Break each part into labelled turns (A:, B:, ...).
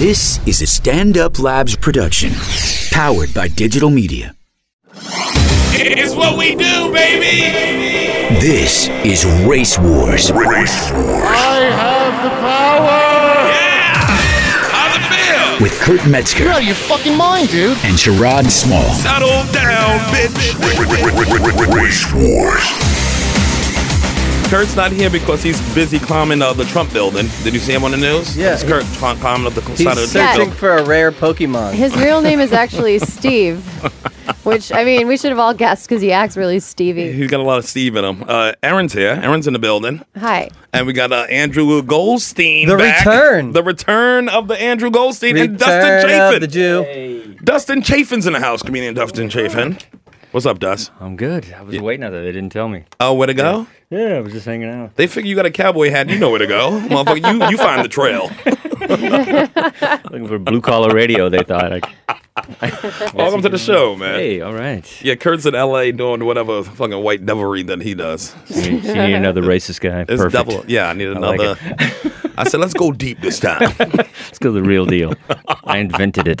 A: This is a Stand Up Labs production, powered by digital media.
B: It's what we do, baby.
A: This is Race Wars
B: How's it feel?
A: with Kurt Metzger
C: You're out of your fucking mind, dude.
A: and Sherrod Small.
B: Settle down, bitch.
D: Kurt's not here because he's busy climbing uh, the Trump building. Did you see him on the news?
C: Yeah.
D: It's Kurt tr- climbing up the side of the
C: He's searching
D: building.
C: for a rare Pokemon.
E: His real name is actually Steve, which I mean, we should have all guessed because he acts really Stevie.
D: He's got a lot of Steve in him. Uh, Aaron's here. Aaron's in the building.
E: Hi.
D: And we got uh, Andrew Goldstein.
C: The
D: back.
C: return.
D: The return of the Andrew Goldstein and Dustin
C: Return of
D: Chafin.
C: the Jew.
D: Dustin Chafin's in the house, comedian Dustin Chafin. What's up, Dust?
F: I'm good. I was waiting on that. They didn't tell me.
D: Oh, where to go?
F: Yeah, I was just hanging out.
D: They figure you got a cowboy hat, you know where to go. Motherfucker, you, you find the trail.
F: Looking for blue collar radio, they thought. I,
D: Welcome to the show, man.
F: hey, all right.
D: Yeah, Kurt's in LA doing whatever fucking white devilry that he does.
F: She, she needed another racist guy.
D: It's
F: Perfect.
D: double. Yeah, I need
F: like
D: another. I said, let's go deep this time.
F: Let's go the real deal. I invented it.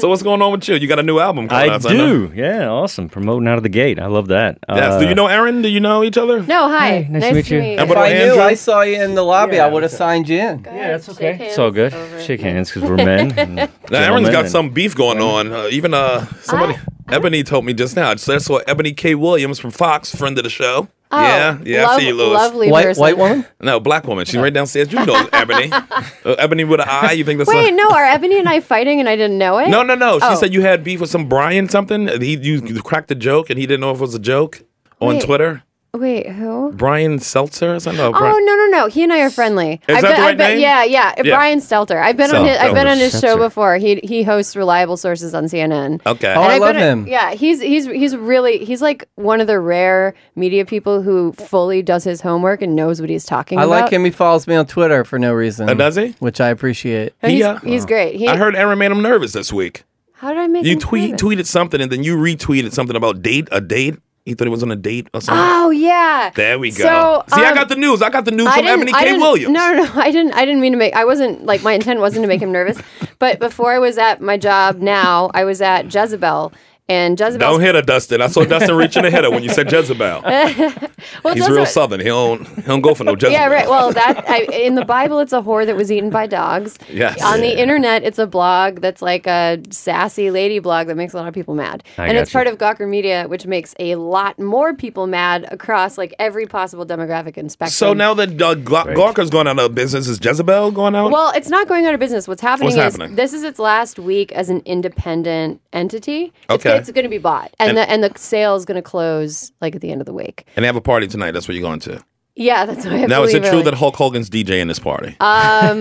D: so what's going on with you? You got a new album coming
F: I
D: out. know.
F: do. Yeah, awesome. Promoting out of the gate. I love that.
D: Yes. do you know Aaron? Do you know each other?
E: No, hi.
F: Hi, Uh, nice to meet you.
E: meet
D: And
C: If
D: what-
C: I knew
D: Andrew?
C: I saw you in the lobby,
F: Yeah,
C: I would have signed you in.
E: Yeah, that's okay.
F: Uh, It's all good. Shake hands because we're men. and
D: Now, Aaron's
F: gentlemen
D: got
F: and-
D: some beef going on. Uh, even uh, somebody, Ebony told me just now. So that's what Ebony K. Williams from Fox, friend of the show.
E: Oh,
D: yeah, yeah. I see you,
E: lov-
D: Lewis.
E: Lovely
C: White,
E: person.
C: white woman?
D: No, black woman. She's right downstairs. You know Ebony. Uh, Ebony with an eye. You think that's
E: Wait,
D: a-
E: no, are Ebony and I fighting and I didn't know it?
D: No, no, no. She
E: Oh.
D: said you had beef with some Brian something. He you cracked a joke and he didn't know if it was a joke on
E: Wait.
D: Twitter.
E: Wait, who?
D: Brian Seltzer or something. No, Bri-
E: Oh no no no! He and I are friendly.
D: Is
E: I've
D: that
E: been,
D: the right
E: I've been,
D: name?
E: Yeah, yeah
D: Yeah.
E: Brian Stelter. I've been on his. I've been on his show
F: Stelter.
E: before. He he hosts Reliable Sources on CNN.
D: Okay.
C: Oh,
E: And
C: I
E: I've
C: love
E: been-
C: him.
E: Yeah, he's he's he's really he's like one of the rare media people who fully does his homework and knows what he's talking
C: I
E: about.
C: like him. He follows me on Twitter for no reason.
D: Uh, does he? uh,
C: Which I appreciate.
E: He's,
D: Yeah.
E: he's great. He,
D: I heard Aaron made him nervous this week.
E: How did I make
D: You
E: him
D: tweet
E: nervous?
D: tweeted something and then you retweeted something about date a date. He thought he was on a date or something.
E: Oh yeah.
D: there we go.
E: So,
D: See, I
E: um,
D: got the news. I got the news
E: I
D: from
E: didn't-
D: Ebony
E: I
D: K.
E: didn't-
D: Williams.
E: No, no, I didn't. I didn't mean to make. I wasn't like my intent wasn't to make him nervous. But before I was at my job, now I was at Jezebel, and Jezebel.
D: Don't hit her, Dustin. I saw Dustin reaching ahead her when you said Jezebel.
E: well,
D: He's
E: Jezebel-
D: real southern. He don't he don't go for no Jezebel.
E: Yeah, right. Well, that I, in the Bible, it's a whore that was eaten by dogs.
D: Yes.
E: On the internet, it's a blog that's like a sassy lady blog that makes a lot of people mad,
F: I
E: and it's
F: gotcha.
E: part of Gawker Media, which makes a lot more people mad across like every possible demographic and spectrum.
D: So now that uh, Gla- Gawker's going out of business, is Jezebel going out?
E: Well, it's not going out of business. What's happening
D: What's
E: is
D: happening?
E: this is its last week as an independent entity. It's,
D: Okay.
E: it's going to be bought, and,
D: And-
E: the and the sale is going to close like at the end of the week.
D: and they have a party tonight. That's what you're going to.
E: Yeah, that's why I
D: Now, is
E: believe
D: it true
E: early.
D: that Hulk Hogan's DJing this party?
E: Um,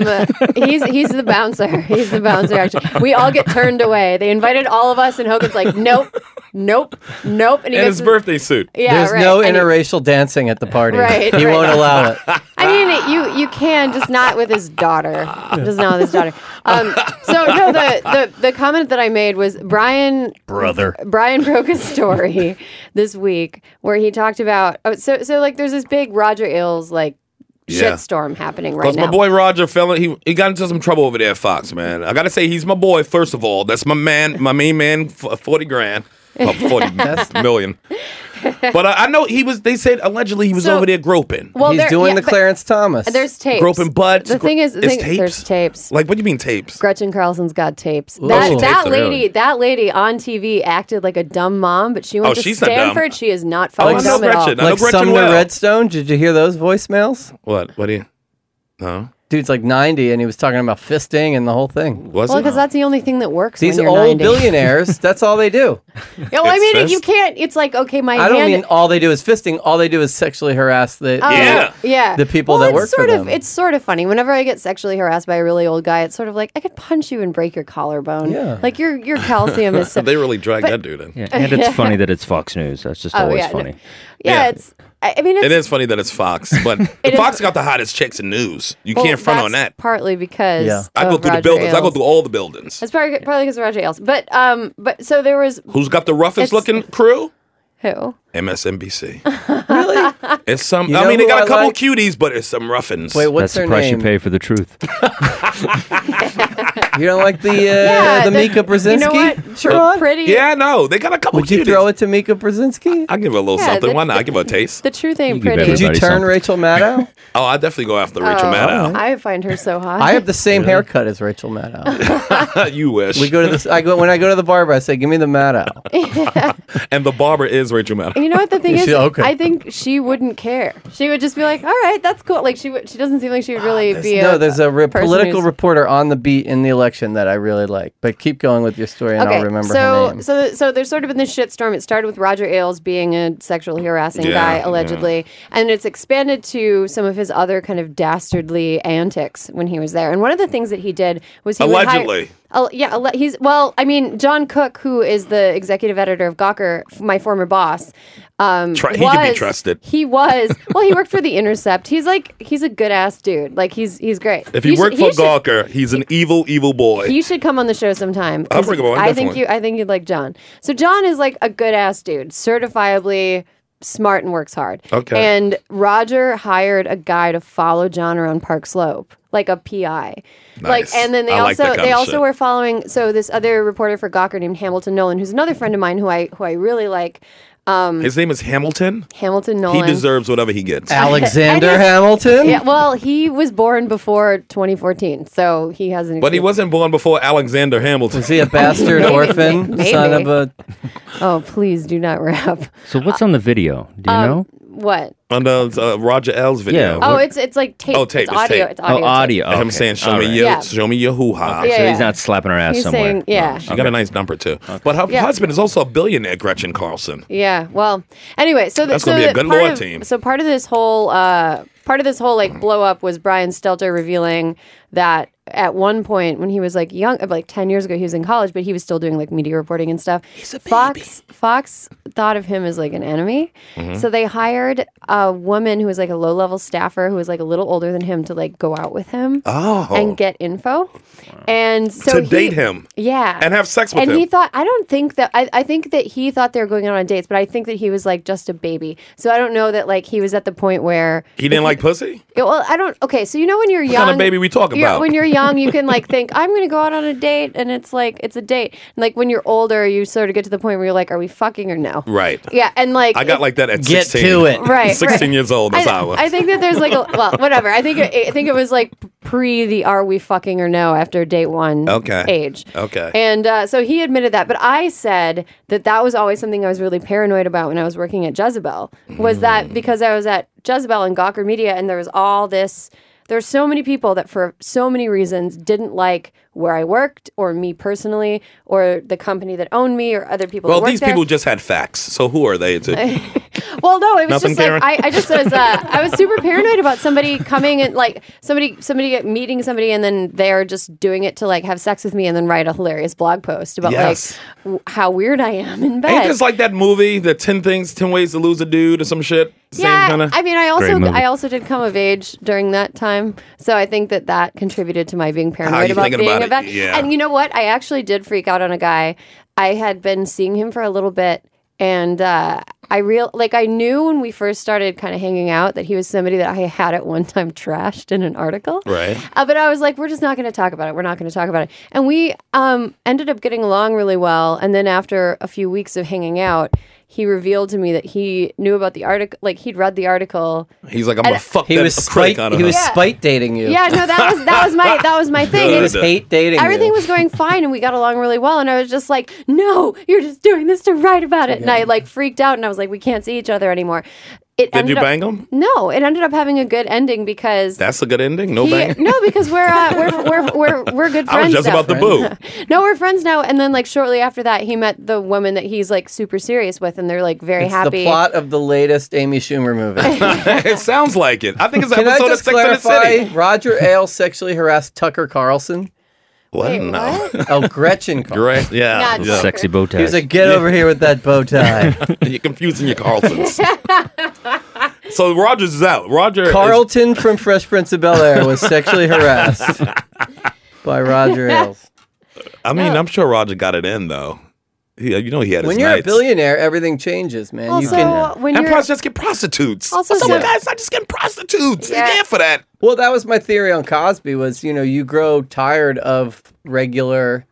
E: he's he's the bouncer. He's the bouncer. Actually, we all get turned away. They invited all of us, and Hogan's like, nope, nope, nope. And he
D: in
E: gets
D: his birthday suit.
E: Yeah,
C: There's
E: right.
C: no
E: And he-
C: interracial dancing at the party.
E: Right,
C: he
E: right.
C: won't allow it.
E: I mean, you you can just not with his daughter, just not with his daughter. Um, so no, the, the the comment that I made was Brian
F: brother.
E: Brian broke a story this week where he talked about oh, so so like there's this big Roger Ailes like
D: Yeah.
E: shitstorm happening right
D: Because
E: now.
D: my boy Roger fell in, he, he got into some trouble over there at Fox, man. I gotta say, he's my boy, first of all. That's my man, my main man, f- 40 grand. Well, 40 million. But I, I know he was, they said allegedly he was
E: So-
D: over there groping.
E: well,
C: He's
E: there-
C: doing
E: yeah,
C: the
E: but
C: Clarence Thomas.
E: There's tapes.
D: Groping butts.
E: The
D: gro-
E: thing is, the
D: it's
E: thing, there's tapes.
D: Like, what do you mean tapes?
E: Gretchen Carlson's got tapes.
C: she
E: That,
C: tapes
E: that
F: them,
E: lady,
F: really.
E: that lady on TV acted like a dumb mom, but she went
D: Oh,
E: to
D: she's not dumb.
E: Stanford. She is not
D: I
E: fucking
D: know
E: dumb at all.
D: Oh, Gretchen. I know
C: like
D: Gretchen
C: Sumner
D: well.
C: Redstone. Did you hear those voicemails?
D: What? What do you? No?
C: Dude's like 90 and he was talking about fisting and the whole thing.
D: Was
E: Well,
D: it?
E: because that's the only thing that works.
C: These
E: when you're
C: old
E: 90.
C: billionaires, that's all they do.
E: Yeah, well, I
D: It's
E: mean,
D: fist?
E: you can't. It's like okay, my
C: I don't
E: hand.
C: mean all they do is fisting. All they do is sexually harass the.
E: Oh,
D: Yeah.
E: yeah.
C: The people
E: well,
C: that
E: it's
C: work for
E: sort of,
C: them.
E: It's sort of funny. Whenever I get sexually harassed by a really old guy, it's sort of like I could punch you and break your collarbone.
C: Yeah.
E: Like your your calcium is.
D: they really dragged that dude in.
F: Yeah, and it's funny that it's Fox News. That's just
E: Oh,
F: always
E: yeah, no.
F: funny.
E: yeah,
D: yeah.
E: it's. I I mean, it's,
D: It is funny that it's Fox, but
E: It
D: Fox
E: is-
D: got the hottest chicks in news. You
E: well,
D: can't front on
E: that's
D: that.
E: Partly because
C: Yeah.
D: I go
E: of
D: through the
E: Roger
D: buildings. I go
E: Ailes.
D: through all the buildings.
E: That's probably probably because of Roger Ailes. But um, but so there was
D: Who's got the
E: It's-
D: roughest looking crew?
E: who?
D: MSNBC.
C: really?
D: It's some.
C: You
D: I
C: know
D: mean, they
C: who
D: got a
C: I
D: couple
C: like?
D: cuties, but it's some ruffins.
C: Wait,
F: That's
C: what's
F: the
C: her
F: price
C: name?
F: you pay for the truth.
C: You don't like the uh,
E: Yeah,
C: the
E: the-
C: Mika Brzezinski?
E: You know what?
C: Sure.
E: Tr- pretty.
D: yeah, no, they got a couple.
C: Would you
D: cuties.
C: throw it to Mika Brzezinski?
D: I give her a little
E: Yeah,
D: something.
E: the-
D: Why not? I give her a taste.
E: The truth ain't
F: You better
E: pretty.
C: Did you
F: Everybody
C: turn
F: something.
C: Rachel Maddow?
D: Oh, I definitely go after Rachel
E: Oh.
D: Maddow.
E: I find her so hot.
C: I have the same haircut as Rachel Maddow.
D: you wish.
C: We go to this. I go when I go to the barber. I say, "Give me the Maddow."
D: and the barber is Rachel Maddow.
E: You know what the thing
C: Is
E: is?
C: she okay?
E: I think she wouldn't care. She would just be like, "All right, that's cool." Like she would, she doesn't seem like she would really be.
C: Ah, no,
E: a,
C: there's a re-
E: person
C: political
E: who's-
C: reporter on the beat in the election that I really like. But keep going with your story, and I'll remember
E: so,
C: her name.
E: So, so there's sort of been this shitstorm. It started with Roger Ailes being a sexually harassing
D: Yeah,
E: guy,
D: yeah.
E: allegedly, and it's expanded to some of his other kind of dastardly antics when he was there. And one of the things that he did was he would hire-
D: Allegedly.
E: Al- yeah, alle- he's well. I mean, John Cook, who is the executive editor of Gawker, f- my former boss, um,
D: Tr- he
E: was,
D: can be trusted.
E: He was well. He worked for the Intercept. He's like he's a good ass dude. Like he's he's great.
D: If he
E: You should-
D: worked for
E: should-
D: Gawker, he's an evil, evil boy.
E: you should come on the show sometime. 'cause
D: I'll bring him on,
E: I think
D: definitely.
E: you. I think you'd like John. So John is like a good ass dude, certifiably smart and works hard.
D: Okay.
E: And Roger hired a guy to follow John around Park Slope, like a PI. Like,
D: Nice.
E: and then they
D: I like
E: also
D: that kind
E: they
D: of
E: also
D: shit.
E: were following. So this other reporter for Gawker named Hamilton Nolan, who's another friend of mine who I who I really like. um,
D: His name is Hamilton.
E: Hamilton Nolan.
D: He deserves whatever he gets.
C: Alexander
E: And he's-
C: Hamilton.
E: Yeah, well, he was born before 2014, so he has an.
D: But he
E: excuse.
D: wasn't born before Alexander Hamilton.
C: Is he a bastard
E: Maybe,
C: orphan,
E: maybe.
C: son of a?
E: Oh, please do not rap.
F: So
C: Uh,
F: what's on the video? Do you know?
E: What?
D: on the uh, Roger L's
F: Yeah.
D: video.
E: Oh,
F: What-
E: it's it's like tape.
D: Uh, Oh, tape,
E: It's
D: it's
E: audio.
D: tape.
E: It's
F: Oh,
E: audio.
F: audio.
D: I'm
F: Okay.
D: saying, show
F: All
D: me
F: right.
D: your,
E: Yeah.
D: show me your hoo ha.
E: Yeah,
F: So
E: yeah.
F: he's not slapping her ass
E: He's
F: somewhere.
E: saying, yeah.
D: She got a nice number too. But her
E: Yeah.
D: husband is also a billionaire, Gretchen Carlson.
E: Yeah. Well, anyway, so the,
D: That's
E: so
D: gonna be a
E: the
D: good
E: part
D: law
E: of-
D: team.
E: So part of this whole uh, part of this whole like blow up was Brian Stelter revealing that at one point when he was like young, like ten years ago, he was in college, but he was still doing like media reporting and stuff. Fox Fox thought of him as like an enemy,
D: Mm-hmm.
E: so they hired a woman who was like a low level staffer who was like a little older than him to like go out with him
D: Oh.
E: and get info, and so
D: to
E: he-
D: date him.
E: Yeah.
D: And have sex with
E: and
D: him.
E: he thought I don't think that I, I think that he thought they were going out on dates, but I think that he was like just a baby. So I don't know that like he was at the point where
D: He didn't like pussy?
E: Yeah, well, I don't okay, so you know when you're young
D: kind of baby we talking
E: you're-
D: about?
E: When you're young, you can like think, I'm gonna go out on a date and it's like it's a date. And, like when you're older, you sort of get to the point where you're like, Are we fucking or no?
D: Right.
E: Yeah, and like
D: I got
E: if-
D: like that at
C: Get
D: 16.
C: to it.
E: Right,
D: 16
E: right.
D: years old, that's
E: I,
D: how I was.
E: I think that there's like a well, whatever. I think it, I think it was like pre the "Are we fucking or no" after date one
D: Okay.
E: age.
D: Okay.
E: and uh, so he admitted that, but I said that that was always something I was really paranoid about when I was working at Jezebel.
D: Hmm.
E: Was that because I was at Jezebel and Gawker Media, and there was all this. There's so many people that, for so many reasons, didn't like where I worked, or me personally, or the company that owned me, or other people.
D: well,
E: that worked
D: these
E: there.
D: people just had facts. So who are they to?
E: Well, no, it was
D: Nothing,
E: just like
D: Karen?
E: I, I just was uh, I was super paranoid about somebody coming and like somebody somebody meeting somebody and then they're just doing it to like have sex with me and then write a hilarious blog post about
D: Yes.
E: like w- how weird I am in bed.
D: Ain't this like that movie, the 10 things, 10 ways to lose a dude or some shit? Same
E: yeah,
D: kind of.
E: I mean, I
F: Great
E: also
F: movie.
E: I also did come of age during that time, so I think that that contributed to my being
D: How
E: paranoid
D: you
E: about
D: thinking
E: being
D: about
E: a
D: it?
E: vet.
D: Yeah.
E: And you know what? I actually did freak out on a guy. I had been seeing him for a little bit, and uh, I real like I knew when we first started kind of hanging out that he was somebody that I had at one time trashed in an article.
D: Right.
E: Uh, but I was like, we're just not going to talk about it. We're not going to talk about it. And we um, ended up getting along really well. And then after a few weeks of hanging out, he revealed to me that he knew about the article. Like he'd read the article.
D: He's like, I'm going to fuck
C: He
D: that
C: was
D: critic
C: spite.
D: out of
C: He was
D: her.
C: spite dating you.
E: Yeah, no, that was that was my that was my thing.
C: He
E: And
C: was hate dating.
E: everything
C: you.
E: was going fine, and we got along really well. And I was just like, no, you're just doing this to write about it. And I like freaked out, and I was like, we can't see each other anymore. It
D: Did
E: ended
D: you
E: up-
D: bang him?
E: No, it ended up having a good ending because
D: That's a good ending? No
E: He-
D: bang?
E: no, because we're, uh, we're we're we're we're good friends.
D: I was just
E: now.
D: about to boo.
E: no, we're friends now. And then like shortly after that, he met the woman that he's like super serious with, and they're like very
C: It's
E: happy.
C: the plot of the latest Amy Schumer movie.
D: it sounds like it. I think it's an
C: Can I
D: episode of
C: just
D: Sex and the
C: clarify?
D: City.
C: Roger Ailes sexually harassed Tucker Carlson.
D: What?
E: Wait,
D: no.
E: what?
C: Oh, Gretchen Carlson.
D: Right? Yeah.
E: Not
D: yeah.
E: Tucker.
F: Sexy bow ties.
C: He was like, "Get over here with that bow tie."
D: You're confusing your Carlsons. so Rogers is out. Roger. Is,
C: Carlton from Fresh Prince of Bel Air was sexually harassed by Roger Ailes.
D: I mean, I'm sure Roger got it in though. He, you know he had his
C: When you're a
D: nights.
C: billionaire, everything changes, man. you
E: Also,
C: can.
E: when
D: and
E: you're
D: plus, just get prostitutes.
E: Also,
D: some
E: so-
D: guys not just getting prostitutes.
E: Yeah.
D: They're there for that.
C: Well, that was my theory on Cosby was, you know, you grow tired of regular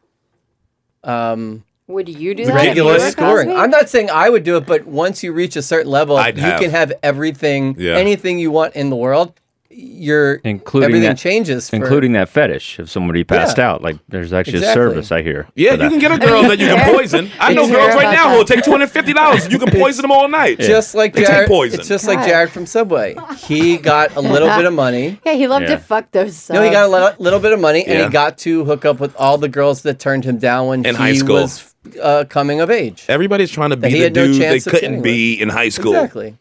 C: um
E: would you do that? if you
C: regular
E: were
C: scoring.
E: Cosby?
C: I'm not saying I would do it, but once you reach a certain level,
D: I'd
C: you
D: have.
C: can have everything
D: Yeah.
C: anything you want in the world. Your
F: Including
C: everything
F: that-
C: changes for-
F: Including that fetish if somebody passed out. Like there's actually
C: Exactly.
F: a service I hear.
D: Yeah,
F: for
D: you
F: that.
D: can get a girl that you can poison. I know
E: Did you
D: girls
E: hear
D: right
E: about
D: now
E: that?
D: who'll take two hundred fifty dollars. You can poison them all night.
C: just like
D: They take
C: Jared,
D: poison.
C: It's just
E: God.
C: like Jared from Subway. He got a little bit of money.
E: Yeah, he loved
F: Yeah.
E: to fuck those. Subs.
C: No, he got a little, little bit of money, and
D: Yeah.
C: he got to hook up with all the girls that turned him down when
D: In
C: he
D: high school.
C: was uh, coming of age.
D: Everybody's trying to be
C: he
D: the
C: had no
D: dude they
C: chance of
D: couldn't
C: getting
D: be in high school.
C: Exactly.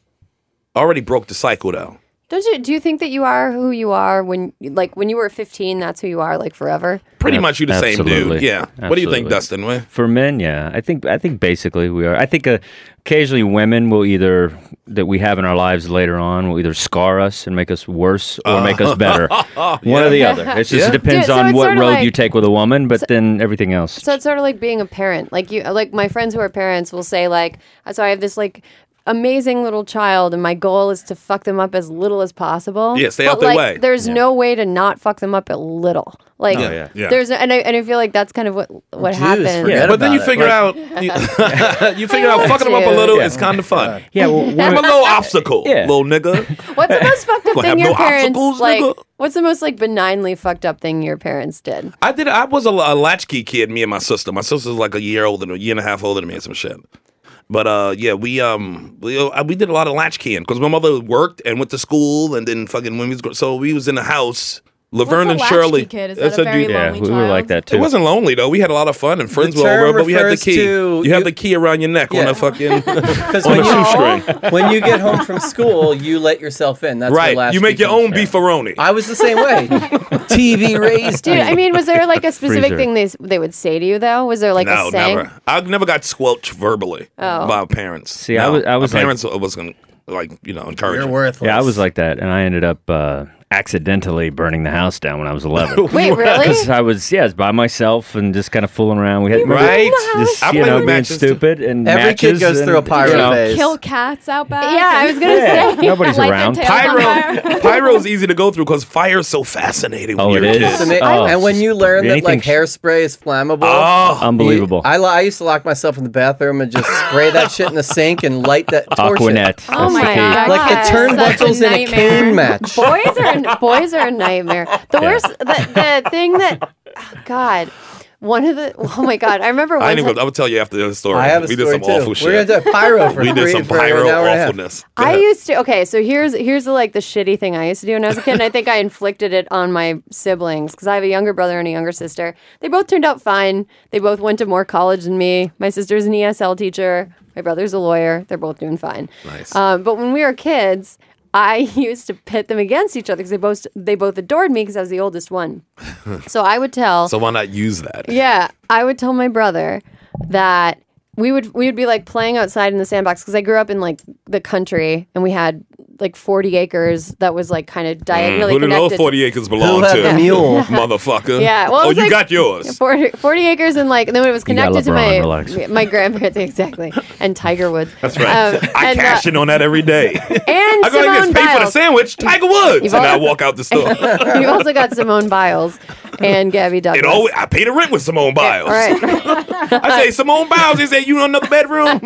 D: Already broke the cycle though.
E: Don't you? Do you think that you are who you are when, like, when you were 15? That's who you are, like, forever.
D: Pretty
F: Ab-
D: much you the same dude.
F: absolutely.
D: Yeah. What do you
F: Absolutely.
D: think, Dustin? What-
F: For men, yeah, I think I think basically we are. I think uh, occasionally women will either that we have in our lives later on will either scar us and make us worse
D: Uh.
F: or make us better. One or the other. It just
E: Dude,
F: depends
E: so
F: on
E: it's
F: what
E: sorta
F: road
E: like-
F: you take with a woman, but then everything else.
E: So it's sort of like being a parent. Like you, like my friends who are parents will say, like, so I have this like amazing little child, and my goal is to fuck them up as little as possible.
D: Yeah, stay
E: but,
D: out their
E: like,
D: way.
E: There's no way to not fuck them up at little. Like,
D: yeah. Yeah.
E: there's and I and I feel like that's kind of what what
C: Jews,
E: happens.
C: forget
D: But then
C: about
D: you
C: it.
D: figure
C: Like,
D: out you, you figure out fucking them up a
E: to.
D: little is kind of fun.
F: yeah, well,
D: I'm a
F: women,
D: little obstacle,
F: Yeah.
D: little nigga.
E: What's the most fucked up
D: Gonna
E: thing
D: have
E: your
D: no
E: parents
D: obstacles,
E: like?
D: nigga.
E: What's the most like benignly fucked up thing your parents did?
D: I did. I was a, a latchkey kid. Me and my sister. My sister's like a year older, than a year and a half older than me, and some shit. But uh, yeah, we um we, uh, we did a lot of latchkeying because my mother worked and went to school and then fucking when we was gr- so we was in the house. Laverne
G: What's a
D: and Shirley.
G: latchkey kid? Is
D: That's
G: that a very
D: dude-
F: yeah,
G: Lonely
F: we were like
G: child.
F: that
D: It
F: too.
D: wasn't lonely though. We had a lot of fun and friends
C: The
D: were
C: term
D: over, but we had the
C: refers
D: key.
C: to-
D: you had
C: you-
D: the key around your neck on
C: Yeah.
D: a fucking
C: Because
D: on
C: when,
D: a
C: you-
D: shoestring.
C: when you get home from school, you let yourself in. That's where
D: right.
C: last
D: You make your
C: weekend-
D: own beefaroni.
C: I was the same way. TV raised
E: Dude,
C: me.
E: I mean, was there like a specific
F: Freezer.
E: thing they s- they would say to you though? Was there like
D: no,
E: a saying?
D: never. I never got squelched verbally
E: Oh.
D: by parents.
F: See, I
D: No.
F: was- I was
D: my
F: like-
D: parents wasn't like you know
C: You're
D: encouraging.
C: worthless.
F: Yeah, I was like that, and I ended up uh, accidentally burning the house down when I was 11.
E: Wait,
F: Because
E: really?
F: I was, yeah, I was by myself and just kind of fooling around. We had
D: Right?
F: just
D: I
F: you
D: played
F: know
D: with
F: being
D: matches, too.
F: stupid and
C: Every kid
F: matches
C: goes
F: and,
C: through a pyro
F: you know,
C: phase.
G: Kill cats out back.
E: Yeah, I was gonna
F: Yeah,
E: say
F: nobody's
G: Light their
F: around.
G: tails.
D: Pyro, pyro's easy to go through because fire's so fascinating.
F: Oh,
D: when
F: it
D: you're a
F: is?
D: kid.
C: And, they-
F: Oh,
C: and when you learn that like
F: anything-
C: hairspray is flammable,
D: Oh,
F: Unbelievable.
C: I, lo- I used to lock myself in the bathroom and just spray that shit in the sink and light that torch.
F: Aquanet. That's
E: Oh
F: the
E: my
F: key.
E: God.
C: Like
E: That's
C: a turnbuckles
G: such a
C: in a
G: nightmare.
C: cane match.
E: boys are a, boys are a nightmare. The worst, the, the thing that, oh, God, one of the, oh my God, I remember
D: I
E: one
D: ain't even.
E: time,
D: I would tell you after the story.
C: I have a
D: we did
C: story
D: some
C: too.
D: awful
C: We're
D: shit.
C: gonna do a pyro for
D: we did
C: three,
D: some
C: for an
D: pyro
C: hour and a half.
D: awfulness.
E: I
D: Yeah.
E: used to, okay, so here's, here's the, like the shitty thing I used to do when I was a kid. And I think I inflicted it on my siblings because I have a younger brother and a younger sister. They both turned out fine. They both went to more college than me. My sister's an ESL teacher. My brother's a lawyer. They're both doing fine.
D: Nice.
E: Um, but when we were kids, I used to pit them against each other because they both they both adored me because I was the oldest one. So I would tell
D: so why not use that?
E: yeah, I would tell my brother that we would we would be like playing outside in the sandbox because I grew up in like the country and we had like 40 acres that was like kind of diagonally
D: Mm, Who did all
E: connected.
D: 40 acres belong
C: Who had
D: to?
C: the mule?
D: Motherfucker.
E: Yeah, well, it
D: oh,
E: was
D: you
E: like-
D: got yours.
E: 40, 40 acres and like and then it was
F: got
E: connected to
F: LeBron,
E: my
F: relax.
E: my grandparents exactly and Tiger Woods. That's
D: right. I
E: and, uh,
D: cash in on that every day.
E: and
D: I go in
E: Simone
D: and pay for the
E: Biles.
D: sandwich, Tiger Woods,
E: You've
D: and
E: all-
D: I walk out the store.
E: You've also got Simone Biles and Gabby Douglas.
D: It always, I pay the rent with Simone Biles.
E: All right.
D: I say Simone Biles. Is that you in another bedroom?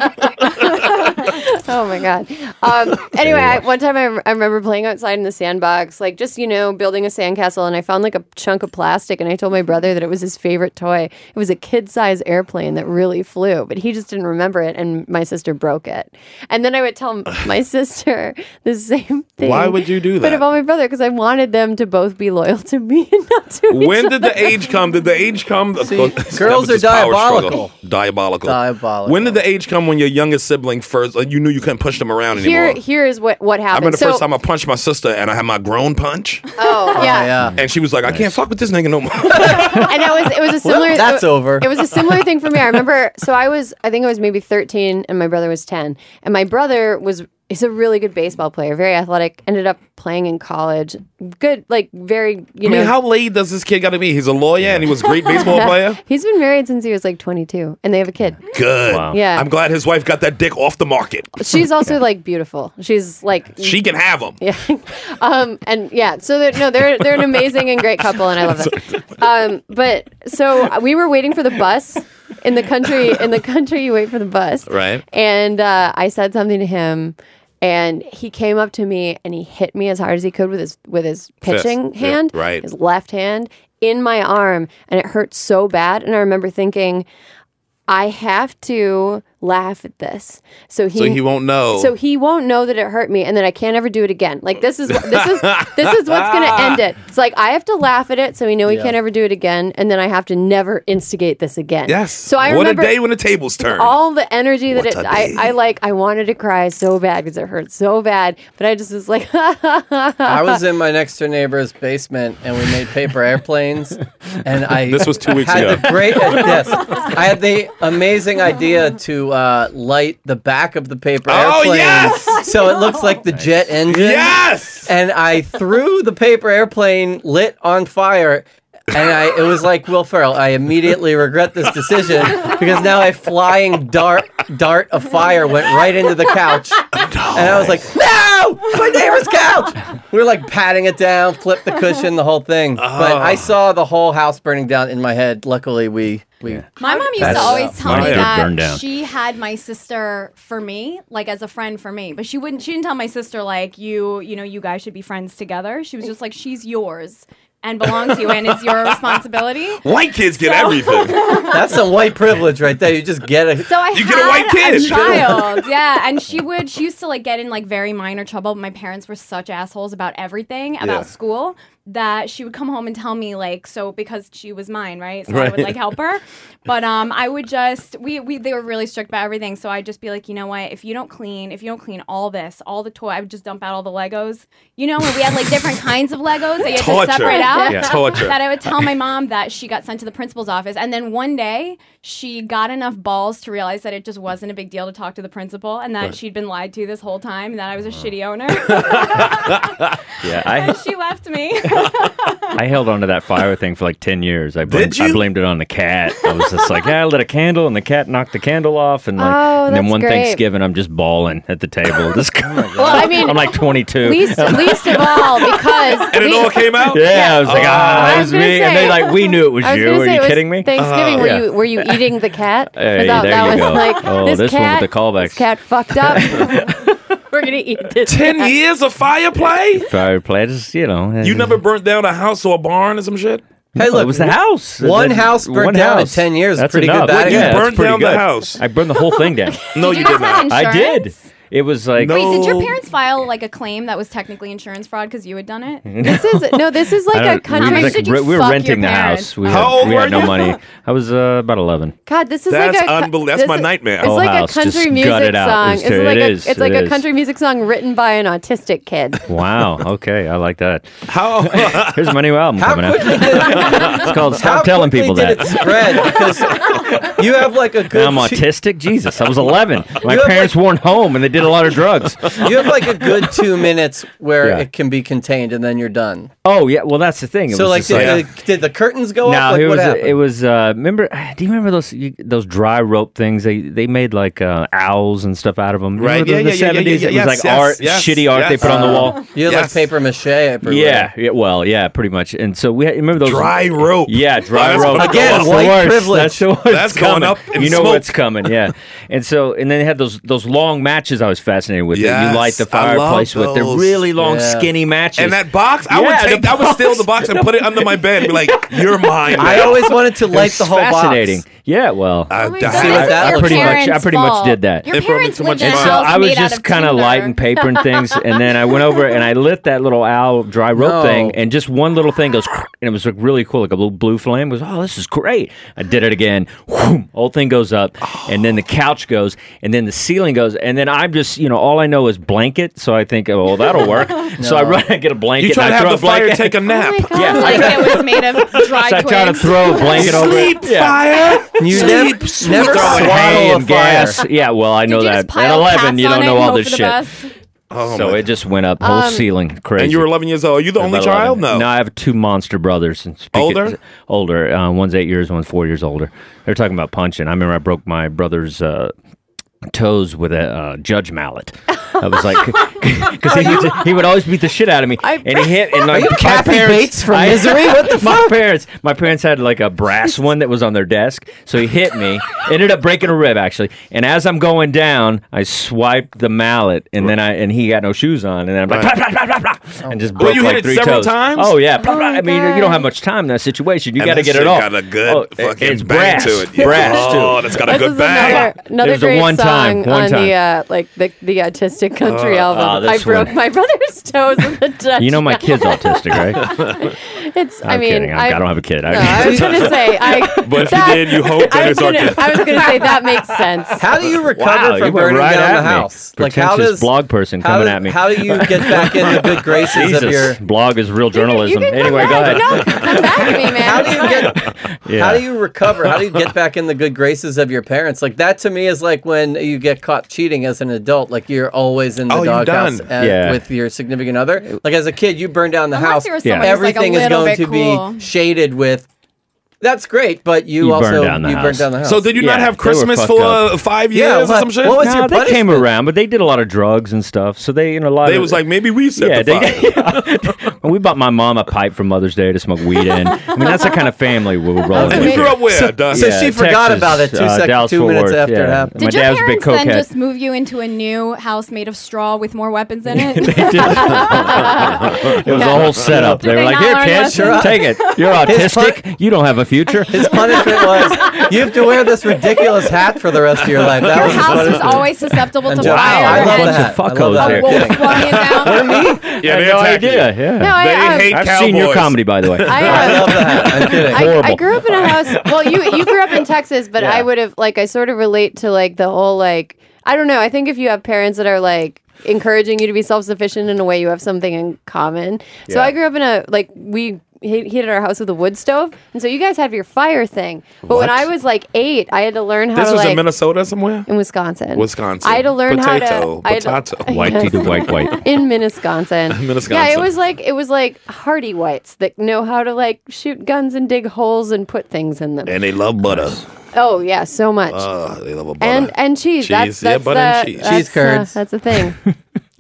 E: Oh my god. Um, anyway, I, one time I, I remember playing outside in the sandbox, like just you know building a sandcastle, and I found like a chunk of plastic, and I told my brother that it was his favorite toy. It was a kid-size airplane that really flew, but he just didn't remember it, and my sister broke it. And then I would tell my sister the same thing.
D: Why would you do
E: But
D: that?
E: about my brother, because I wanted them to both be loyal to me and not to each
D: when did the age come? Did the age come? Of course, that
C: girls
D: was
C: are
D: just power struggle.
C: diabolical.
D: Diabolical.
C: Diabolical.
D: When did the age come when your youngest sibling first, like, you knew you couldn't push them around anymore?
E: Here, here is what what
D: I
E: happened.
D: remember the
E: so,
D: first time I punched my sister and I had my grown punch,
E: oh yeah,
C: Yeah.
D: and she was like, I can't fuck with this nigga no more.
E: and that was it was a similar.
C: that's
E: it-
C: over.
E: It was a similar thing for me. I remember. So I was, I think I was maybe thirteen, and my brother was ten, and my brother was He's a really good baseball player, very athletic. Ended up playing in college. Good, like very. You
D: I mean,
E: know,
D: how late does this kid got to be? He's a lawyer and he was a great baseball player.
E: He's been married since he was like 22, and they have a kid.
D: Good.
F: Wow.
E: Yeah.
D: I'm glad his wife got that dick off the market.
E: She's also like beautiful. She's like
D: She can have him.
E: Yeah. um, and yeah, so they're, no, they're they're an amazing and great couple, and I love them. Um, but so we were waiting for the bus in the country. In the country, you wait for the bus,
D: Right.
E: And uh, I said something to him, and he came up to me and he hit me as hard as he could with his with his pitching
D: yeah,
E: hand,
D: right.
E: his left hand in my arm, and it hurt so bad. And I remember thinking. I have to laugh at this, so he
D: So he won't know.
E: so he won't know that it hurt me, and then I can't ever do it again. Like this is this is this is what's gonna end it. It's like I have to laugh at it, so we know he can't ever do it again, and then I have to never instigate this again.
D: yes.
E: So I
D: what
E: remember
D: a day when the tables turn.
E: all the energy that
D: What
E: it,
D: a
E: I
D: day.
E: I like. I wanted to cry so bad because it hurt so bad, but I just was like,
C: I was in my next door neighbor's basement and we made paper airplanes. And I
D: This was two weeks
C: had
D: ago.
C: The great yes, I had the amazing idea to uh, light the back of the paper
D: Oh,
C: airplane,
D: yes!
C: so it looks like the jet engine.
D: yes.
C: And I threw the paper airplane lit on fire. And I, it was like Will Ferrell. I immediately regret this decision because now a flying dart dart of fire went right into the couch. And I was like, no, my neighbor's couch. We were like patting it down, flip the cushion, the whole thing. But
D: Ah.
C: I saw the whole house burning down in my head. Luckily, we we
G: My mom used
F: That's- uh,
G: to always tell
F: Mine
G: me
F: should
G: that
F: burn down.
G: she had my sister for me, like as a friend for me. But she wouldn't. She didn't tell my sister like you, you know, you guys should be friends together. She was just like, she's yours and belongs to you, and it's your responsibility.
D: White kids get everything.
C: that's some white privilege right there. You just get it.
G: So I
D: You
G: had
D: get a white kid.
G: child, yeah, and she would. She used to like get in like very minor trouble. My parents were such assholes about everything about
D: Yeah.
G: school that she would come home and tell me like so because she was mine, right? So I
D: Right.
G: would like help her, but um, I would just we we they were really strict about everything. So I'd just be like, you know what? If you don't clean, if you don't clean all this, all the toy, I would just dump out all the Legos. You know, and we had like different kinds of Legos that you had
D: Torture.
G: to separate out
D: Yeah. Torture.
G: that I would tell my mom that she got sent to the principal's office. And then one day she got enough balls to realize that it just wasn't a big deal to talk to the principal and that she'd been lied to this whole time and that I was a shitty owner.
F: Yeah, I,
G: and she left me.
F: I held on to that fire thing for like 10 years. I blamed,
D: Did you?
F: I blamed it on the cat. I was just like, yeah, I lit a candle and the cat knocked the candle off. And, like,
E: Oh,
F: and then
E: that's
F: one
E: great.
F: Thanksgiving, I'm just bawling at the table. Just,
E: well, I mean,
F: I'm like 22.
E: least least of all because
D: and it
E: we-
D: all came out. Oh.
F: yeah, I was like, ah,
E: I
F: it
E: was
F: was me.
E: gonna
F: and
E: say-
F: they like, we knew it was
E: I was
F: you.
E: gonna
F: Are
E: say
F: you
E: it was
F: kidding me? Uh,
E: Thanksgiving, were
D: Oh.
F: yeah.
E: you were you eating the cat? 'Cause
F: Hey,
E: that,
F: there
E: that
F: you
E: was
F: go.
E: like
F: Oh,
E: this,
F: this one with
E: cat,
F: the callbacks.
E: This cat fucked up. we're gonna eat this.
D: Ten
E: cat.
D: years of fireplay.
F: Fireplace, you know.
D: You never burnt down a house or a barn or some shit.
C: Hey, look,
F: it was the house.
C: one
F: That-
C: house burnt down in 10 years is
F: That's
C: pretty good
F: enough.
C: batting
D: You
C: Yeah,
F: that's
D: burned
F: pretty
D: down the
F: good.
D: house.
F: I burned the whole thing down.
D: no, you
G: you guys
D: did not.
G: have
F: I did.
G: Insurance?
F: It was like
D: No.
G: Wait, did
D: Oh.
G: your parents file like a claim that was technically insurance fraud because you had done it?
E: This is no. This is
F: I
E: like a
F: don't-
E: country.
F: we,
G: much
F: was,
G: did
F: like,
G: you
F: re- we were
G: fuck your
F: renting the
G: parents?
F: house. We
D: How
F: had,
D: old
F: we
D: were
F: had no
D: you?
F: money. I was uh, about 11.
E: God, this is
D: That's
E: like a
D: unbelievable. That's
E: this
D: my
E: is-
D: nightmare.
E: It's
D: Whole
E: like
F: house,
E: a
F: just
E: country
F: gut
E: music
F: it out.
E: song.
F: It's
E: It's
F: true.
E: like
F: It
E: a
F: is.
E: it's like
F: It
E: a
F: is.
E: country music song written by an autistic kid.
F: Wow. Okay. I like that.
D: How?
F: Here's my new album
C: How
F: coming out.
C: quickly did
F: It's called
C: how
F: Stop Telling
C: quickly
F: People
C: did it
F: That.
C: spread? Because you have like a good.
F: Now I'm
C: two-
F: autistic? Jesus. I was 11. My
C: You have,
F: parents
C: like-
F: weren't home and they did a lot of drugs.
C: you have like a good two minutes where
F: Yeah.
C: it can be contained and then you're done.
F: Oh, yeah. Well, that's the thing. It
C: so
F: was
C: like
F: just
C: did, the, did the curtains go
F: No,
C: up? Like
F: it
C: what
F: was
C: happened?
F: it was. Uh, remember? Do you remember those you, those dry rope things? They they made like uh, owls and stuff out of them.
D: Right,
F: Remember
D: yeah,
F: in the
D: yeah, yeah, yeah, yeah,
F: It
D: yes,
F: was like
D: yes,
F: art,
D: yes,
F: shitty art they
D: yes. Uh-huh.
F: put on the wall.
C: you had
D: yes.
C: like paper mache everywhere.
F: Yeah, yeah. Well, yeah. Pretty much. And so we had, remember those
D: Dry rope. Oh,
F: Yeah, dry
D: That's
F: rope.
D: gonna
C: Again,
F: That's the
C: white
F: worst.
C: privilege.
F: That's the worst.
D: That's going
F: coming.
D: up in
F: You know
D: smoke.
F: what's coming. Yeah. And so, and then they had those those long matches. I was fascinated with. that
D: Yes,
F: you light the
D: I love
F: fireplace with. They're
D: those.
F: really long,
C: Yeah.
F: skinny matches.
D: And that box, I would
F: Yeah,
D: take.
F: the
D: I would steal the box and put it under my bed. and Be like, "You're mine."
C: I
D: now."
C: always wanted to
F: It was
C: light the whole
F: fascinating.
C: box.
F: Yeah. Well.
D: I
G: my
D: died.
G: God,
C: See
G: this
C: what
G: Oh, is
C: that
G: your
C: looks like. I
F: pretty much- I
G: parents'
F: pretty much
G: fault.
F: did that.
G: Your
D: They put 'em in
G: parents
D: so
G: lived
D: much
G: in a
D: fun.
F: And so
G: house
F: I was
G: made out
F: just
G: of
F: kind of
G: timber.
F: lighting paper and things, and then I went over and I lit that little owl dry rope
C: No.
F: thing, and just one little thing goes, and it was like really cool, like a little blue flame. It was oh, this is great. I did it again. Whoom, whole thing goes up, and then the couch goes, and then the ceiling goes, and then I'm just you know all I know is blanket, so I think oh well, that'll work. So I run, I get a blanket,
D: You try
F: and
D: to
F: I throw
D: have the
F: a blanket. Oh
D: fire take a nap.
F: Yeah,
G: like
F: I,
G: it was made of dry
F: so I try to
G: twigs.
F: throw a blanket over. it.
D: Sleep
F: Yeah.
D: fire.
C: You
D: Sleep,
C: never,
D: sweet
C: never
D: darling.
C: swaddle
F: Hay
C: a
F: and
C: fire.
F: gas. Yeah, well, I know
G: you
F: that.
G: just pile
F: At 11,
G: cats
F: you
G: on
F: don't
G: it
F: know
G: and
F: all
G: hope
F: this
G: for the
F: shit.
G: best?
D: Oh,
F: so
D: man.
F: it just went up
C: Um,
F: whole ceiling crazy.
D: and you were 11 years old. Are you the only
F: About
D: child?
F: 11. No, I have two monster brothers. And speak-
D: Older?
F: Older. Uh, one's eight years, one's four years older. They're talking about punching. I remember I broke my brother's uh, toes with a uh, judge mallet. I was like, because he, would- he would always beat the shit out of me, and he hit. And like, my
C: Kathy
F: parents-
C: Bates from
F: I-
C: Misery? What the
F: my parents, my parents had like a brass one that was on their desk, so he hit me. ended up breaking a rib actually. And as I'm going down, I swiped the mallet, and then I and he got no shoes on, and then I'm like,
D: Right.
F: "Blah, blah, blah, blah,
H: Oh.
F: blah," and just
D: Well,
F: broke
D: you
F: like
D: hit it
F: three
D: several
F: toes.
D: times?
F: Oh yeah, blah, blah. I mean, you- you don't
E: God.
F: have much time in that situation. You
D: And
F: got to
D: that
F: get
D: shit
F: it off.
D: Got a good
F: Oh, it-
D: fucking
F: it's
D: bang
F: brass.
D: to it.
F: Brass
D: Oh,
F: too.
D: that's got a
E: This
D: good
E: is
D: bang.
E: another, another
F: There's a
E: great
F: one time,
E: song
F: one
E: on the uh, like the, the autistic country
D: Oh.
E: album.
F: ah,
E: I
F: this
E: broke
F: one.
E: my brother's toes with the Dutch.
F: You know my kid's autistic, right?
E: it's. i
F: I'm
E: mean,
F: kidding. I'm- I don't have a kid. I-
E: No, I was gonna say. I,
D: But if you
E: that-
D: did, you hope that
E: I was,
D: it's
E: gonna,
D: autistic.
E: I was gonna say that makes sense.
C: How do you recover
F: Wow, you
C: from
F: went
C: burning
F: right
C: down
F: at
C: the
F: me.
C: house? Like how
F: Pretentious
C: does
F: blog person
C: how
F: coming
C: do-
F: at me.
C: How do you get back in the good graces of your?
F: Jesus, blog is real journalism.
E: You can
F: anyway,
E: come
F: go
E: back.
F: ahead.
E: No, come back to me, man.
C: How do you
E: It's fine.
C: get?
F: Yeah.
C: How do you recover? How do you get back in the good graces of your parents? Like that to me is like when you get caught cheating as an adult. Like you're always in the
D: Oh, you've
C: doghouse
D: done.
C: at-
F: Yeah.
C: with your significant other. Like as a kid, you burn down the
G: Unless
C: house.
G: you were
F: Yeah.
G: someone who's, like, a
C: Everything is
G: little
C: going
G: bit
C: to
G: cool.
C: be shaded with. That's great, but you,
F: You
C: also
F: burned down the
C: you
F: house.
C: burned down the house.
D: So did you not
F: Yeah,
D: have
F: they were
D: Christmas
F: fucked
D: for
F: up.
D: uh, five
C: Yeah,
D: years
C: what-
D: or some shit?
C: what was
F: No,
C: your
F: they came
C: punishment?
F: around, but they did a lot of drugs and stuff. So they, you know, a lot
D: they
F: of
D: was like, maybe we set
F: yeah,
D: the fire.
F: they, we bought my mom a pipe for Mother's Day to smoke weed in. I mean, that's the kind of family we were rolling
D: And
F: with.
D: you grew up where?
C: So-
D: Dustin?
C: so she forgot about it two
F: uh,
C: sec-
F: Dallas
C: two
F: Fort
C: minutes
F: Worth,
C: after it
F: yeah.
C: happened.
F: My
G: Did your
F: dad was a big
G: parents then
F: cokehead.
G: just move you into a new house made of straw with more weapons in it?
F: it was a whole setup. They
G: Did
F: were
G: they
F: like,
G: not
F: "Here,
G: learn
F: kid,
G: lessons?"
F: take it. You're autistic. You don't have a future."
C: His punishment was you have to wear this ridiculous hat for the rest of your life. That
G: Your
C: was his
G: house was
C: punishment.
G: always susceptible to
C: And- Wow,
G: fire
C: I
G: and
C: love that.
F: bunch of
C: I love
F: fuckos
C: that.
G: a
F: there.
G: wolf
C: kidding.
G: flying down.
F: I
D: yeah, they
F: had no
D: attacked you.
F: idea. Yeah.
E: No, I,
D: They
E: I,
D: hate
F: I've
D: cowboys.
F: seen your comedy, by the way.
E: I, uh,
C: I love that. I'm kidding.
E: I, I
F: Horrible.
E: grew up in a house. Well, you you grew up in Texas, but
F: Yeah.
E: I would have like I sort of relate to like the whole like I don't know. I think if you have parents that are like encouraging you to be self sufficient in a way, you have something in common. So
F: Yeah.
E: I grew up in a like we he- heated our house with a wood stove, and so you guys have your fire thing. But when
D: What?
E: I was like eight, I had to learn how
D: This
E: to
D: was
E: like
D: in Minnesota somewhere?
E: in Wisconsin.
D: Wisconsin.
E: I had to learn
D: Potato,
E: how to I had to-
D: potato.
F: White
E: Yes.
F: to white, white.
E: in Minnesconsin.
D: Minnesconsin.
E: Yeah, it was like it was like hardy whites that know how to like shoot guns and dig holes and put things in them.
D: And they love butter.
E: oh yeah, so much.
D: Uh, they love a butter.
E: and and cheese.
D: Cheese,
E: That's,
D: yeah,
E: that's
D: butter and
E: the-
D: cheese.
E: that's,
C: Cheese curds.
E: Uh, that's a thing.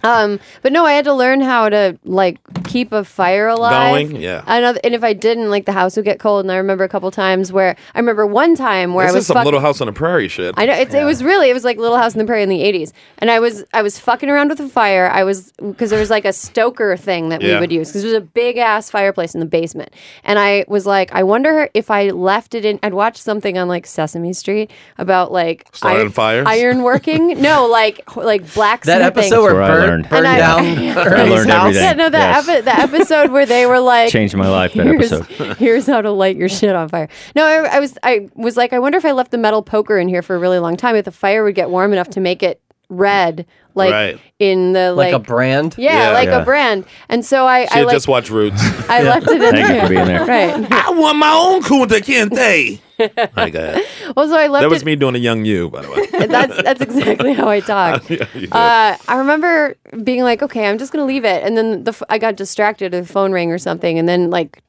E: um, but no, I had to learn how to like keep a fire alive.
D: Going, yeah.
E: I know, and if I didn't, like the house would get cold. And I remember a couple times where I remember one time where
D: this
E: I was
D: is some
E: fuck-
D: little house on the prairie shit.
E: I know it's, it was really it was like Little House on the Prairie in the '80s, and I was I was fucking around with the fire. I was because there was like a stoker thing that
D: Yeah.
E: we would use because there was a big ass fireplace in the basement, and I was like, I wonder if I left it in. I'd watched something on like Sesame Street about like
D: Starting fires?
E: iron working. no, like like blacksmithing.
C: that episode where
F: That's where I
C: Burn
F: learned.
E: And
C: burned
E: I-
C: down Ernie's
F: learned
C: house.
F: everything.
E: yeah, no, that
F: Yes.
E: epi- the episode where they were like
F: Changed my life, that
E: here's,
F: episode.
E: Here's how to light your shit on fire. No, I, I was I was like, I wonder if I left the metal poker in here for a really long time, if the fire would get warm enough to make it red, like
D: Right.
E: in the like,
C: Like, a brand.
E: Yeah,
D: Yeah.
E: like
F: Yeah.
E: a brand. And so I
D: She
E: I like,
D: just watched Roots.
E: I left it in
F: Thank you
E: there.
F: for being there.
E: Right.
D: I want my own Kunta Kinte. I got it.
E: Well, so I left
D: That was
E: it.
D: me doing a young you, by the way.
E: That's that's exactly how I talk.
D: You did.
E: Uh, I remember being like, okay, I'm just gonna leave it, and then the f- I got distracted, the phone rang or something, and then like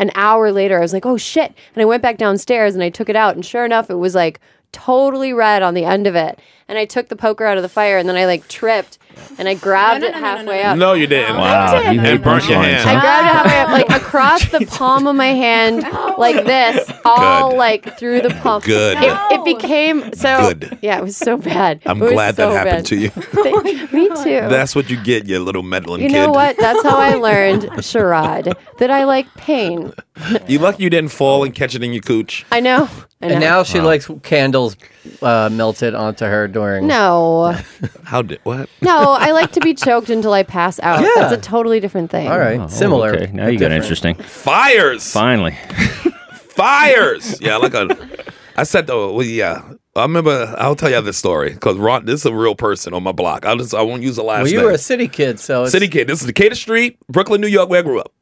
E: an hour later, I was like, oh shit, and I went back downstairs and I took it out, and sure enough, it was like totally red on the end of it, and I took the poker out of the fire, and then I like tripped, and I grabbed
G: No, no,
E: it
G: no, no, no,
E: halfway
G: no,
E: up.
D: no, you didn't.
F: Wow,
E: did.
F: you
E: And
F: hate
D: burnt your
F: punchlines,
D: hand.
E: I
F: huh?
E: grabbed it halfway up, like across the palm of my hand, like this, all
D: Good.
E: like through the palm.
D: Good.
E: It, it became so.
D: Good.
E: Yeah, it was so bad.
D: I'm
E: It was
D: glad
E: so
D: that happened
E: bad.
D: to you.
G: Oh
E: Thank- Me too.
D: That's what you get, you little meddling
E: you
D: kid.
E: know what? That's how I learned charade that I like pain.
D: You lucky you didn't fall and catch it in your cooch.
E: I know. I know.
C: And now she likes candles uh, melted onto her during.
E: no,
D: How did what?
E: no, I like to be choked until I pass out.
C: Yeah.
E: That's a totally different thing.
C: All right.
F: Oh,
C: Similar.
F: Okay, now
C: but
F: you got
C: different.
F: interesting.
D: Fires.
F: Finally,
D: Fires. Yeah, like a. I said though. Well, yeah. I remember. I'll tell you this story because Ron. This is a real person on my block. I will just. I won't use the last
C: Well,
D: name.
C: you were a city kid, so it's,
D: City kid. This is Decatur Street, Brooklyn, New York, where I grew up.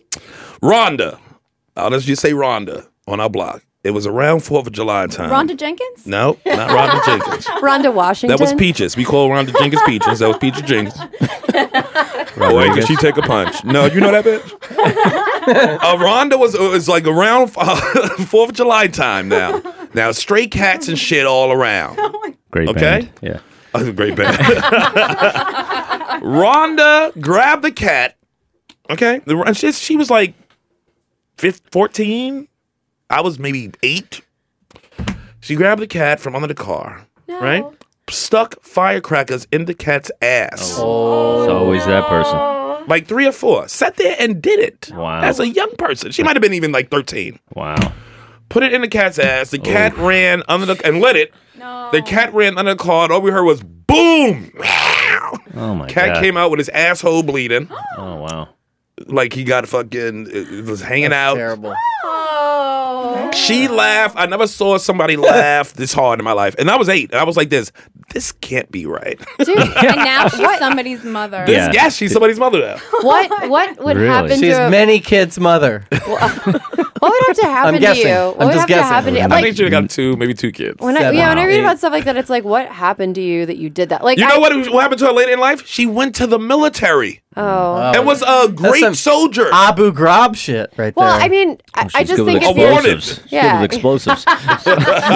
D: Rhonda. I'll just just say Rhonda on our block. It was around Fourth of July time.
G: Rhonda Jenkins?
D: No, Uh, not Rhonda Jenkins.
E: Rhonda Washington.
D: That was Peaches. We call Rhonda Jenkins Peaches. That was Peaches Jenkins. Boy, did she take a punch? No, you know that bitch. uh, Rhonda was was like around uh, Fourth of July time now. Now stray cats and shit all around.
F: Great
D: Okay.
F: band. Yeah.
D: That's a great band. Rhonda grabbed the cat. Okay. The- and She, she was like fif- 14. I was maybe eight. She grabbed the cat from under the car, right? Stuck firecrackers in the cat's ass.
F: Oh. It's always that person.
D: Like three or four. Sat there and did it.
F: Wow.
D: As a young person. She might have been even like 13.
F: Wow. Oh.
D: Put it in the cat's ass. The cat ran under the and lit it.
G: No.
D: The cat ran under the car, and all we heard was boom.
F: Oh my
D: Cat
F: god.
D: came out with his asshole bleeding,
F: Oh wow.
D: like he got fucking it was hanging out.
C: Terrible.
E: Oh.
D: She laughed. I never saw somebody laugh this hard in my life, and I was eight, and I was like, "This, this can't be right."
E: Dude,
G: And now she's somebody's mother.
D: This,
F: Yeah.
D: yeah, she's somebody's mother now.
E: what what would
F: Really?
E: happen
C: She's
E: to
C: many kids' mother.
E: what would have to happen to
C: guessing.
E: you?
C: I'm
E: What would
C: just
E: have
C: guessing.
E: to happen to you?
D: I
E: Like
D: think she got two, maybe two kids.
E: when I,
C: Seven.
E: yeah, when I
C: Wow.
E: read about
C: Eight.
E: stuff like that, it's like what happened to you that you did that? Like
D: you
E: I,
D: know what, what happened to her later in life? She went to the military
E: Oh.
D: and was a great
C: some-
D: soldier.
C: Abu Ghraib shit right
E: Well,
C: there.
E: I mean, I,
D: Oh,
E: I
F: She's
E: just
F: good with
E: think if
D: explosives.
E: you're
F: explosives. She's
E: Yeah.
F: Good with explosives.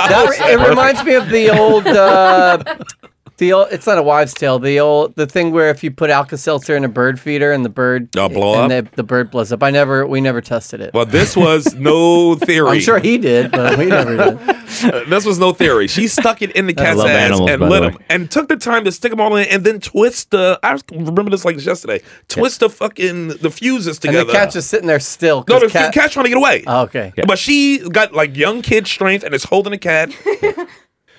C: That's, it reminds me of the old. Uh, The old, it's not a wives' tale. The old, the thing where if you put Alka-Seltzer in a bird feeder and the bird,
D: They'll blow
C: and
D: up?
C: The, the bird blows up. I never, we never tested it.
D: well, this was no theory.
C: I'm sure he did, but we never did.
D: Uh, this was no theory. She stuck it in the cat's
F: love
D: ass
F: animals,
D: and
F: by
D: lit
F: the way.
D: him, and took the time to stick them all in, and then twist the. I remember this like yesterday. Twist the fucking the fuses
C: And
D: together.
C: the cat's just sitting there still.
D: no,
C: 'cause
D: the cat, cat's trying to get away.
C: Oh, okay.
D: But she got like young kid strength and is holding the cat,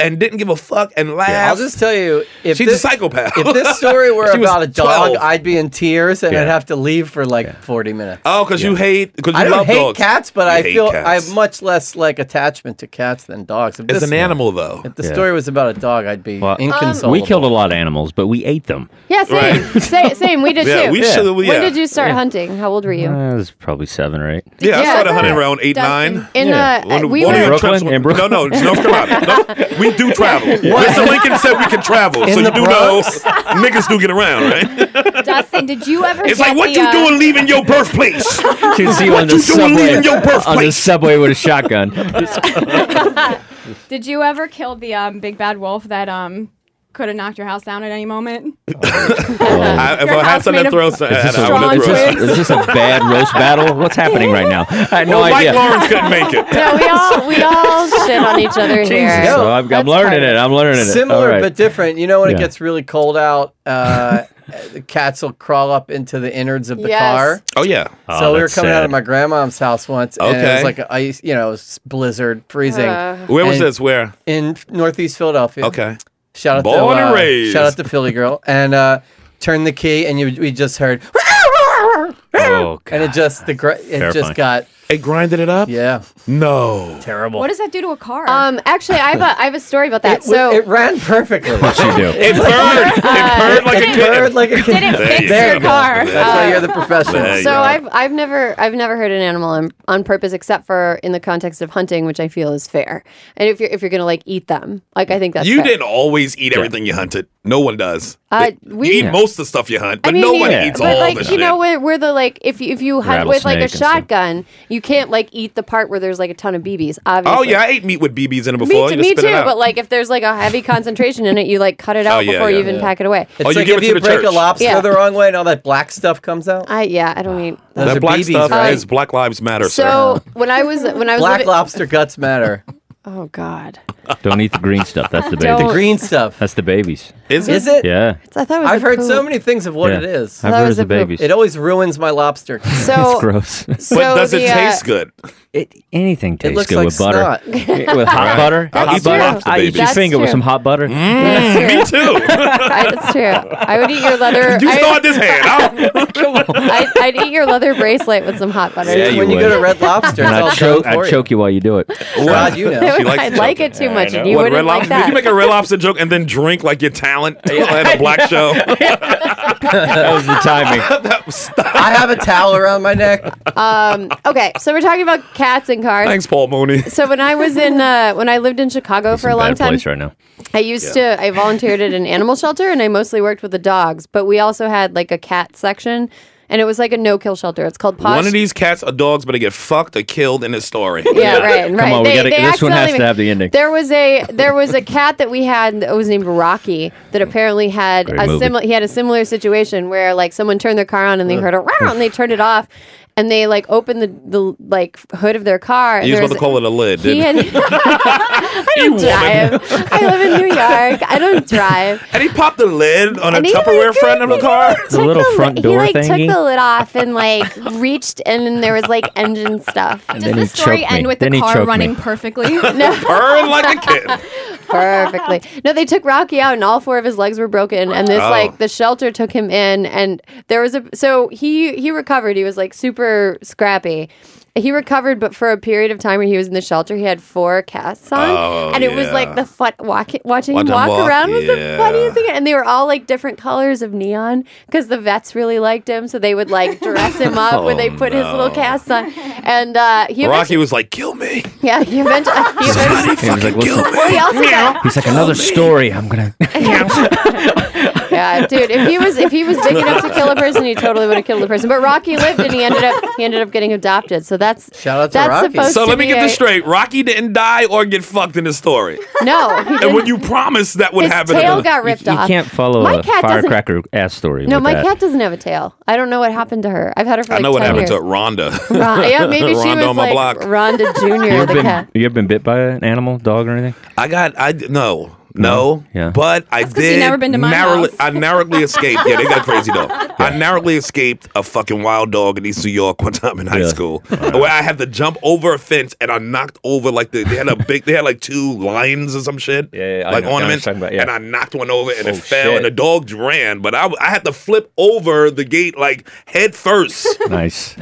D: and didn't give a fuck and laughed.
C: I'll just tell you, if
D: She's
C: this,
D: a psychopath.
C: if this story were
D: She was
C: about a dog,
D: 12.
C: I'd be in tears and I'd
F: Yeah.
C: have to leave for like 40 minutes.
D: oh, because you hate because you
C: I don't
D: love
C: hate
D: dogs.
C: cats, but
D: You
C: I
D: hate
C: feel I
D: cats.
C: have much less like attachment to cats than dogs. If
D: It's
C: this-
D: an animal though.
C: If the
F: Yeah.
C: story was about a dog, I'd be
F: Well, Um,
C: inconsolable.
F: we killed a lot of animals, but we ate them.
E: yeah, same, same, same. We did
D: Yeah,
E: too.
D: we should. Yeah.
E: When did you start hunting? How old were you?
F: Uh, it was probably seven or eight.
D: Yeah,
E: Yeah.
D: I started hunting around eight
G: Dustin.
D: nine.
E: In
F: Yeah.
E: uh,
D: One-
E: we
D: one of
E: were
D: your
F: Brooklyn?
D: trips-
F: In Brooklyn?
D: No, no, it's North Carolina. No, we do travel. Mr. Lincoln said we can travel, so
C: In
D: you
C: the
D: do know
C: Bronx?
D: niggas do get around,
E: Uh,
D: right?
G: Dustin, did you ever
D: It's
G: get
D: like what
G: the,
D: you
G: uh,
D: doing leaving your birthplace?
F: You can see you on the
D: you doing
F: subway
D: leaving your
F: on the
D: birthplace?
F: subway with a shotgun.
G: Did you ever kill the um, big bad wolf that um could have knocked your house down at any moment?
D: I, if I had
G: house
D: something
G: made
D: to
G: of
D: throw, so-
F: Is this, a,
D: I would
F: is
D: throw.
F: this- is this a bad roast battle? What's happening right now? I had no
D: Well, Mike
F: idea.
D: Lawrence couldn't make it.
E: No, we all we all shit on each other here.
C: Jesus.
F: So I'm, I'm
E: That's
F: learning
E: part of
F: it.
E: it.
F: I'm learning it. All
C: Similar
F: right.
C: but different. You know when it
F: Yeah.
C: gets really cold out, uh, the cats will crawl up into the innards of the
E: Yes.
C: car.
D: Oh yeah.
F: Oh,
C: so we were
F: that's
C: coming out of
F: sad.
C: my grandmom's house once, and it
D: Okay.
C: was like a ice, you know, it was blizzard, freezing
E: Uh,
D: Where was
C: And-
D: this? Where?
C: in northeast Philadelphia.
D: Okay.
C: Shout out
D: Born
C: to
D: and
C: uh,
D: raised.
C: shout out to Philly girl, and uh, turned the key, and you we just heard,
F: Oh,
C: and it
F: God.
C: just the gr- it
F: Terrifying.
C: just got
D: It grinded it up.
C: yeah
D: No.
C: terrible.
G: What does that do to a car?
E: um, actually, I have a I have a story about that.
C: it, so
E: so
C: it ran perfectly.
F: What'd you do?
D: It burned. It burned like a
C: it purred
D: kitten.
C: like a
G: Did it
C: kitten.
G: fix
C: There
G: your
C: you go.
G: car?
C: That's why you're the professional.
D: Uh, There you
E: so
D: go.
E: I've I've never I've never heard an animal on, on purpose except for in the context of hunting, which I feel is fair. And if you're if you're gonna like eat them, like I think that's
D: You
E: fair.
D: didn't always eat everything you hunted. No one does.
E: Uh,
D: you
E: we-
D: eat most of the stuff you hunt, but
E: I mean,
D: no
E: you-
D: one
F: yeah.
D: eats
E: but
D: all
E: like
D: the
E: you
D: shit.
E: know where where the like if you if you hunt with like a
F: Rattlesnake and stuff.
E: shotgun, you can't like eat the part where there's like a ton of BBs.
D: Oh
E: Obviously,
D: yeah, I ate meat with BBs in it
E: Me,
D: before.
E: too,
D: You
E: me
D: spit it
E: too,
D: out.
E: but like if there's like a heavy concentration in it, you like cut it out
D: Oh, yeah,
E: before you
D: yeah.
E: even
D: Yeah.
E: pack it away.
C: It's
D: Oh, you
C: like
D: give
C: if
D: it to
C: you
D: the
C: break a
D: church.
C: lobster
E: Yeah.
C: the wrong way and all that black stuff comes out.
E: I yeah, I don't eat.
C: Those
D: that
C: are
D: black
C: BBs,
D: stuff
C: right?
D: is Black Lives Matter. sir.
E: So when I was when I was
C: Black
E: living-
C: lobster guts matter.
E: oh god,
F: Don't eat the green stuff. That's the baby.
E: Don't.
C: The green stuff.
F: That's the babies.
D: is it?
C: Is it?
F: Yeah.
E: I thought it was
C: I've
E: the
C: heard so
E: poop.
C: many things of what
F: yeah.
C: it is.
F: I've
E: That
F: heard
E: was
F: it's the
E: the poop.
F: babies.
C: It always ruins my lobster.
F: it's
E: So
F: gross.
E: so
D: But does
E: the,
D: it
E: uh,
D: taste good?
F: It, anything tastes
C: looks
F: good
C: like
F: with butter.
C: snot.
F: with hot butter.
D: I'll
F: hot
D: eat the
F: butter.
D: lobster
F: I eat your
E: babies.
F: finger with
E: That's
F: some hot butter.
E: That's true.
D: Mm, Me too.
E: I, that's true. I would eat your leather.
D: you
E: I,
D: start this hand. I'll-
E: I, I'd eat your leather bracelet with some hot butter.
F: Yeah, you
C: when you go
F: would.
C: to Red Lobster, it's
F: And
C: all
F: I'd, choke,
C: done for
F: I'd choke you while you do it.
C: God, you know.
D: She likes
E: I'd
D: to
E: like
D: joke.
E: it too much, and you
D: What,
E: wouldn't
D: Red
E: like
D: Lobster?
E: that.
D: Did you make a Red Lobster joke and then drink like your talent at a black show?
F: That was the timing.
D: That was-
C: I have a towel around my neck.
E: um, okay, so we're talking about cats and cars.
D: Thanks, Paul Mooney.
E: So when I was in uh, when I lived in Chicago for a long
F: bad
E: time,
F: place right now.
E: I used to I volunteered at an animal shelter and I mostly worked with the dogs, but we also had like a cat section and it was like a no-kill shelter. It's called Paw
D: One of these cats are dogs, but they get fucked or killed in the story.
E: yeah, right, right.
F: on, we
E: They-
F: gotta-
E: they
F: this one has to
E: accidentally-
F: have the ending.
E: There was a there was a cat that we had that was named Rocky that apparently had
F: Great
E: a
F: movie.
E: similar he had a similar situation where like someone turned their car on and they heard a round and they turned it off and they like opened the, the like hood of their car. And
D: He was
E: there
D: about to
E: was-
D: call it a lid.
E: he
D: didn't
E: had, I don't drive. I live in New York. I don't drive.
D: And he popped the lid on a
E: And he, like,
D: Tupperware
E: did-
D: friend of the car.
F: The
E: took
F: little
E: li-
F: front door
E: He like
F: thingy?
E: took the lid off and like reached in, and there was like engine stuff.
G: Does
F: then he
G: the story
F: choked me.
G: end with
F: Then
G: the
F: he choked
G: car
F: me.
G: running perfectly?
D: Burn like a kid.
E: Perfectly. No, they took Rocky out, and all four of his legs were broken. And this
D: Oh.
E: like the shelter took him in, and there was a so he he recovered. He was like super scrappy. He recovered, but for a period of time when he was in the shelter, he had four casts on,
D: Oh,
E: and it was
D: yeah.
E: like the fun walk, watching
D: Watch
E: him
D: him
E: walk,
D: walk,
E: around was the
D: yeah.
E: funniest thing. And they were all like different colors of neon because the vets really liked him, so they would like dress him up when they put his little casts on. And uh, he
D: Oh, Rocky
E: eventually-
D: was like, kill me.
E: yeah, he eventually, he eventually
F: He was like, "Listen,"
E: well, he also got,
F: he's like another story. I'm gonna.
E: Yeah, dude. If he was if he was big enough to kill a person, he totally would have killed the person. But Rocky lived, and he ended up he ended up getting adopted. So that's
C: Shout out to
E: that's
C: Rocky.
E: supposed
D: So
E: to
D: let me
E: be
D: get this
E: a-
D: straight. Rocky didn't die or get fucked in the story.
E: No, he
D: And
E: didn't.
D: when you promised that would
E: his
D: happen. in
E: tail
D: the-
E: got
F: You,
E: ripped
F: you
E: off.
F: can't follow
E: My
F: a
E: cat doesn't-
F: firecracker ass story.
E: no,
F: with
E: my
F: that.
E: cat doesn't have a tail. I don't know what happened to her. I've had her for
D: I
E: like
D: know what
E: 10
D: happened
E: years.
D: to Rhonda.
E: Ron- yeah, maybe she
D: Rhonda
E: was
D: on my
E: like
D: block.
E: Rhonda
F: You
E: Junior,
F: ever
E: the
F: been?
E: cat.
F: You ever been bit by an animal, dog, or anything?
D: I got I no no,
F: Yeah.
D: but I
G: 'cause you
D: did
G: never been to my
D: narrowly
G: house.
D: I narrowly escaped. Yeah, they got a crazy dog. I narrowly escaped a fucking wild dog in East New York one time in high
F: Yeah.
D: school, where I had to jump over a fence and I knocked over like the, they had a big they had like two lions or some shit,
F: Yeah, yeah, I
D: like
F: know- I know what you're
D: ornaments,
F: talking about, yeah.
D: and I knocked one over and
F: Oh,
D: it fell
F: shit.
D: and the dog ran, but I I had to flip over the gate like head first.
F: Nice.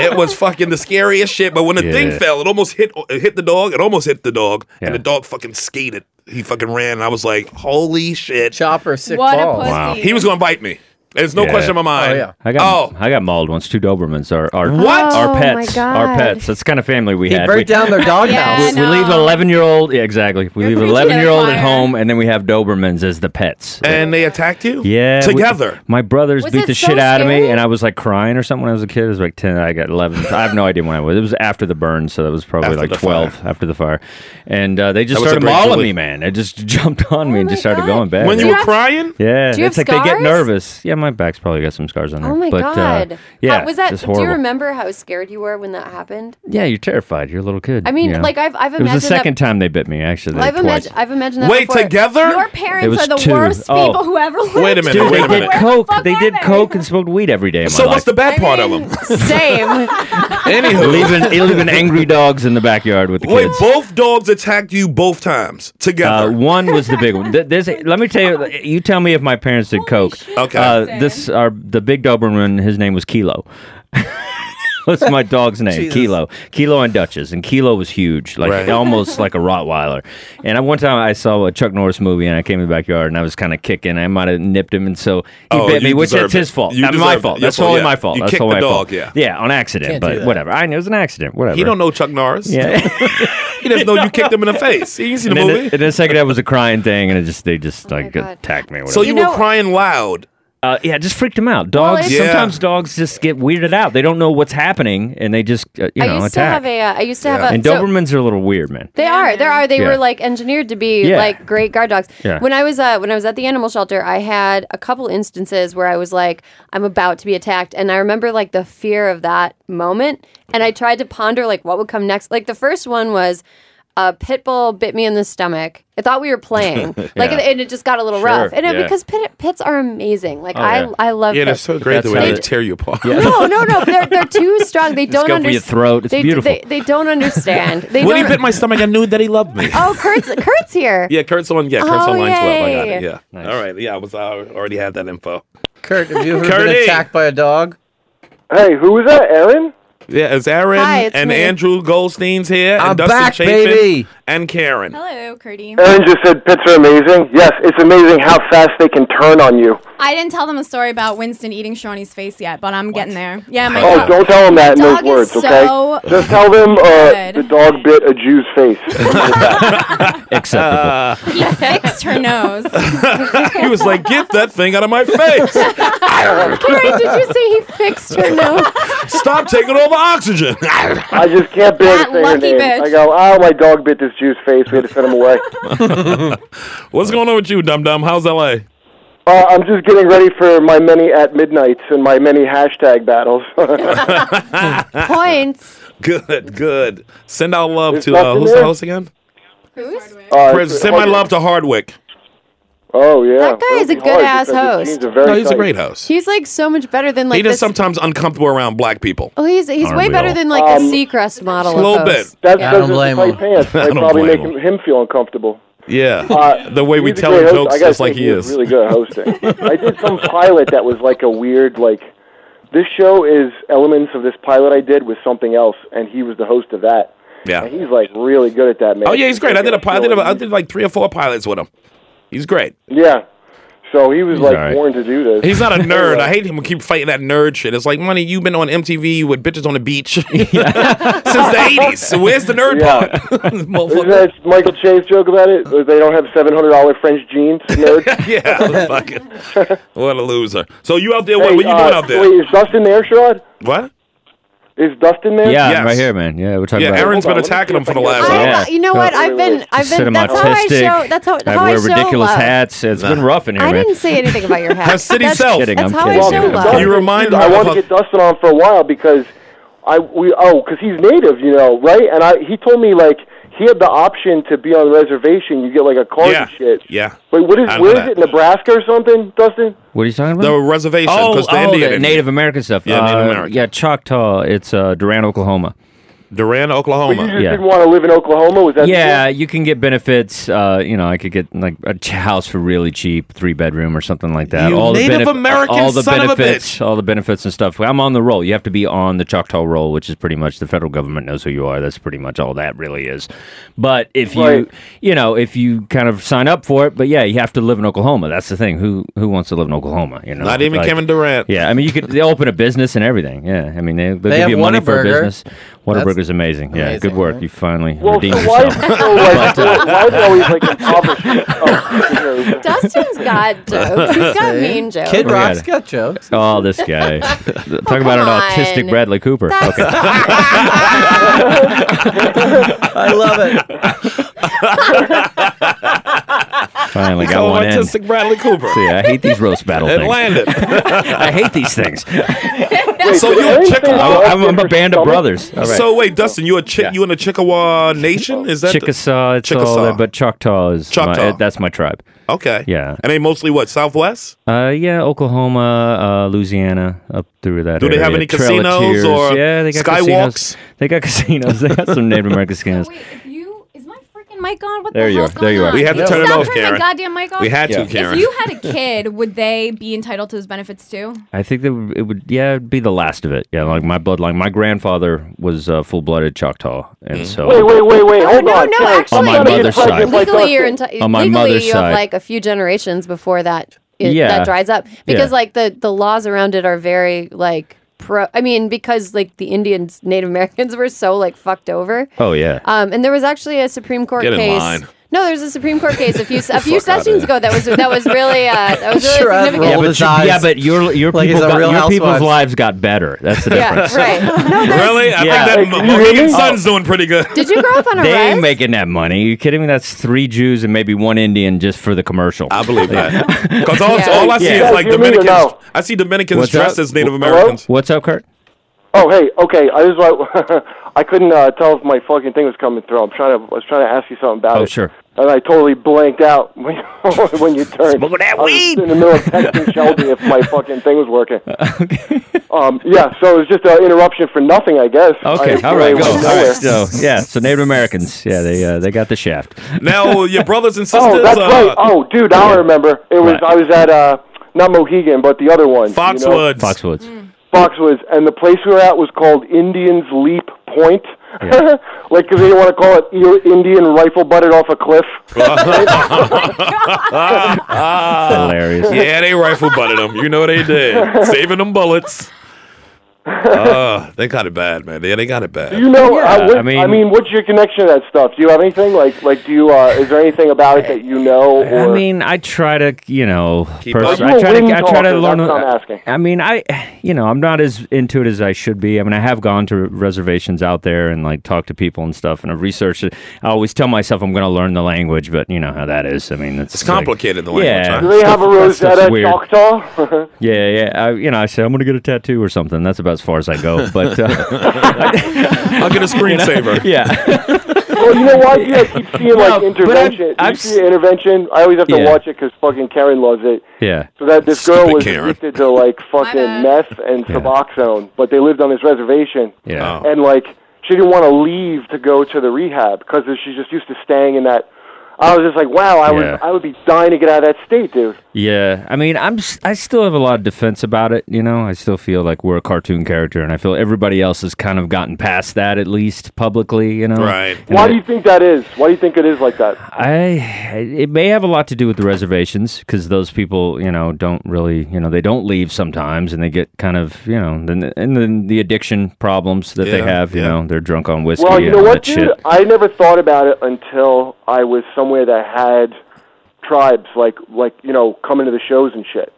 D: It was fucking the scariest shit. But when the thing
F: Yeah.
D: fell, it almost hit it hit the dog. It almost hit the dog, and
F: Yeah.
D: the dog fucking skated. He fucking ran, and I was like, "Holy shit!"
C: Chopper, sick
G: What a
C: balls.
G: pussy. Wow.
D: He was gonna bite me. There's no
F: Yeah.
D: question in my mind.
C: Oh, yeah.
F: I got
D: Oh.
F: I got mauled once. Two Dobermans are are
D: What?
E: Oh,
F: Our
E: my
F: pets. Our
E: God.
F: pets. That's the kind of family we
C: He
F: had.
C: burnt
F: we,
C: down their dog
G: Yeah,
C: house.
G: no.
F: we leave an 11 year old. Yeah, exactly. We leave an
G: preaching to the
F: 11 year old at
G: choir.
F: home, and then we have Dobermans as the pets.
D: And they attacked you.
F: yeah, we-
D: together.
F: my brothers
E: Was
F: beat
E: it
F: the
E: so
F: shit out of me,
E: scary?
F: and I was like crying or something when I was a kid. I was like ten. I got eleven. I have no idea when I was. It was after the burn, so that was probably
D: After
F: like
D: the
F: twelve after the fire. And uh, they just
D: That was a
F: started
D: great
F: mauling
D: delete.
F: me, man. They just jumped on me and
E: Oh my
F: just
E: God.
F: started going back.
D: when
F: Yeah.
D: you were
E: have-
D: crying,
F: Yeah,
E: Do you
F: it's
E: have
F: like they get
E: scars?
F: nervous. Yeah, my back's probably got some scars on there.
E: Oh my
F: but,
E: god!
F: Uh, yeah,
E: How- was that?
F: Just
E: Do
F: horrible.
E: you remember how scared you were when that happened?
F: Yeah, you're terrified. You're a little kid.
E: I mean,
F: you know?
E: like I've I've
F: it was
E: imagined
F: the second
E: that.
F: time they bit me. Actually,
E: I've
F: twice.
E: imagined I've imagined that
D: wait
E: before.
D: together.
G: Your
F: It
G: parents
F: was
G: are the
F: two.
G: worst
F: Oh.
G: people who ever lived.
D: Wait a minute.
F: Dude,
D: wait
F: they
D: a
F: did
D: minute.
F: coke.
G: fuck
F: They
G: were
F: did
G: they?
F: coke and smoked weed every day. Of
D: So
F: my
D: what's the
F: life.
D: bad part of them?
E: Same.
D: Anywho,
F: leaving leaving angry dogs in the backyard with the
D: wait,
F: kids?
D: both dogs attacked you both times
F: Uh,
D: together.
F: one was the big one. Th- This, let me tell you. You tell me if my parents did coke.
D: Okay.
F: Uh, this our the big Doberman. His name was Kilo. That's my dog's name,
C: Jesus.
F: Kilo. Kilo and Duchess, and Kilo was huge, like
D: Right.
F: almost like a Rottweiler. And I, one time I saw a Chuck Norris movie, and I came in the backyard, and I was kind of kicking. I might have nipped him, and so he
D: Oh,
F: bit
D: you
F: me, which that's
D: deserved
F: his
D: it.
F: fault.
D: You
F: That's my
D: deserved it.
F: fault.
D: Your
F: That's
D: fault,
F: totally
D: yeah.
F: my fault.
D: You
F: that's
D: kicked
F: all
D: the
F: my
D: dog,
F: fault.
D: yeah.
F: yeah, on accident,
C: Can't do
F: but
C: that.
F: whatever. I know it was an accident. Whatever.
D: he don't know Chuck Norris.
F: Yeah.
D: he doesn't know you kicked him in the face. He didn't see the
F: and, then
D: movie.
F: the, and then the second half was a crying thing, and it just they just like
E: Oh God.
F: attacked me. Or whatever.
D: so you,
E: know-
D: were crying loud.
F: uh, yeah, it just freaked them out. Dogs
E: it's-
D: Yeah.
F: sometimes dogs just get weirded out. They don't know what's happening, and they just uh, you
E: I
F: know
E: used to
F: attack.
E: have a. Uh, I used to have a.
F: and
E: so-
F: Dobermans are a little weird, man.
E: They are. They are. They
F: Yeah.
E: were like engineered to be
F: Yeah.
E: like great guard dogs.
F: Yeah.
E: When I was uh, when I was at the animal shelter, I had a couple instances where I was like, I'm about to be attacked, and I remember like the fear of that moment, and I tried to ponder like what would come next. Like the first one was. A pit bull bit me in the stomach. I thought we were playing, like,
F: Yeah.
E: and it just got a little
F: Sure,
E: rough. And it,
F: yeah. Oh,
E: because pit, pits are amazing. Like I,
F: yeah.
E: I love.
D: Yeah, they're
E: pits.
D: so great the
F: That's
D: way
F: how
D: they
F: they-
D: tear you apart.
E: No, no, no. They're, they're too strong. They don't
F: go for your
E: understand.
F: throat. It's
E: they,
F: beautiful.
E: They, they don't understand. They
D: When he
E: don't-
D: bit my stomach, I knew that he loved me.
E: Oh, Kurt's Kurt's here.
D: Yeah, Kurt's on. Yeah, Kurt's
E: Oh,
D: on line twelve. I got
E: yay.
D: it. Yeah. All right. Yeah, I was. I already had that info.
C: Kurt, have you ever
D: Kurtie.
C: been attacked by a dog?
I: Hey, who was that? Aaron?
D: Yeah, it's Aaron
E: Hi, it's
D: and
E: me.
D: Andrew Goldstein's here.
C: I'm
D: and Dustin
C: back,
D: Chafin
C: baby.
D: And Karen.
G: Hello, Curdy.
I: Ellen just said pits are amazing. Yes, it's amazing how fast they can turn on you.
G: I didn't tell them a story about Winston eating Shawnee's face yet, but I'm getting there. Yeah, my
I: Oh,
G: dog-
I: don't tell them that in
G: dog
I: those words,
G: is
I: okay?
G: so
I: Just tell them uh,
G: Good.
I: the dog bit a Jew's face.
F: Acceptable.
G: he fixed her nose.
D: he was like, "Get that thing out of my face!
E: Karen, did you say he fixed her nose?
D: Stop taking all the oxygen!"
I: I just can't bear to
G: That
I: say her
G: lucky
I: name.
G: bitch.
I: I go, oh, my dog bit this Jew's face. We had to send him away.
D: What's going on with you, Dum Dum? How's LA?
I: Uh, I'm just getting ready for my many at midnights and my many hashtag battles. Uh, There's
E: Points.
D: Good, good. Send our love to
I: nothing
D: uh, who's the
I: there.
D: host again?
G: Who's?
I: Uh,
D: Pres-
I: it's-
D: Send my love to Hardwick.
I: Oh yeah,
E: That guy
I: That'd
E: is a
I: be hard
E: good-ass
I: because his
E: host.
I: jeans are very
D: No, he's a
I: tight.
D: great host.
E: He's like so much better than like
D: He just
E: this-
D: sometimes uncomfortable around black people.
E: Oh, he's he's
F: Aren't
E: way
F: we
E: better
F: all?
E: than like a
I: Um,
E: Seacrest model.
D: A little
E: of
D: bit.
E: hosts.
I: That's
C: Yeah, I
I: because
C: don't
I: of
C: blame
I: the tight
C: him.
I: pants. They
D: don't
I: probably
D: blame
I: make him, him feel uncomfortable.
D: Yeah,
I: Uh,
D: the way we
I: He's a
D: tell
I: great
D: him
I: host.
D: jokes,
I: I gotta
D: just
I: say,
D: like he
I: was
D: is.
I: Really good at hosting. I did some pilot that was like a weird like. This show is elements of this pilot I did with something else, and he was the host of that. And
D: yeah.
I: he's like really good at that, man.
D: Oh yeah, he's great. I did a pilot. I did, a, I
I: Showing-
D: did like three or four pilots with him. He's great.
I: Yeah. So he was like
F: all right.
I: born to do this.
D: He's not a nerd. I hate him. Keep fighting that nerd shit. It's like money. You've been on MTV with bitches on the beach since the eighties. So where's the nerd
I: Yeah.
D: part?
I: Isn't
D: Motherfucker.
I: that Michael Che's joke about it? They don't have seven hundred dollar French jeans. Nerd.
D: yeah, fucking. What a loser. So you out there? What,
I: Hey,
D: what you
I: uh,
D: doing out there?
I: Wait, is Dustin there, Sherrod?
D: What?
I: Is Dustin there?
F: Yeah,
D: Yes.
F: I'm right here, man. Yeah, we're talking
D: Yeah,
F: about.
D: Aaron's
I: Hold on,
D: been
I: let me
D: attacking
I: see
D: him
I: if
D: for
I: I
D: the
I: can-
D: last.
E: I
D: hour.
F: Yeah.
E: don't- you know what? I've been I've
F: Sit
E: been
F: in my
E: that's how I
F: autistic.
E: show that's how,
F: I
E: how I,
F: wear
E: show
F: ridiculous
E: love.
F: hats. It's been rough in here,
E: I
F: man.
E: didn't say anything about your hat.
D: That's city
E: that's,
D: self.
F: Kidding,
E: That's
F: I'm
E: how I
F: kidding.
E: show
F: Well,
E: love.
D: You remind
I: I
D: him
I: wanted
D: of-
I: to get Dustin on for a while because I we oh because he's native, you know, right? And I he told me like he had the option to be on the reservation. You get like a card
D: Yeah.
I: and shit.
D: Yeah.
I: Wait, what is
D: I know
I: where is
D: that.
I: it? Nebraska or something, Dustin?
F: What are you talking about?
D: The reservation
F: oh,
D: because the
F: oh,
D: Indian
F: the Native American stuff.
D: Yeah, Native
F: Uh,
D: American.
F: Yeah, Choctaw. It's uh, Durant, Oklahoma.
D: Duran,
I: You
D: Oklahoma.
I: just
F: Yeah.
I: didn't want to live in Oklahoma. Was that the
F: yeah,
I: deal?
F: you can get benefits. Uh, you know, I could get like a ch- house for really cheap, three bedroom or something like that.
D: You Native
F: benef-
D: American
F: all the
D: son of a
F: benefits,
D: bitch.
F: all the benefits and stuff. I'm on the roll. You have to be on the Choctaw roll, which is pretty much the federal government knows who you are. That's pretty much all that really is. But if you,
I: Right.
F: you know, if you kind of sign up for it, but yeah, you have to live in Oklahoma. That's the thing. Who who wants to live in Oklahoma? You know,
D: Not even
F: Like-
D: Kevin Durant.
F: Yeah, I mean, you could they open a business and everything. Yeah, I mean, they, they, give
C: have
F: you money for a
C: Whataburger.
F: business.
C: That's
F: Whataburger's amazing. Yeah,
C: amazing,
F: good work. You finally
I: Well,
F: redeemed
I: so why is
F: yourself. uh,
I: it so, like, why is it always like impoverished? Oh, you know,
E: Dustin's got jokes. He's got mean jokes.
C: Kid
F: Oh, yeah.
C: Rock's got jokes.
F: Oh, this guy. Talk about an
E: come
F: autistic
E: on.
F: Bradley Cooper.
E: That's-
F: okay.
C: I love it.
F: Finally got
D: Oh,
F: one in.
D: autistic Bradley Cooper.
F: See, I hate these roast battle
D: It
F: things.
D: landed.
F: I hate these things.
D: so you're a
I: Aaron's
D: Chickawa.
I: saying
F: Oh, I'm, I'm a
I: Different
F: band of
I: stomach?
F: brothers. All right.
D: So wait, Dustin, you a chick?
F: Yeah.
D: You in the Chickawa Nation? Is that the-
F: Chickasaw, it's all
D: Chickasaw.
F: there, but Choctaw is
D: Choctaw.
F: My, that's my tribe.
D: okay?
F: Yeah.
D: And they mostly what Southwest?
F: Uh, yeah, Oklahoma, uh, Louisiana, up through that.
D: Do they
F: area.
D: have any
F: Trail of
D: casinos
F: Tears.
D: or
F: yeah, they got
D: skywalks?
F: Casinos. They got casinos. they got some Native American
G: Oh,
F: casinos.
G: wait, if you is my freaking mic on? What
F: There
G: the
F: you
G: hell's
F: are. There
G: going
F: you are.
G: on?
D: We had to
G: Can
D: turn it
G: stop
D: off,
G: turning
D: Karen.
G: My goddamn mic off.
D: We had
F: Yeah.
D: to, Karen.
G: If you had a kid, would they be entitled to those benefits too?
F: I think that would- it would, yeah, it'd be the last of it. Yeah, like my bloodline. My grandfather was uh, full blooded Choctaw,
D: Mm.
F: and so
I: Wait, wait, wait, wait. Hold
E: no,
I: on.
E: no,
I: Karen.
E: actually- On
F: my
I: Gotta get
F: mother's
I: pregnant
F: side.
I: by
E: legally you're
I: Dustin.
E: enti-
F: On my
E: legally
F: mother's
E: you
F: side.
E: have like a few generations before that it,
F: Yeah.
E: that dries up because
F: Yeah.
E: like the the laws around it are very like pro I mean because like the Indians Native Americans were so like fucked over
F: oh yeah,
E: um and there was actually a Supreme Court
D: Get in
E: case
D: line.
E: no there's a Supreme Court case a few a few sessions ago that was that was really uh, that was really
C: Sure, I'd
E: significant
C: roll
F: yeah,
C: Old
F: but
C: as
F: you-
C: eyes.
F: yeah, but your your
C: Like he's
F: people
C: a
F: got,
C: Real
F: your people's
C: Housewives.
F: lives got better. That's the
E: yeah
F: difference.
E: right no there's-
D: really? I
F: Yeah.
D: think that
I: Hey, can you hear
D: Mohegan
I: me?
D: Sun's doing pretty good.
E: did you grow up on a
F: They ain't
E: res?
F: making that money. you kidding me? That's three Jews and maybe one Indian just for the commercial.
D: I believe that because all,
E: Yeah.
D: all I see
F: Yeah.
D: is like
I: You mean or
D: Dominicans.
I: no?
D: I see Dominicans
F: What's
D: dressed
F: up?
D: as Native Americans.
F: What's up, Kurt?
I: Oh, hey, okay. I just like, I couldn't uh, tell if my fucking thing was coming through. I'm trying to I was trying to ask you something about
F: Oh,
I: it.
F: sure.
I: And I totally blanked out when when you turned.
F: Smoking that
I: I was
F: weed.
I: in the middle of texting Shelby if my fucking thing was working. Um, yeah, so it was just an interruption for nothing, I guess.
F: Okay,
I: I,
F: all right,
I: I
F: go.
I: was
F: All
I: nowhere.
F: right, so yeah, so Native Americans, yeah, they uh, they got the shaft.
D: Now your brothers and sisters.
I: Oh, that's
D: uh,
I: right. Oh, dude, I remember. It was
F: Right.
I: I was at uh, not Mohegan, but the other one. you know?
D: Foxwoods.
F: Foxwoods.
I: Fox was, and the place we were at was called Indian's Leap Point. like, because they didn't want to call it Ir- Indian rifle butted off a cliff.
F: Hilarious.
D: yeah, they rifle butted them. You know they did. Saving them bullets. Uh, they got it bad, man. Yeah, they got it
I: Do
D: bad.
I: you know?
F: Yeah,
I: uh, what,
F: I
I: I,
F: mean-
I: mean, what's your connection to that stuff? Do you have anything like, like, do you? Uh, is there anything about it that you know?
F: I
I: Or,
F: mean, I try to, you know,
D: Keep
F: pers-
D: up.
I: Are you
F: I
I: a
F: try to,
I: wind
F: I try to
I: talker?
F: learn. uh,
I: That's what I'm asking.
F: I mean, I, you know, I'm not as into it as I should be. I mean, I have gone to reservations out there and like talked to people and stuff, and I've researched it. I always tell myself I'm going to learn the language, but you know how that is. I mean, it's,
D: It's
F: like-
D: complicated, the language,
F: Yeah.
D: huh?
I: do they have a
F: That stuff's
I: Rosetta
F: weird.
I: Choctaw?
F: Yeah, yeah. I, you know, I said I'm going to get a tattoo or something. That's about as far as I go. But uh,
D: I'll get a screensaver.
F: yeah,
I: well, you know why? Yeah, I keep seeing like
F: No, but I'm-
I: intervention.
F: I'm
I: you see intervention. I always have to
F: Yeah.
I: watch it because fucking Karen loves it.
F: yeah.
I: So that this
D: Stupid
I: girl was
D: Karen.
I: addicted to like fucking
G: bad.
I: meth and
F: Yeah.
I: Suboxone, but they lived on this reservation,
F: Yeah.
D: Oh.
I: and like she didn't want to leave to go to the rehab because she's just used to staying in that. I was just like, wow, I
F: Yeah.
I: would I would be dying to get out of that state, dude.
F: Yeah, I mean, I'm s- I still have a lot of defense about it. You know, I still feel like we're a cartoon character, and I feel everybody else has kind of gotten past that at least publicly. You know,
D: Right.
F: And
I: Why
F: I-
I: do you think that is? Why do you think it is like that?
F: I it may have a lot to do with the reservations because those people, you know, don't really, you know, they don't leave sometimes, and they get kind of, you know, then and then the addiction problems that they
D: Yeah,
F: have. You
D: yeah.
F: know, they're drunk on whiskey
I: Well, you
F: and
I: know
F: all
I: what,
F: that
I: dude?
F: shit.
I: I never thought about it until I was somewhere that had tribes, like like you know, coming to the shows and shit.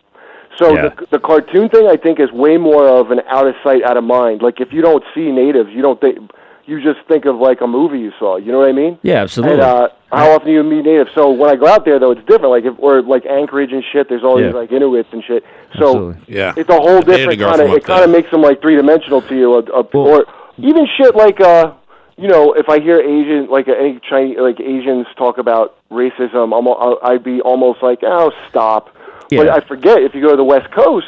I: So
F: Yeah.
I: the, the cartoon thing, I think, is way more of an out of sight, out of mind. Like if you don't see natives, you don't think you just think of like a movie you saw. You know what I mean?
F: Yeah, absolutely.
I: And uh, how often do you meet natives? So when I go out there, though, it's different. Like if or like Anchorage and shit, there's all
F: Yeah.
I: these like Inuits and shit. So
F: Absolutely.
D: Yeah.
I: it's a whole
D: They had to
I: different
D: go
I: kind of.
D: from
I: It
D: up
I: kind
D: there.
I: of makes them like three dimensional to you, a, a, or even shit like uh, you know, if I hear Asian like uh, any Chinese like Asians talk about racism, I'm, al- I'd be almost like, oh, stop. But
F: Yeah.
I: I forget if you go to the West Coast,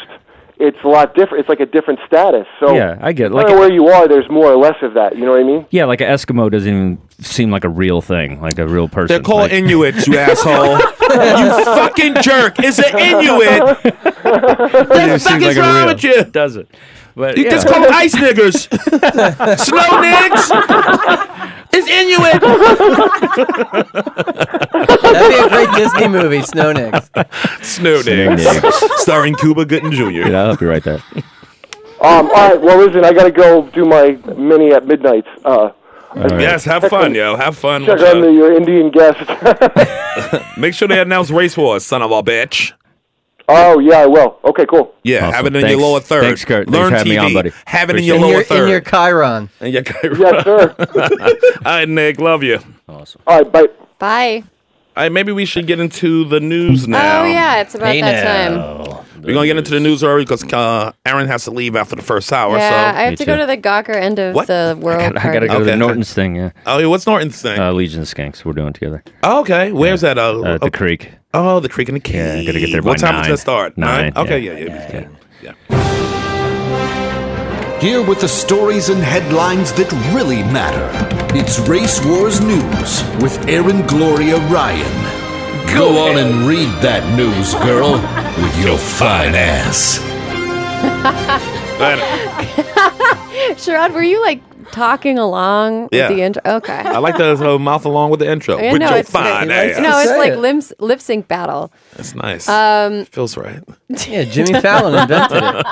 I: it's a lot different. It's like a different status. So
F: Yeah, I get it.
I: no
F: Like-
I: matter where you are, there's more or less of that. You know what I mean?
F: Yeah, like an Eskimo doesn't even seem like a real thing, like a real person.
D: They're
F: Like-
D: called Inuits, you asshole. you fucking jerk. It's an Inuit.
F: It
D: the fuck
F: seems like
D: is
F: a
D: wrong
F: real-
D: with you?
F: Does it? But
D: You
F: yeah.
D: just call them ice niggers. Snow niggs. It's Inuit.
C: That'd be a great Disney movie, Snow Nicks.
D: Snow niggs. Starring Cuba Gooding Jr.
F: Yeah, I'll help you right there.
I: Um, all right. Well, listen, I got to go do my mini at midnight. Uh,
D: Yes, have fun, yo. Have fun.
I: check
D: Watch out.
I: on the, your Indian guest.
D: Make sure they announce race wars, son of a bitch.
I: oh yeah, I will. Okay, cool.
D: Yeah, have
F: Awesome.
D: it in your
F: Thanks.
D: lower third.
F: Thanks, Kurt. Thanks
D: Learn
F: for having me
D: TV.
F: on, buddy.
D: Have it in your
C: In
D: lower
C: your,
D: third.
C: in your Chiron.
D: And your Kyra.
I: Yes, sir.
D: All right, Nick, love you.
F: Awesome.
I: All right, bye.
E: Bye.
D: All right, maybe we should get into the news now.
E: Oh yeah, it's about
C: Hey
E: that time.
F: now.
D: We're going to get into the news early because uh, Aaron has to leave after the first hour.
E: Yeah,
D: so.
E: I have
F: Me
E: to
F: too.
E: go to the Gawker end of
D: What?
E: the world.
F: I gotta
E: party.
F: go to the
D: Okay.
F: Norton's thing. Yeah,
D: Oh, yeah, what's Norton's thing?
F: uh, Legion of Skanks. We're doing together
D: oh, okay. Where's that? Uh,
F: uh, at
D: oh,
F: the creek.
D: oh, the creek and the cave.
F: Yeah, I gotta get there
D: What
F: by
D: time does
F: nine.
D: that start?
F: Nine,
D: Okay,
F: yeah.
D: yeah, yeah. yeah.
J: Here with the stories and headlines that really matter. It's Race Wars News with Aaron Gloria Ryan. Go on and read that news, girl, with your fine ass.
D: But
E: Sherrod, were you like talking along
D: Yeah.
E: with the intro? Okay.
D: I like the uh, mouth along with the intro.
E: Yeah,
D: with
E: no,
D: your
E: it's great.
D: fine
C: He likes
D: ass.
C: it.
E: no, it's
C: Say
E: like
C: it.
E: lip lip sync battle.
D: That's nice.
E: Um,
D: Feels right.
C: Yeah, Jimmy Fallon invented it.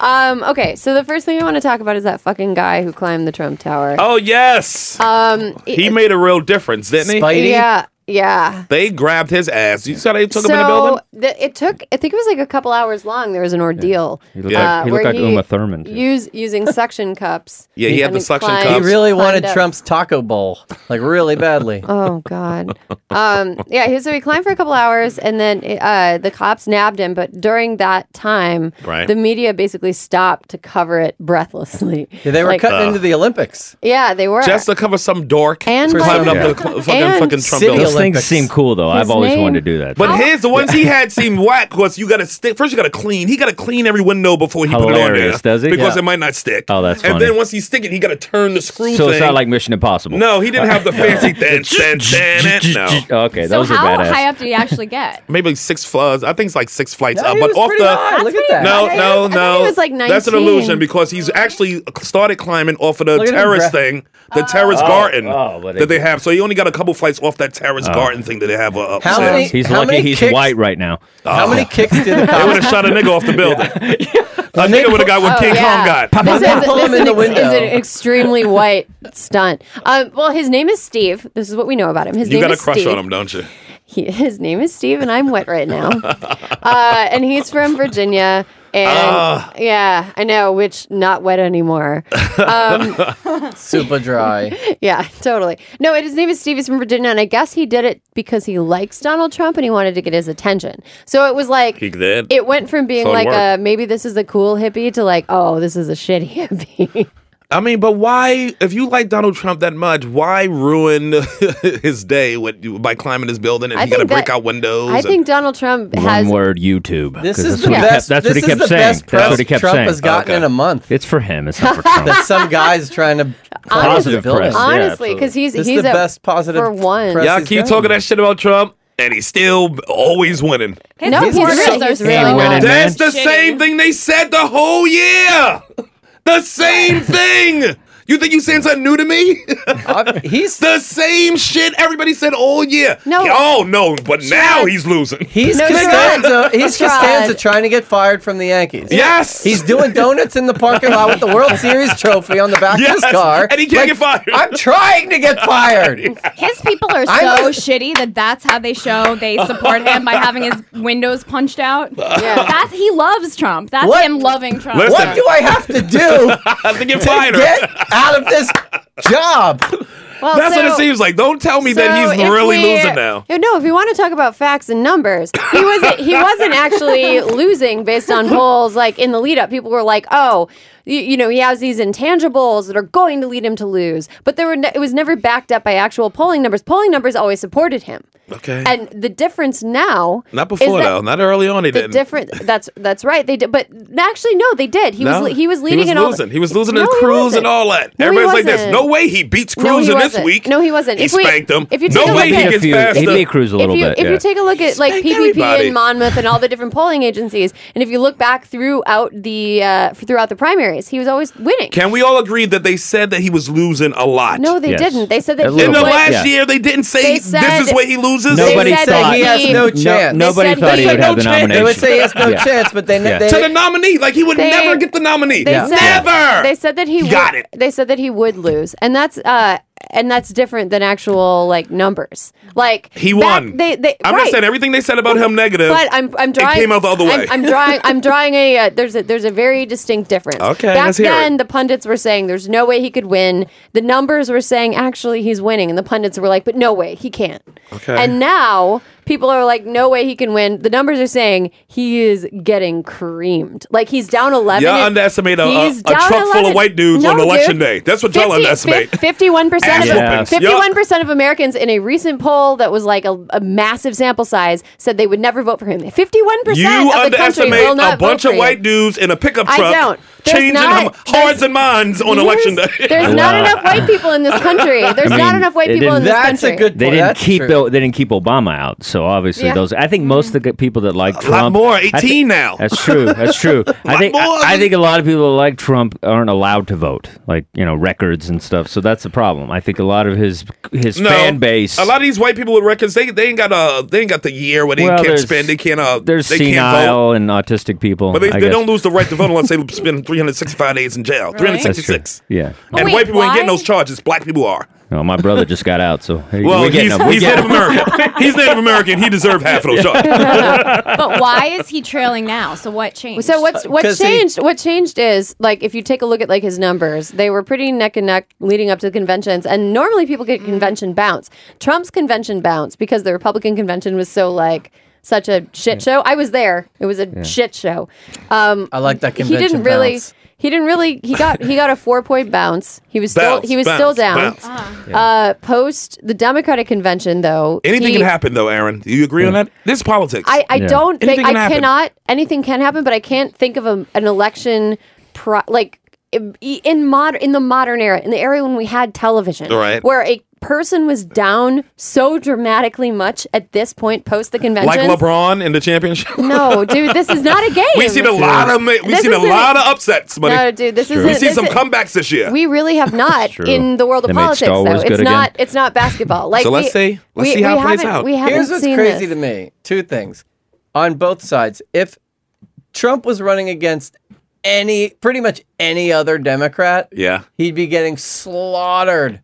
E: um, okay, so the first thing I want to talk about is that fucking guy who climbed the Trump Tower.
D: Oh, yes.
E: Um,
D: he
E: it-
D: made a real difference, didn't he?
C: Spidey.
E: yeah, yeah.
D: They grabbed his ass. You saw they took him in the
E: so
D: building?
E: the, it took, I think it was like a couple hours long. There was an ordeal.
F: He looked
E: uh,
F: like, he
E: where
F: looked like
E: he
F: Uma Thurman. too.
E: Use using suction cups.
D: Yeah, he had the
E: and
D: suction
E: climbed-
D: cups.
C: He really wanted
E: climbed up.
C: Trump's taco bowl, like really badly.
E: Oh God. Um, yeah. He, so he climbed for a couple hours, and then uh, the cops nabbed him. But during that time,
D: Right.
E: the media basically stopped to cover it breathlessly.
C: Yeah, they were
E: Like- uh,
C: cutting into the Olympics.
E: Yeah, they were.
D: Just to Uh, cover some dork
E: And
D: for
E: like-
D: climbing up
F: Yeah.
D: the cl- fucking,
E: And
D: fucking Trump
C: City
D: building.
C: Olympics.
F: things
C: Olympics.
F: seem cool though.
E: His
F: I've always
E: name.
F: wanted to do that.
D: But his the ones he had seemed whack because you gotta stick first you gotta clean. He gotta clean every window before he put it on there.
F: Hilarious, does he?
D: Because
F: Yeah.
D: it might not stick.
F: Oh, that's
D: And
F: funny.
D: then once he stick it, he gotta turn the screw
F: so
D: thing.
F: it's not like Mission Impossible.
D: No, he didn't have the fancy thin, thin, thin. No.
F: Okay,
G: So
F: those are
G: how
F: badass.
G: high up did he actually get?
D: Maybe six flies. I think it's like six flights
C: Yeah,
D: up,
C: he
D: but
C: was
D: off
C: pretty
D: the
C: high. Look at
G: pretty
C: that.
D: No,
E: I
D: no,
E: thought he
D: no.
E: was like
D: That's an
E: 19.
D: illusion because he's actually started climbing off of the
C: Look at him
D: terrace
C: breath-
D: thing, the terrace garden
F: oh, but it-
D: that they have. So he only got a couple flights off that terrace garden thing that they have uh, upstairs. Ah.
C: How many-
F: Oh. He's
C: How
F: lucky
C: many
F: he's
C: kicks-
F: white right now.
C: How
D: Oh,
C: many kicks did the
D: They
C: cops
D: would have shot a nigga off the building. A nigga would have got what
E: Oh,
D: King
E: yeah.
D: Kong got.
E: This is,
C: Pull
E: this
C: him
E: is
C: in the
E: an ex- is
C: window.
E: an extremely white stunt. Um, well, his name is Steve. This is what we know about him. His
D: You
E: name
D: got a
E: is
D: crush
E: Steve.
D: on him, don't you?
E: He, his name is Steve, and I'm wet right now. uh, and he's from Virginia. And
D: Ah.
E: yeah, I know, which not wet anymore.
C: Um, super dry?
E: Yeah, totally. No, and his name is Steve. He's from Virginia, and I guess he did it because he likes Donald Trump and he wanted to get his attention. So it was like
D: He did.
E: It went from being
D: So it
E: like a
D: worked.
E: maybe this is a cool hippie to like oh this is a shitty hippie.
D: I mean, but why? If you like Donald Trump that much, why ruin his day with, by climbing his building and
E: I
D: he got to
E: think that-
D: break out windows?
E: I
D: and-
E: think Donald Trump has.
F: One word YouTube.
C: This
F: 'cause
C: is
F: that's
C: the
F: what he
C: best.
F: kept- That's
C: this
F: what he
C: is
F: kept
C: the
F: saying.
C: best press
F: That's what he kept
C: Trump
F: saying.
C: has gotten
D: Okay.
C: in a month.
F: It's for him. It's not for Trump.
C: that some guy's trying to climb
E: Honestly-
C: the building.
F: press. Yeah,
E: Honestly,
F: absolutely.
E: because he's
C: This is
E: he's
C: the
E: a,
C: best positive
E: for one.
C: press
D: Y'all
C: he's
D: keep
C: done.
D: talking that shit about Trump, and he's still always winning.
G: His
E: No,
G: supporters
E: he's really-
G: are
E: he's
G: really
E: really
G: not.
E: not.
F: man.
D: That's the
G: Shitty.
D: same thing they said the whole year. The same thing. You think you saying something new to me?
C: Uh, He's
D: the same shit everybody said all year.
E: No.
D: Oh no, but now he's losing.
C: he's
E: No,
C: Costanza. He's
E: Trod.
C: Costanza trying to get fired from the Yankees.
D: Yes.
C: He's doing donuts in the parking lot with the World Series trophy on the back of
D: Yes,
C: his car.
D: and he can't get fired.
C: I'm trying to get fired.
G: His people are
C: I'm
G: so
C: like-
G: shitty that that's how they show they support him by having his windows punched out.
E: Yeah.
G: That's he loves Trump. That's
C: What?
G: him loving Trump.
D: Listen.
C: What do I have to do
D: I think you're
C: to
D: fired.
C: get out of this job?
E: Well,
D: That's what
E: so-
D: it seems like. Don't tell me that
E: so
D: he's
E: if
D: really
E: we-
D: losing now.
E: Yeah, No, if you want to talk about facts and numbers, he wasn't. He wasn't actually losing based on polls. Like in the lead up, people were like, "Oh, you, you know, he has these intangibles that are going to lead him to lose." But there were ne- it was never backed up by actual polling numbers. Polling numbers always supported him.
D: Okay.
E: And the difference now,
D: Not
E: is
D: before
E: that-
D: though. Not early on. He
E: the
D: didn't.
E: different that's that's right they did but actually no they did he
D: No?
E: was he was leading
D: He was
E: in all
D: losing. he was losing in
E: No, he
D: Cruz
E: wasn't.
D: and all that.
E: No, he
D: Everybody's like this.
E: wasn't.
D: No way he beats
E: No,
D: Cruz
E: he
D: in this
E: wasn't.
D: week.
E: No, he wasn't.
D: He
E: If we-
D: spanked him.
E: if you take
D: no
E: a
D: way
E: look
D: he
E: at-
D: gets
F: He
D: past
F: he
D: him.
F: beat Cruz a
E: if
F: little
E: you
F: bit.
E: if
F: yeah.
E: you take a look at like
D: Spank
E: PPP
D: everybody.
E: and Monmouth and all the different polling agencies, and if you look back throughout the uh, throughout the primaries, he was always winning.
D: Can we all agree that they said that he was losing a lot?
E: no, they
F: Yes.
E: didn't. They said that
F: A
E: he
D: In
F: little
E: was-
D: the
F: bit.
D: last
F: Yeah.
D: year, they didn't say
E: They said-
D: this is where he loses.
F: nobody
E: they said
F: thought
E: that
C: he has no chance.
F: No, nobody
E: They said
F: thought
E: they-
F: he would have the
D: They would say
F: nomination.
C: They would say he has no
F: Yeah.
C: chance, but they ne-
F: Yeah.
C: they
D: to the nominee, like he would
E: They-
D: never get the nominee.
E: They said
D: never.
E: They said that he
D: Got
E: would,
D: it.
E: They said that he would lose, and that's uh, and that's different than actual like numbers. Like
D: he
E: back-
D: won.
E: They, they,
D: I'm
E: right.
D: not saying everything they said about him negative.
E: But I'm I'm drawing.
D: came out the other way.
E: I'm, I'm drawing. I'm drawing a. Uh, there's a there's a very distinct difference.
D: Okay,
E: Back
D: let's hear
E: then,
D: it.
E: the pundits were saying there's no way he could win. The numbers were saying actually he's winning, and the pundits were like, but no way he can't.
D: Okay.
E: And now people are like, no way he can win. The numbers are saying he is getting creamed. Like he's down 11.
D: Y'all
E: and-
D: underestimate a- a-
E: he's
D: a
E: down
D: truck full of
E: 11.
D: white dudes
E: No,
D: on election
E: dude.
D: day. That's what y'all underestimate.
E: Fifty-one percent.
D: Ass whoopings.
E: Fifty-one percent of Americans in a recent poll that was like a, a massive sample size said they would never vote for him. Fifty-one
D: you
E: percent of the country
D: underestimate
E: will
D: a
E: not
D: bunch
E: vote for
D: of white
E: you.
D: dudes in a pickup
E: I
D: truck
E: don't. There's
D: changing
E: not-
D: hum- hearts
E: there's-
D: and minds on
E: There's-
D: election day.
E: There's not
F: Wow.
E: enough white people in this country. There's
F: I
E: not
F: mean,
E: enough white
F: it
E: people in this
C: That's
E: country.
C: a good.
F: They
C: point.
F: didn't
C: That's
F: keep
C: true.
F: they didn't keep Obama out, so obviously
E: Yeah. Mm-hmm.
F: those. I think most of the good people that like
D: a lot
F: Trump
D: more.
F: I thi-
D: 18 now.
F: That's true. That's true. I think
D: more.
F: I, I think a lot of people that like Trump aren't allowed to vote, like you know records and stuff. So that's the problem. I think a lot of his his fan base.
D: A lot of these white people with records, they, they ain't got a they ain't got the year where they
F: well,
D: can't
F: there's-
D: spend, they can't uh,
F: there's
D: they can't vote.
F: senile and autistic people.
D: But they,
F: I
D: they
F: guess.
D: don't lose the right to vote unless they spend 365 days in jail.
F: That's true.
D: 366.
F: Yeah.
D: And
G: Wait,
D: white people ain't getting
G: why?
D: those charges. Black people are.
F: No, my brother just got out, so hey,
D: Well,
F: we're getting
D: he's,
F: him. We're
D: he's
F: getting
D: Native
F: him.
D: American. He's Native American. He deserved half of those shots.
G: But why is he trailing now? So what changed?
E: So what's what
C: 'Cause he-
E: changed? what changed is like if you take a look at like his numbers, they were pretty neck and neck leading up to the conventions, and normally people get convention bounce. Trump's convention bounce because the Republican convention was so like such a shit show. I was there; it was a shit show. Um,
C: I like that
E: he
C: convention
E: didn't really.
C: bounce.
E: He didn't really. He got he got a four point bounce. He was
D: Bounce,
E: still he was still
D: bounce,
E: down.
D: bounce.
E: Uh, post the Democratic convention, though,
D: Anything
E: he-
D: can happen, though, Aaron. Do you agree on that? This is politics.
E: I, I
F: Yeah.
E: don't think
D: Anything
E: I
D: can happen.
E: cannot anything can happen, but I can't think of a, an election pro, like i- in mod in the modern era, in the era when we had television,
D: Right.
E: where a person was down so dramatically much at this point post the convention.
D: like LeBron in the championship.
E: No, dude, this is not a game.
D: We've seen a lot of ma- we've
E: This
D: seen a
E: isn't-
D: lot of upsets, buddy.
E: No, dude, this
D: We've
E: isn't.
D: seen
E: this
D: some
E: is-
D: comebacks this year.
E: we really have not
F: True.
E: in the world of
F: They made
E: politics, though.
F: Star Wars
E: It's
F: good again.
E: not. It's not basketball. Like
D: So let's
E: we-
D: see. Let's
E: we-
D: see how
E: we
D: it plays
E: haven't-
D: out.
E: We haven't
C: Here's what's
E: seen
C: crazy
E: this.
C: to me. Two things. On both sides, if Trump was running against any pretty much any other Democrat,
D: yeah.
C: he'd be getting slaughtered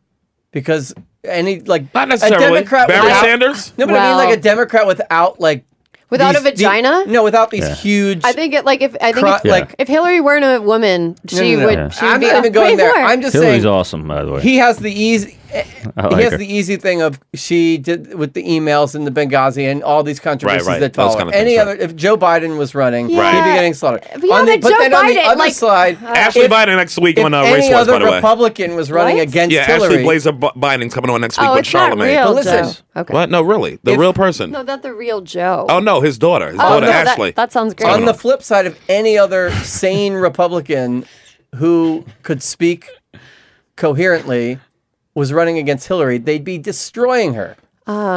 C: because any like
D: Not necessarily.
C: a Democrat
D: Barry
C: without-
D: Sanders?
C: No, but I mean
E: Well-
C: like a Democrat without like
E: Without a
C: these- the-
E: vagina?
C: no, without these
F: Yeah.
C: huge.
E: I think it like if I think
C: Cro-
E: if,
C: like-
E: if Hillary weren't a woman,
C: No,
E: she
C: no, no.
E: would.
F: Yeah.
E: She would
C: I'm
E: be
C: not
E: a
C: even going there.
E: whore.
C: I'm just
F: Hillary's
C: saying
F: awesome, by the way.
C: he has the easy.
F: I
C: he
F: like
C: has
F: her.
C: the easy thing of she did with the emails and the Benghazi and all these controversies
D: right.
C: that
D: Those
C: follow.
D: kind of
C: Any
D: things,
C: other, if Joe Biden was running,
E: Right.
C: he'd be getting slaughtered.
E: But yeah,
C: On the-
E: but
C: but
E: Joe
C: then on the
E: Biden,
C: other
E: like- uh,
C: side,
D: Ashley
C: if-
D: Biden next week
C: if
D: on uh,
C: any
D: Race Wars,
C: other
D: by the way.
C: Republican was running
E: What?
C: against
D: yeah, Ashley
C: Hillary,
D: Blazer B- Biden's coming on next week
E: Oh,
D: with
E: it's not
D: Charlemagne.
E: real,
C: But listen-
E: Joe. Okay.
D: What? No, really. The
C: If-
D: real person.
E: No, not the real Joe.
D: oh, no, his daughter. His
E: Oh,
D: daughter,
E: no, that-
D: Ashley.
E: That, sounds great.
C: on the flip side of any other sane Republican who could speak coherently was running against Hillary, they'd be destroying her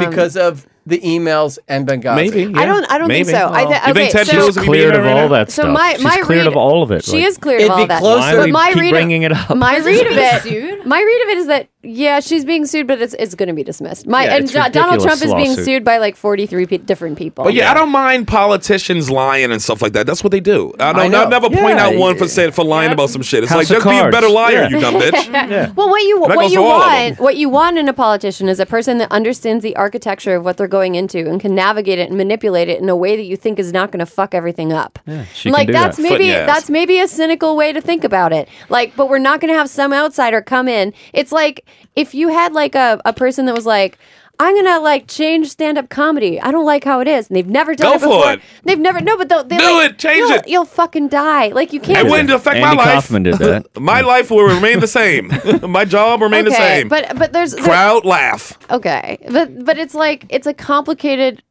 C: because of the emails and Benghazi.
D: Maybe. yeah.
E: I Um, don't. I don't
D: Maybe.
E: think so. I
D: You think
E: okay,
D: Ted
E: so-
D: Cruz would be
F: cleared
D: there
F: of
D: right
F: all
D: now?
F: that
E: So
F: stuff.
E: my
F: She's
E: my
F: cleared
E: read,
F: of all of it.
E: She
F: Like,
E: is cleared
C: It'd
E: of all
C: be
E: that.
C: close
F: Why
C: But
F: do we
E: my
F: keep
E: read of-
F: bringing it up?
E: My read of it.
G: sued?
E: My read of it is that yeah, she's being sued, but it's it's going to be dismissed. My
F: Yeah,
E: and
F: it's
E: Jo- Donald
F: ridiculous
E: Trump is being
F: lawsuit.
E: sued by like forty three pe- different people.
D: But yeah, I don't mind politicians lying and stuff like that. That's what they do. I don't. I
C: know.
D: will never point
F: Yeah.
D: out one for saying for lying about some shit. It's
F: House
D: like
F: of
D: just be a
F: cards.
D: better liar,
F: Yeah.
D: you dumb bitch.
F: yeah.
E: Well, what you
D: that
E: what
D: goes
E: you
D: for all of them.
E: want what you want in a politician is a person that understands the architecture of what they're going into and can navigate it and manipulate it in a way that you think is not going to fuck everything up.
F: she
E: like
F: can do
E: that's
F: that.
E: maybe
D: Foot in the ass.
E: that's maybe a cynical way to think about it. Like, but we're not going to have some outsider come in. It's like if you had like a, a person that was like. I'm gonna like change stand up comedy. I don't like how it is, and they've never done
D: Go
E: it before.
D: for it.
E: They've never no, but they'll, they
D: Do
E: like,
D: it. Change
E: you'll-
D: it.
E: You'll fucking die. Like you can't.
D: It wouldn't affect
F: Andy
D: my life.
F: Kaufman did that.
D: my life will remain the same. my job remain the
E: Okay,
D: same.
E: but but there's there-
D: Crowd laugh.
E: Okay, but but it's like it's a complicated,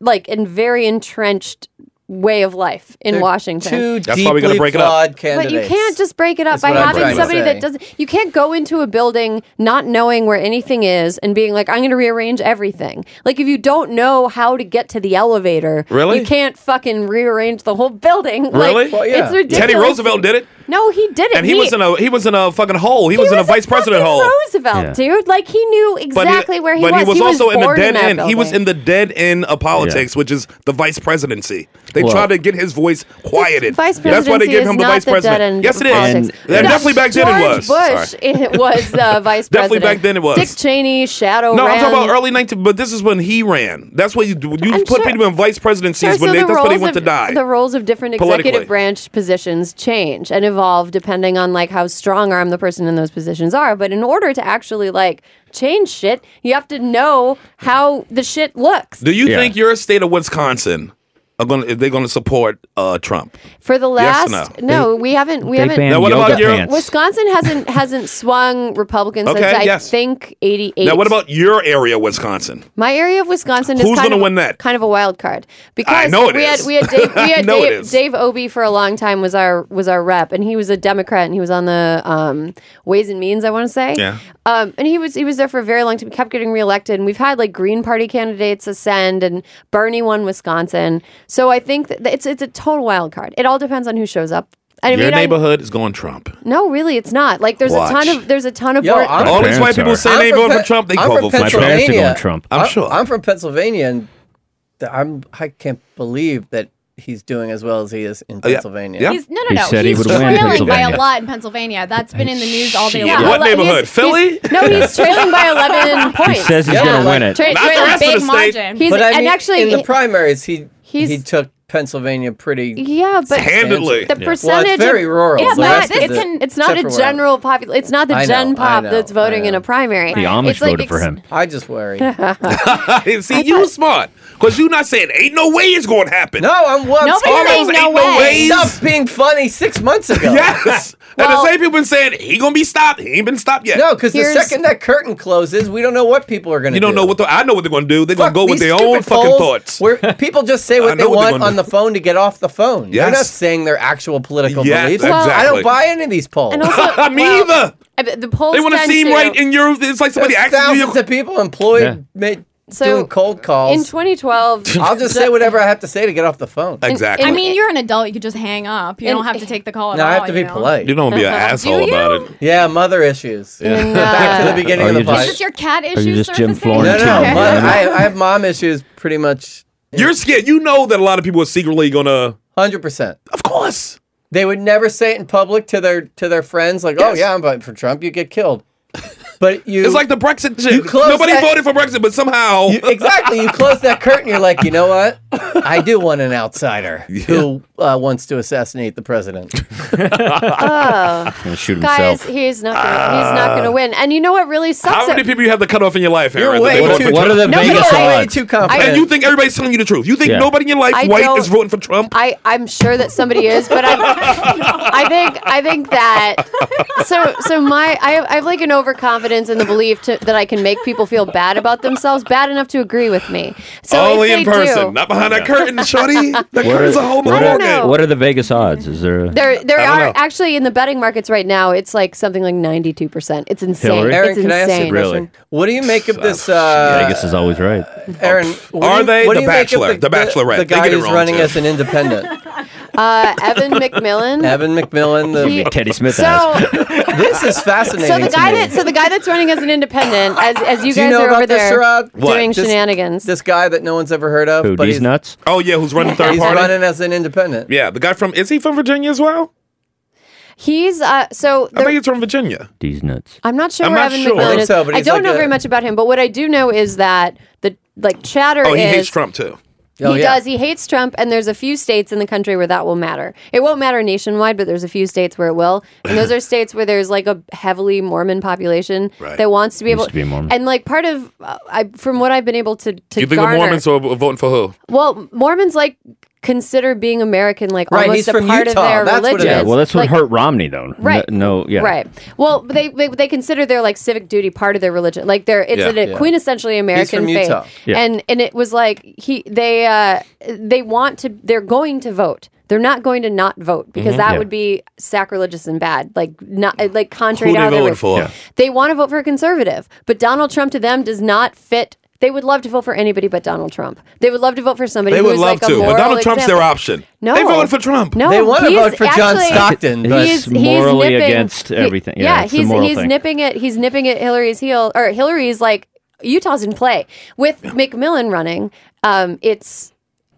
E: like and very entrenched way of life in Washington.
C: Two
D: That's
C: deeply
D: why we gotta break it up.
C: flawed
E: but
C: candidates.
E: you can't just break it up
C: That's
E: by
C: what I'm
E: having
C: trying to
E: somebody
C: say.
E: that doesn't. You can't go into a building not knowing where anything is and being like, "I'm going to rearrange everything." Like if you don't know how to get to the elevator,
D: Really?
E: you can't fucking rearrange the whole building.
D: Really?
E: Like,
D: Well,
C: yeah.
E: It's ridiculous.
D: Teddy Roosevelt did it,
E: No, he didn't.
D: and he, was in a he was in a fucking hole. He, was,
E: he
D: in a
E: was
D: vice president
E: fucking
D: hole.
E: Roosevelt,
F: Yeah.
E: dude. Like he knew exactly where he
D: but
E: was.
D: he was also in the
E: born
D: dead
E: that
D: end. He was
E: building.
D: in the dead end of politics, which is the vice presidency.
F: Well-
D: They tried to get his voice quieted.
E: Vice
D: That's why
E: presidency
D: they gave
E: is
D: him the
E: not
D: vice
E: the
D: president.
E: dead-end
D: Yes, it is.
E: politics.
D: Yeah,
F: No,
D: definitely back then it
E: George
D: was.
E: Bush
D: Sorry.
E: it was the vice president.
D: Definitely back then it was.
E: Dick Cheney, Shadow.
D: No,
E: ran.
D: I'm talking about early 19. But this is when he ran. That's what you do. You
E: I'm
D: put
E: sure-
D: people in vice presidencies
E: Sure,
D: when
E: so
D: they,
E: the
D: that's when they
E: roles
D: went to
E: of-
D: die.
E: The roles of different
D: Politically.
E: executive branch positions change and evolve depending on like how strong arm the person in those positions are. But in order to actually like change shit, you have to know how the shit looks.
D: do you
F: Yeah.
D: think your state of Wisconsin are going? to They're going to support uh, Trump?
E: For the
D: Yes or
E: last
F: no?
E: no, we haven't we
F: They
E: haven't
F: banned
D: Now, what
F: yoga
D: about your-
F: pants.
E: Wisconsin hasn't hasn't swung Republicans
D: Okay,
E: since I
D: yes.
E: think eighty eight.
D: Now, what about your area, Wisconsin?
E: My area of Wisconsin
D: Who's
E: is kind
D: gonna
E: of,
D: win that?
E: kind of a wild card because
D: know it
E: we
D: is.
E: had we had Dave,
D: I
E: we had
D: know it
E: Dave,
D: is.
E: Dave Obie for a long time was our was our rep and he was a Democrat and he was on the um, Ways and Means I want to say
D: Yeah.
E: um, and he was he was there for a very long time kept getting reelected and we've had like Green Party candidates ascend and Bernie won Wisconsin so I think that it's it's a total wild card it all depends on who shows up I
D: your
E: mean, I-
D: neighborhood is going Trump.
E: no really it's not like there's
D: Watch.
E: a ton of there's a ton of
C: Yo,
E: board-
C: I'm-
D: All these
F: parents
D: white people
F: are.
D: say they ain't
C: I'm
D: voting
C: Pe-
D: for Trump. They
C: I'm
D: call
C: from
D: vote for Trump.
F: My parents are
C: Pennsylvania.
F: going Trump.
D: I'm
C: I'm
D: sure.
C: I'm from Pennsylvania, and th- I'm I can't believe that he's doing as well as he is in
D: Oh, yeah.
C: Pennsylvania.
D: Yeah.
G: He's, no, no,
F: He
G: no.
F: said he
G: he's
F: would win in
G: trailing by
F: Pennsylvania.
G: a lot in Pennsylvania. That's been in the news all day
D: Yeah,
G: long.
D: what
E: Ele-
D: neighborhood?
E: he's-
D: Philly?
E: he's- no, he's trailing by 11 points.
F: He says he's
C: Yeah,
F: going to
C: like-
F: win it.
E: Tra-
D: Not the
E: trailing
D: rest of
E: big
D: the
G: Big
D: state.
G: margin.
E: He's
C: But I mean,
E: and actually
C: in the
E: he-
C: primaries, he
E: he's-
C: he took Pennsylvania pretty.
E: Yeah, but
D: Handedly.
E: the
D: Yeah.
E: percentage
C: Well, it's very
E: of-
C: rural.
E: It's
C: the
E: not.
C: rest of
E: It's,
C: the-
E: an- it's not
C: except
E: a
C: for where I'm-
E: general pop. It's not the
C: I know,
E: Gen
C: I
E: Pop
C: know,
E: that's
C: I
E: voting in
C: know.
E: a primary.
F: The Amish
E: It's like
F: voted for
E: ex-
F: him.
C: I just worry.
D: See, you smart. Because you not saying, ain't no way it's going to happen.
C: No, I'm well.
G: Nobody's
D: All
G: saying
D: those
G: no
D: ain't no
G: way.
D: ways.
C: Stop being funny six months ago.
D: Yes. and the
E: Well-
D: same people been saying, he going to be stopped. He ain't been stopped yet.
C: No, because the
E: Here's-
C: second that curtain closes, we don't know what people are going to
D: You don't know what the, I know what they're going to do. They're going to go with their own fucking thoughts.
C: Where people just say
D: I
C: what they
D: know what they're
C: want
D: gonna
C: on
D: do.
C: the phone to get off the phone. They're
D: Yes.
C: not saying their actual political
D: Yes,
C: beliefs.
D: Well-
C: I
D: exactly.
C: don't buy any of these polls.
E: And also,
D: I mean,
E: well,
D: either.
E: I bet the polls
D: They want to
E: tend
D: seem right in your. It's like somebody
C: There's
D: asking you.
C: thousands of people employed
F: Yeah.
C: ma-
E: So,
C: doing cold
E: in
C: calls.
E: 2012.
C: I'll just say whatever I have to say to get off the phone.
D: exactly.
G: I mean, you're an adult. You could just hang up. You
E: And-
G: don't have to take the call at
C: No,
G: all.
C: I have to be
G: you know?
C: polite.
D: you don't wanna be an asshole
G: you?
D: about it.
C: Yeah, mother issues.
E: in,
C: Back to the
E: uh,
C: beginning
F: Are
C: of the
F: you just-
G: Is
C: podcast.
G: this your cat issues?
F: you just Jim
G: surfacing?
C: No,
F: Florentine?
C: no,
F: Okay.
C: mo- I, I have mom issues pretty much
D: You're scared. You know that a lot of people are secretly going to.
C: 100%.
D: Of course.
C: They would never say it in public to their to their friends, like, "Oh yeah, I'm voting for Trump. You get killed." But you,
D: It's like the Brexit
C: You
D: shit.
C: close
D: Nobody
C: that-
D: voted for Brexit, but somehow.
C: you- exactly, you close that curtain. You're like, you know what? I do want an outsider who uh, wants to assassinate the president.
E: oh,
F: Gonna shoot
E: guys,
F: himself.
E: he's not. Gonna, he's not going to win. And you know what really sucks?
D: how many
E: It-
D: people you have to cut off in your life,
C: You're
D: Aaron? that
C: way
D: they voted
C: too.
D: for
F: What are the
E: No, but
F: Vegas
E: I-
C: way
F: odds?
C: too confident.
D: And you think everybody's telling you the truth. You think
F: Yeah.
D: nobody in your life
E: I
D: white
E: don't-
D: is voting for Trump?
E: I, I'm sure that somebody is, but I, I think I think that so so my I have, I have like an overconfidence in the belief to, that I can make people feel bad about themselves, bad enough to agree with me. So if
D: Only in
E: they
D: person,
E: do,
D: not behind that curtain, Shorty. The
F: What
D: curtain's a
F: are,
D: whole
F: what,
E: don't
D: nother
E: know.
F: are, what are the Vegas odds? Is there a,
E: there there
D: I don't
E: are
D: know.
E: actually in the betting markets right now. It's like something like 92. percent It's insane.
F: Hillary?
C: Aaron,
E: it's
C: can I ask you a
E: insane.
F: really?
C: what do you make of this? Uh,
F: Vegas is always right.
C: Aaron, what
D: Are
C: do you,
D: they the
C: what do you make of
D: Bachelor, the Bachelorette?
C: The
D: They
C: guy
D: get it
C: who's
D: wrong,
C: running
D: too.
C: as an independent,
E: Uh, Evan McMillan.
C: Evan McMillan.
E: He-
C: The,
F: Teddy Smith
E: So,
F: ass.
C: this is fascinating.
E: so the
C: to
E: guy
C: me.
E: that so the guy that's running as an independent, as as you
C: Do
E: guys
C: you know
E: are
C: about
E: over
C: this,
E: there
C: Sherrod?
E: doing
C: This-
E: shenanigans,
C: This guy that no one's ever heard of,
F: Who,
C: but
F: these
C: he's,
F: nuts?
D: Oh yeah, who's running third
C: he's
D: party?
C: running as an independent.
D: Yeah, the guy from is he from Virginia as well?
E: he's uh so
D: I
E: there-
D: think he's from Virginia.
F: These nuts.
E: I'm not sure
D: I'm
E: where
D: not
E: Evan
D: sure. I
E: McMillan
D: think
E: is.
C: so, but
E: I
C: he's
E: don't
C: like
E: know
C: a-
E: very much about him, but what I do know is that the like chatter
D: Oh, he
E: is
D: hates Trump too.
E: He
C: Oh, yeah.
E: does. He hates Trump, and there's a few states in the country where that will matter. It won't matter nationwide, but there's a few states where it will, and those are states where there's like a heavily Mormon population
D: Right.
E: that wants to be able
F: to be Mormon.
E: And like part of, uh, I from what I've been able to to
D: You think the
E: garner,
D: Mormons are voting for who?
E: well, Mormons like consider being American like
C: Right,
E: almost
C: he's
E: a
C: from
E: part
C: Utah.
E: of their
C: That's what it
E: religion.
C: is.
F: Yeah, well, that's what
E: Like-
F: hurt Romney, though. N-
E: Right.
F: No, yeah.
E: Right. Well, they, they they consider their like civic duty part of their religion. Like they're it's
D: Yeah.
E: an, a
D: Yeah.
E: quintessentially American
C: from
E: faith.
C: Utah.
F: Yeah.
E: And and it was like he they uh they want to they're going to vote. They're not going to not vote because that
F: Mm-hmm. Yeah.
E: would be sacrilegious and bad. Like not like contrary
D: Who
E: to
D: they
E: how they
D: voting
E: were-
D: for?
E: They want to vote for a conservative, but Donald Trump to them does not fit. They would love to vote for anybody but Donald Trump. They would love to vote for somebody.
D: They
E: who
D: would
E: is
D: love
E: like a
D: to, but
E: moral
D: Donald Trump's
E: example.
D: their option.
E: No.
D: they voted for Trump.
E: No,
C: They wanna
E: he's
C: vote for John
E: actually-
C: Stockton, but-
F: It's morally against
E: he-
F: everything. Yeah, it's the
E: he's
F: moral
E: he's
F: thing.
E: nipping at he's nipping at Hillary's heel or Hillary's like Utah's in play with McMillan running. Um, it's.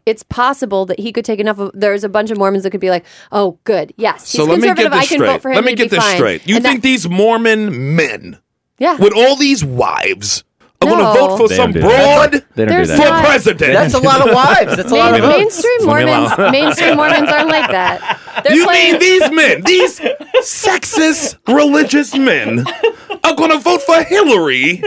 E: It's possible that he could take enough. Of, there's a bunch of Mormons that could be like, "Oh, good, yes, he's
D: So let me
E: conservative.
D: get
E: I
D: this
E: can vote
D: straight.
E: for him.
D: Let me
E: he'd
D: get
E: be
D: this
E: fine."
D: straight. You
E: And
D: think
E: that-
D: these Mormon men
E: yeah,
D: with all these wives are going
E: No.
D: to vote for
F: They
D: some
F: don't do that.
D: broad
F: They don't do
E: There's
F: that.
D: for
E: not-
D: president?
C: That's a lot of wives. That's a lot of
E: Main-
C: votes.
E: mainstream
F: Let me
E: Mormons,
F: alone.
E: mainstream Mormons aren't like
C: uh,
E: that. They're
D: you
E: playing-
D: mean these men, these sexist religious men, are going to vote for Hillary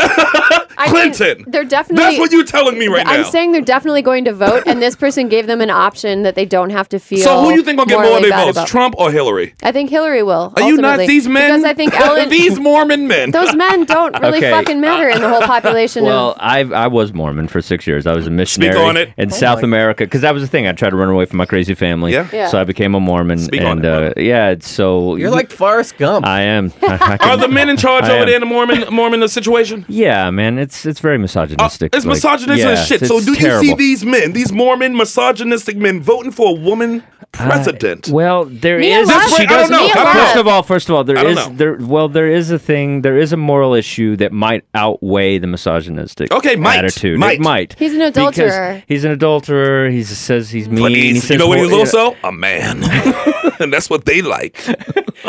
E: I mean,
D: Clinton?
E: They're definitely.
D: That's what you're telling me right now.
E: I'm saying they're definitely going to vote, and this person gave them an option that they don't have to feel.
D: so who you think gonna get more of
E: morally
D: their
E: bad
D: votes,
E: about.
D: Trump or Hillary?
E: I think Hillary will.
D: Are you not
E: ultimately,
D: these men?
E: Because I think Ellen.
D: these Mormon men.
E: those men don't really
F: Okay.
E: fucking matter in the whole population.
F: Well,
E: of, Oh
F: I I was Mormon for six years. I was a missionary
D: on it.
F: in South America because that was the thing. I tried to run away from my crazy family.
D: Yeah.
E: Yeah.
F: So I became a Mormon.
D: Speak
F: and
D: on it,
F: uh, yeah, it's so
C: You're like Forrest Gump.
F: I am. I
D: Are
F: can-
D: the men in charge
F: I
D: over
F: am.
D: there in the Mormon Mormon situation? Uh,
F: Yeah, man, it's it's very misogynistic.
D: It's
F: Like,
D: misogynistic
F: yeah,
D: as shit.
F: it's-
D: So
F: it's
D: do you see
F: terrible.
D: these men, these Mormon misogynistic men, voting for a woman precedent?
F: Well, there
E: Mia
F: is.
E: That's Love- what-
F: She
E: I don't
F: doesn't.
E: know. Mia
F: First
E: Love.
F: of all, first of all, there
D: I don't
F: is
D: know.
F: there. Well, there is a thing. There is a moral issue that might outweigh the misogynistic
D: Okay, might.
F: attitude.
D: Might.
F: It might.
E: He's an
F: Because
E: adulterer.
F: He's an adulterer. He says he's mean.
D: But
F: he
D: he's, you
F: says
D: know what
F: hor-
D: he's also? A man. and that's what they like.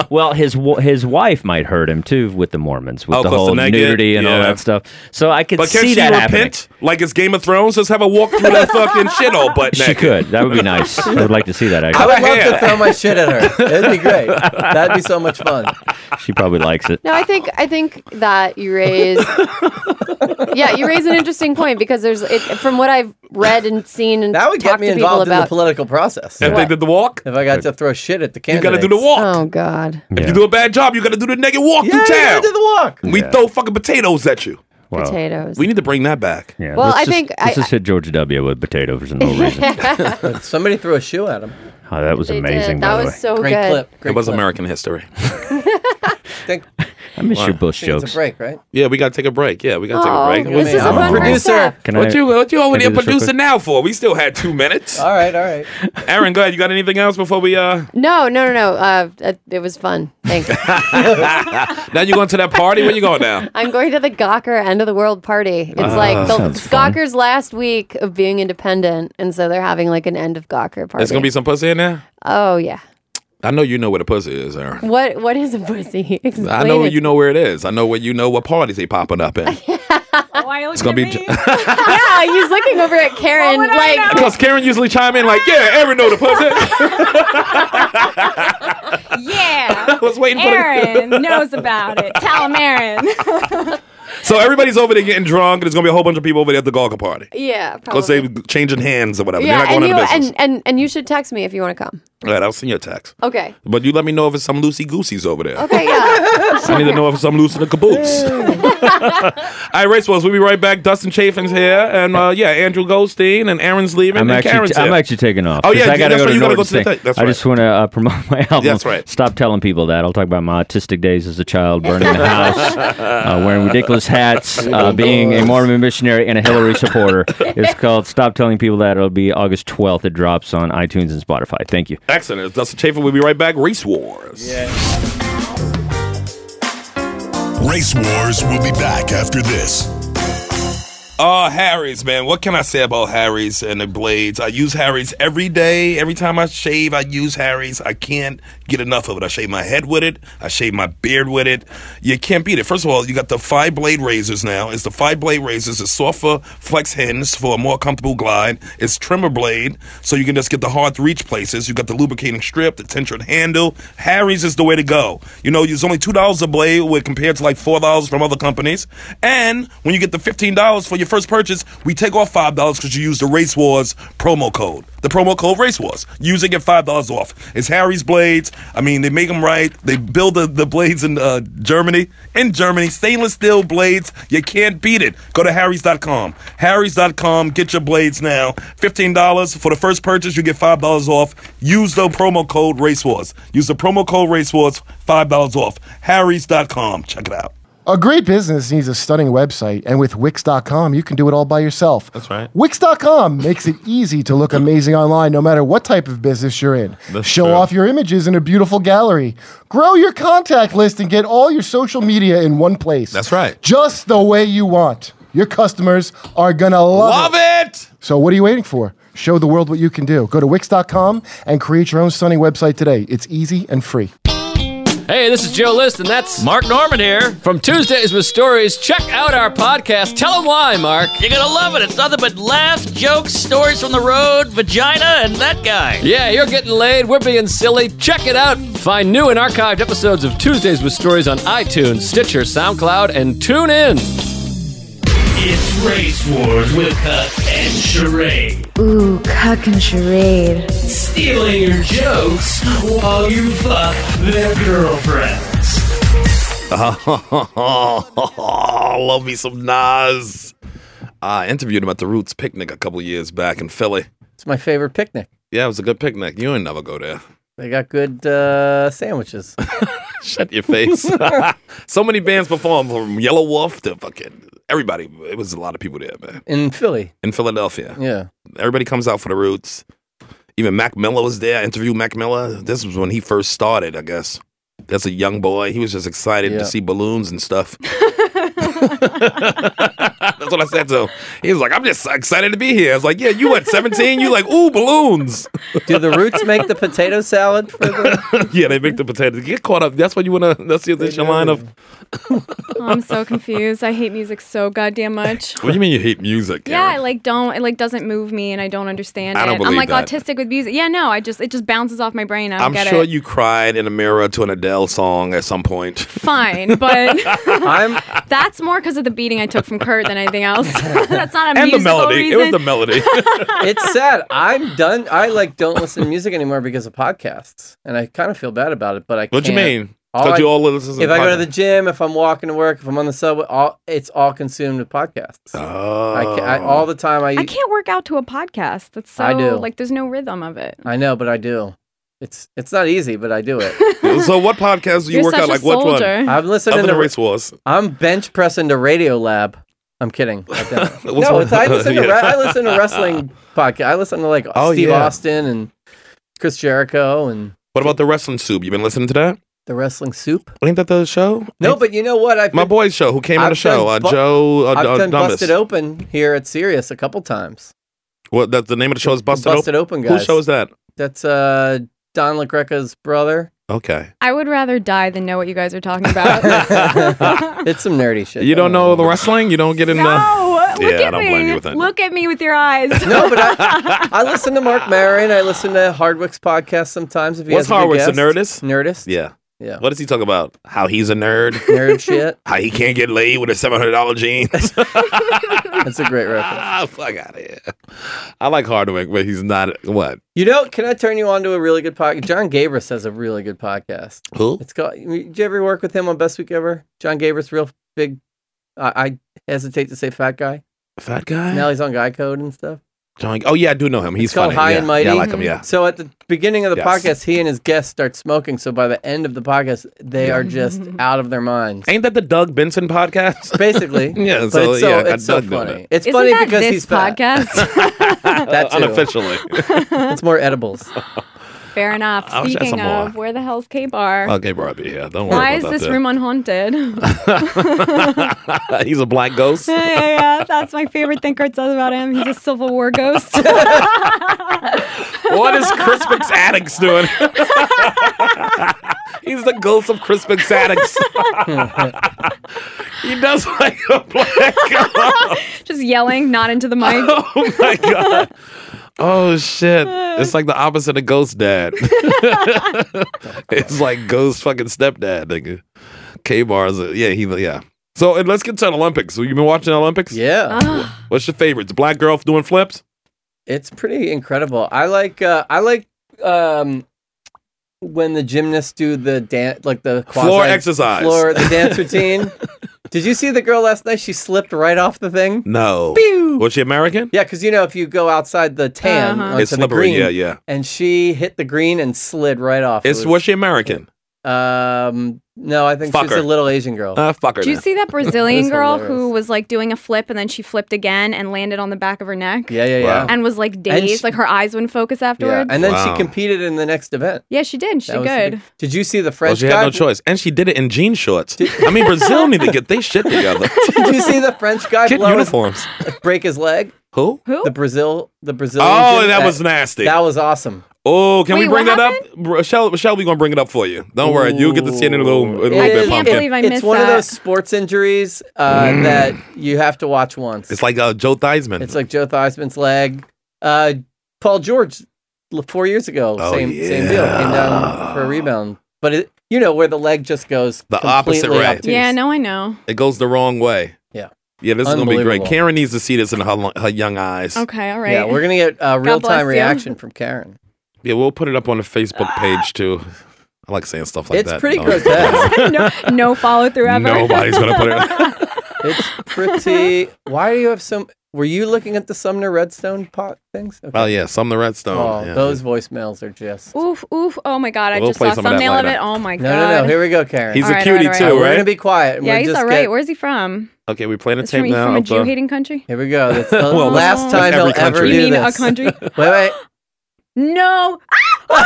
F: Well, his wa- his wife might hurt him too with the Mormons with
D: Oh,
F: the
D: 'cause the
F: whole
D: naked-
F: nudity and all
D: yeah.
F: that stuff. So I could
D: But can
F: see
D: she
F: that happening.
D: repent? Like it's Game of Thrones? Let's have a walk through that fucking shithole butt
F: She
D: naked.
F: could. That would be nice. I would like to see that.
C: I
F: Actually,
C: would love
D: hair.
C: to throw my shit at her. It'd be great. That'd be so much fun.
F: she probably likes it.
E: No, I think I think that you raise. yeah, you raise an interesting point because there's it, from what I've read and seen and
C: That would
E: talked
C: get me
E: to people
C: involved in the
E: about.
C: political process.
D: If they did the walk,
C: If I got to throw shit at the
D: you
C: candidates.
D: gotta do the walk.
E: oh God.
D: If
F: Yeah.
D: you do a bad job, you gotta do the naked walk
C: Yeah,
D: through
C: you
D: town.
C: gotta do the walk.
D: We throw fucking potatoes at you.
F: Wow.
E: Potatoes.
D: We need to bring that back.
F: Yeah,
E: Well,
F: let's
E: I
F: just-
E: think I-
F: let's just hit George W. with potatoes for no reason.
C: Somebody threw a shoe at him.
F: Oh, that was
E: They did.
F: amazing.
E: That
F: by the
E: was
F: way.
E: so
C: Great
E: good.
C: clip. Great
D: It was
C: clip.
D: American history.
C: Think,
F: I miss your Bush
C: think it's
F: jokes.
C: a break, right?
D: Yeah, we gotta take a break. Yeah, we gotta
E: Oh,
D: take a break.
E: this is a
C: I'm a
E: fun
C: producer.
E: producer.
F: Can
D: What
F: I?
D: you what you over
F: Can I do this
D: there
F: real
D: producing
F: quick?
D: now for? We still had two minutes.
C: All right, all right.
D: Aaron, go ahead. You got anything else before we uh
E: No, no, no, no. Uh, it, it was fun. Thanks.
D: now you going to that party? Where you going now?
E: I'm going to the Gawker end of the world party. It's
D: Ah.
E: like the
F: Sounds fun.
E: Gawker's last week of being independent, and so they're having like an end of Gawker party.
D: There's gonna be some pussy in there?
E: Oh yeah.
D: I know you know where the pussy is, Aaron.
E: What what is a pussy? Explain
D: I know
E: it.
D: you know where it is. I know where you know what parties they popping up in.
G: Oh, why look
D: It's gonna
G: at
D: be
G: me?
D: j-
E: Yeah, he's looking over at Karen
G: would I
E: like
G: know?
D: Because Karen usually chime in like, "Yeah, Aaron know the pussy."
G: yeah.
D: was waiting for the-
G: Aaron knows about it. Tell him, Aaron.
D: so everybody's over there getting drunk, and there's gonna be a whole bunch of people over there at the Gawker party
E: yeah,
D: because
E: probably.
D: they changing hands or whatever.
E: yeah,
D: They're not
E: and
D: going out
E: you
D: of business.
E: and, and and you should text me if you want to come.
D: All right, I'll send you a text.
E: Okay.
D: But you let me know if it's some loosey gooseys over there.
E: Okay, yeah.
D: I need to know if it's some loose in the caboose. All right, race wars. We'll be right back. Dustin Chaffin's here, and uh, yeah, Andrew Goldstein and Aaron's leaving,
F: I'm
D: and
F: actually,
D: Karen's
F: I'm
D: here.
F: actually taking off.
D: Oh,
F: 'cause
D: yeah,
F: I gotta
D: that's
F: go
D: right,
F: to
D: you gotta go
F: Norton's
D: to the
F: thing.
D: thing. That's
F: I just
D: right.
F: want to uh, promote my album.
D: That's right.
F: Stop telling people that. I'll talk about my autistic days as a child, burning the house, uh, wearing ridiculous hats,
D: Oh,
F: uh, being a Mormon missionary, and a Hillary supporter. It's called Stop Telling People That. It'll be August 12th. It drops on iTunes and Spotify. Thank you.
D: Excellent. It's Dustin Chaffin. We'll be right back. Race Wars.
B: Race Wars will be back after this.
D: Uh, Harry's, man. What can I say about Harry's and the blades? I use Harry's every day. Every time I shave, I use Harry's. I can't get enough of it. I shave my head with it. I shave my beard with it. You can't beat it. First of all, you got the five blade razors now. It's the five blade razors. It's softer flex hinge for a more comfortable glide. It's trimmer blade, so you can just get the hard to reach places. You got the lubricating strip, the tension handle. Harry's is the way to go. You know, it's only two dollars a blade, where compared to like four dollars from other companies. And when you get the fifteen dollars for your first purchase, we take off five dollars because you use the Race Wars promo code. The promo code Race Wars. Use it, get five dollars off. It's Harry's blades. I mean, they make them right. They build the, the blades in uh, Germany. In Germany, stainless steel blades. You can't beat it. Go to Harry's.com. Harry's.com. Get your blades now. Fifteen dollars for the first purchase. You get five dollars off. Use the promo code Race Wars. Use the promo code Race Wars. Five dollars off. Harry's.com. Check it out.
H: A great business needs a stunning website, and with Wix.com, you can do it all by yourself. That's
D: right.
H: Wix.com makes it easy to look amazing online no matter what type of business you're in.
D: That's
H: Show
D: true.
H: off your images in a beautiful gallery, grow your contact list, and get all your social media in one place.
D: That's right.
H: Just the way you want. Your customers are going to love,
D: Love it.
H: So, what are you waiting for? Show the world what you can do. Go to Wix.com and create your own stunning website today. It's easy and free.
K: Hey, this is Joe List, and that's Mark Norman here. From Tuesdays with Stories, check out our podcast. Tell them why, Mark.
L: You're gonna love it. It's nothing but laughs, jokes, stories from the road, vagina, and that guy.
K: Yeah, you're getting laid. We're being silly. Check it out. Find new and archived episodes of Tuesdays with Stories on iTunes, Stitcher, SoundCloud, and tune in.
B: It's Race Wars with Cuck and Charade.
M: Ooh, cuck and charade.
L: Stealing your jokes while you fuck their girlfriends.
D: Oh, love me some Nas. I interviewed him at the Roots picnic a couple years back in Philly.
C: It's my favorite picnic.
D: Yeah, it was a good picnic. You ain't never go there.
C: They got good uh, sandwiches.
D: Shut your face. so many bands performed from Yellow Wolf to fucking everybody. It was a lot of people there, man.
C: In Philly.
D: In Philadelphia.
C: Yeah.
D: Everybody comes out for the Roots. Even Mac Miller was there. I interviewed Mac Miller. This was when he first started, I guess. As a young boy, he was just excited
L: Yeah.
D: to see balloons and stuff. That's what I said to him. He was like, "I'm just excited to be here." I was like, "Yeah, you at 17? You like ooh balloons?"
C: Do the roots make the potato salad? For the-
D: yeah, they make the potatoes. Get caught up. That's what you wanna. That's your, that's your line of.
G: Oh, I'm so confused. I hate music so goddamn much.
D: What do you mean you hate music?
G: Yeah, I like don't it like doesn't move me and I don't understand
D: I
G: it.
D: don't
G: I'm
D: believe
G: like
D: that.
G: autistic with music. Yeah, no, I just it just bounces off my brain. I don't
D: I'm
G: get
D: sure
G: it.
D: you cried in a mirror to an Adele song at some point.
G: Fine, but
D: I'm
G: that's more because of the beating I took from Kurt than anything else. that's not a musical reason.
D: melody.
C: it's sad. I'm done. I like don't listen to music anymore because of podcasts, and I kind of feel bad about it. But I
D: What you
C: can't.
D: mean? Don't you all listen to
C: If I go to
D: podcasts?
C: the gym, if I'm walking to work, if I'm on the subway, all it's all consumed with podcasts.
D: Oh,
C: I, ca- I all the time. I
G: I can't work out to a podcast. That's so
C: I do.
G: like there's no rhythm of it.
C: I know, but I do. It's it's not easy, but I do it.
D: so what podcast do you You're work out? such a Like, what one? soldier.
C: I'm listening
D: Other
C: to
D: than Race Wars.
C: I'm bench pressing to Radio Lab. I'm kidding. I don't.
D: What's
C: no,
D: one-
C: it's, I listen to
D: Yeah.
C: re- I listen to wrestling podcast. I listen to like
D: Oh,
C: Steve
D: yeah.
C: Austin and Chris Jericho and
D: What about the wrestling soup? You been listening to that?
C: the Wrestling Soup.
D: Ain't that the show?
C: No, but you know what? I've
D: My
C: been-
D: boy's show. Who came on
C: I've
D: the show?
C: done
D: Uh,
C: bu-
D: Joe uh,
C: I've
D: uh,
C: done
D: Dumas.
C: busted open here at Sirius a couple times.
D: What? That the name of the show is Busted,
C: Busted Open,
D: Whose
C: guys.
D: show is that?
C: That's uh Don LaGreca's brother.
D: Okay,
G: I would rather die than know what you guys are talking about.
C: it's some nerdy shit.
D: You don't know the wrestling? You don't get in.
G: no, look
D: yeah,
G: at
D: I don't
G: me.
D: blame you with that.
G: Look at me with your eyes.
C: No, but I, I listen to Mark Maron. I listen to Hardwick's podcast sometimes. If he
D: What's
C: has a good
D: Harwood's a nerdist?
C: guest. Nerdist.
D: Yeah.
C: Yeah.
D: What does he talk about? How he's a nerd.
C: Nerd shit.
D: How he can't get laid with his seven hundred dollar jeans.
C: That's a great reference.
D: Ah, fuck out of here. I like Hardwick, but he's not what.
C: You know, can I turn you on to a really good podcast? John Gabris has a really good podcast.
D: Who?
C: It's called. Did you ever work with him on Best Week Ever? John Gabris, real big. I, I hesitate to say fat guy.
D: Fat guy.
C: Now he's on Guy Code and stuff.
D: John. Oh yeah, I do know him. He's
C: it's called
D: funny.
C: High
D: yeah.
C: and Mighty.
D: Yeah, I like him. Yeah.
C: So at the beginning of the
D: Yes.
C: podcast, he and his guest start smoking. So by the end of the podcast, they are just out of their minds.
D: Ain't that the Doug Benson podcast?
C: Basically.
D: yeah.
C: But
D: so
C: it's so-
D: yeah,
C: it's so
D: I Doug doing
C: funny.
D: it.
C: It's
G: Isn't
C: funny
G: that
C: because
G: this
C: he's fat.
G: podcast?
C: that too.
D: unofficially.
C: it's more edibles.
G: Fair enough.
D: I wish I had
G: Speaking
D: some more.
G: of, where the hell's K Bar?
D: okay, Barbie. Yeah. Don't worry
G: Why is
D: about
G: this
D: that.
G: room unhaunted? yeah,
D: he's a black ghost.
G: yeah, yeah. That's my favorite thing Kurt says about him. He's a Civil War ghost.
D: what is Chris McSaddix doing? He's the ghost of Chris McSaddix. he does like a black ghost.
G: Just yelling, not into the mic.
D: Oh my god. Oh shit. It's like the opposite of ghost dad. it's like ghost fucking stepdad, nigga. K bars. Yeah, he yeah. So and let's get to the Olympics. So you've been watching the Olympics?
C: Yeah.
G: Uh-huh.
C: Ah.
D: What's your favorite? The black girl doing flips?
C: It's pretty incredible. I like uh I like um when the gymnasts do the dance like the quasi-
D: Floor exercise.
C: floor the dance routine. Did you see the girl last night? She slipped right off the thing.
D: No. Was she American?
C: Yeah, because you know if you go outside the tan,
D: Uh-huh.
C: onto
D: It's
C: the
D: slippery,
C: green,
D: yeah, yeah.
C: And she hit the green and slid right off. It
D: It's was she American?
C: Um, no, I think
D: Fuck
C: she's
D: her.
C: a little Asian girl.
D: Uh, fuck her.
G: Do you
D: then.
G: see that Brazilian
C: That's
G: girl
C: hilarious.
G: who was like doing a flip and then she flipped again and landed on the back of her neck?
C: Yeah, yeah, yeah.
G: And was like
C: And
G: dazed,
C: she-
G: like her eyes wouldn't focus
C: yeah,
G: afterwards.
C: and then
D: Wow.
C: she competed in the next event.
G: Yeah, she did. She
C: That
G: did
C: was the
G: good.
C: big- Did you see the
D: Well,
C: French
D: she had
C: guy?
D: no choice, and she did it in jean shorts. I mean, Brazil need to get they shit together.
C: Did you see the French guy
D: Get
C: blow his-
D: uniforms.
C: break his leg?
D: Who?
G: Who?
C: The Brazil. The Brazilian.
D: Oh,
C: gym-
D: that was nasty.
C: That was awesome.
D: Oh, can we
C: Wait,
D: bring
C: what
D: that up? Br- Shel- Shelby gonna bring it up for you. Don't worry, you'll get to see it in a little, a little
C: I
D: bit.
C: can't
D: Pumpkin.
G: believe I
C: it's
G: missed
C: one of
G: that.
C: those sports injuries uh,
D: Mm.
C: that you have to watch once.
D: It's like uh, Joe Theismann.
C: It's like Joe Theismann's leg. Uh, Paul George, l- four years ago,
D: Oh,
C: same same deal, came down for a rebound. But it, you know where the leg just goes
D: The opposite
C: completely
D: way.
C: obtuse.
G: Yeah, no, I know.
D: it goes the wrong way.
C: Yeah.
D: Yeah, this is gonna be great.
C: Unbelievable.
D: Karen needs to see this in her, lo- her young eyes.
G: Okay, all right.
C: Yeah, we're gonna get a
G: God
C: real time
G: bless you.
C: uh, reaction from Karen.
D: Yeah, we'll put it up on the Facebook
G: Ah.
D: page too. I like saying stuff like
C: It's
D: that.
C: pretty
D: No.
C: grotesque.
G: no, no follow through ever.
D: Nobody's gonna put it.
C: it's pretty. Why do you have some? Were you looking at the Sumner Redstone pot things? Okay.
D: Oh yeah, some the Redstone.
C: Oh,
D: yeah.
C: those voicemails are just.
G: Oof, oof. Oh my God. I
D: We'll
G: just
D: play
G: saw
D: some of that
G: thumbnail of,
D: later.
G: it. Oh my
C: No,
G: God.
C: no, no. Here we go, Karen.
D: He's
G: All
D: a
G: right, all
D: cutie
G: right, all
D: too,
G: right.
D: right?
C: We're gonna be quiet. and
G: yeah,
C: we're
G: he's
C: just
G: all right.
C: get-
G: Where's he from?
D: Okay, we playing the
G: He's from,
D: tape
G: he's
D: now.
G: from a
D: of the-
G: Jew hating country?
C: Here we go. That's the
D: Well,
C: last
D: that's
C: time he'll
D: every
C: ever
D: country.
C: do
G: You mean a
C: this.
G: country?
C: Wait, wait.
G: No.
D: Oh!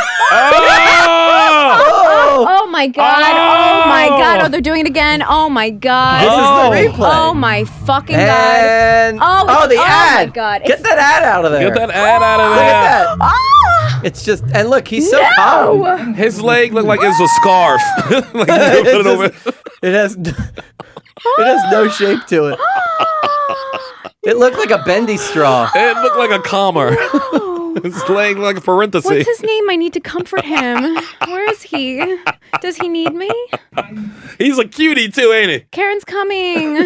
G: Oh my god. Oh my god. Oh, they're doing it again. Oh my god.
C: This is the replay.
G: Oh my fucking
C: And-
G: god. Oh,
C: oh, the
G: it's- Oh my
C: ad.
G: god.
C: Get that ad out of there.
D: Get that ad out of
C: Look at
D: there.
C: that.
G: Ah!
C: It's just and look, he's so
D: No!
C: calm.
D: His leg looked like it was a scarf. like he put it, over.
C: it has it has no shape to it.
G: Ah!
C: It looked like a bendy straw.
D: It looked like a comma. His leg like a parenthesis.
G: What's his name? I need to comfort him. Where is he? Does he need me?
D: He's a cutie too, ain't
G: Karen's coming.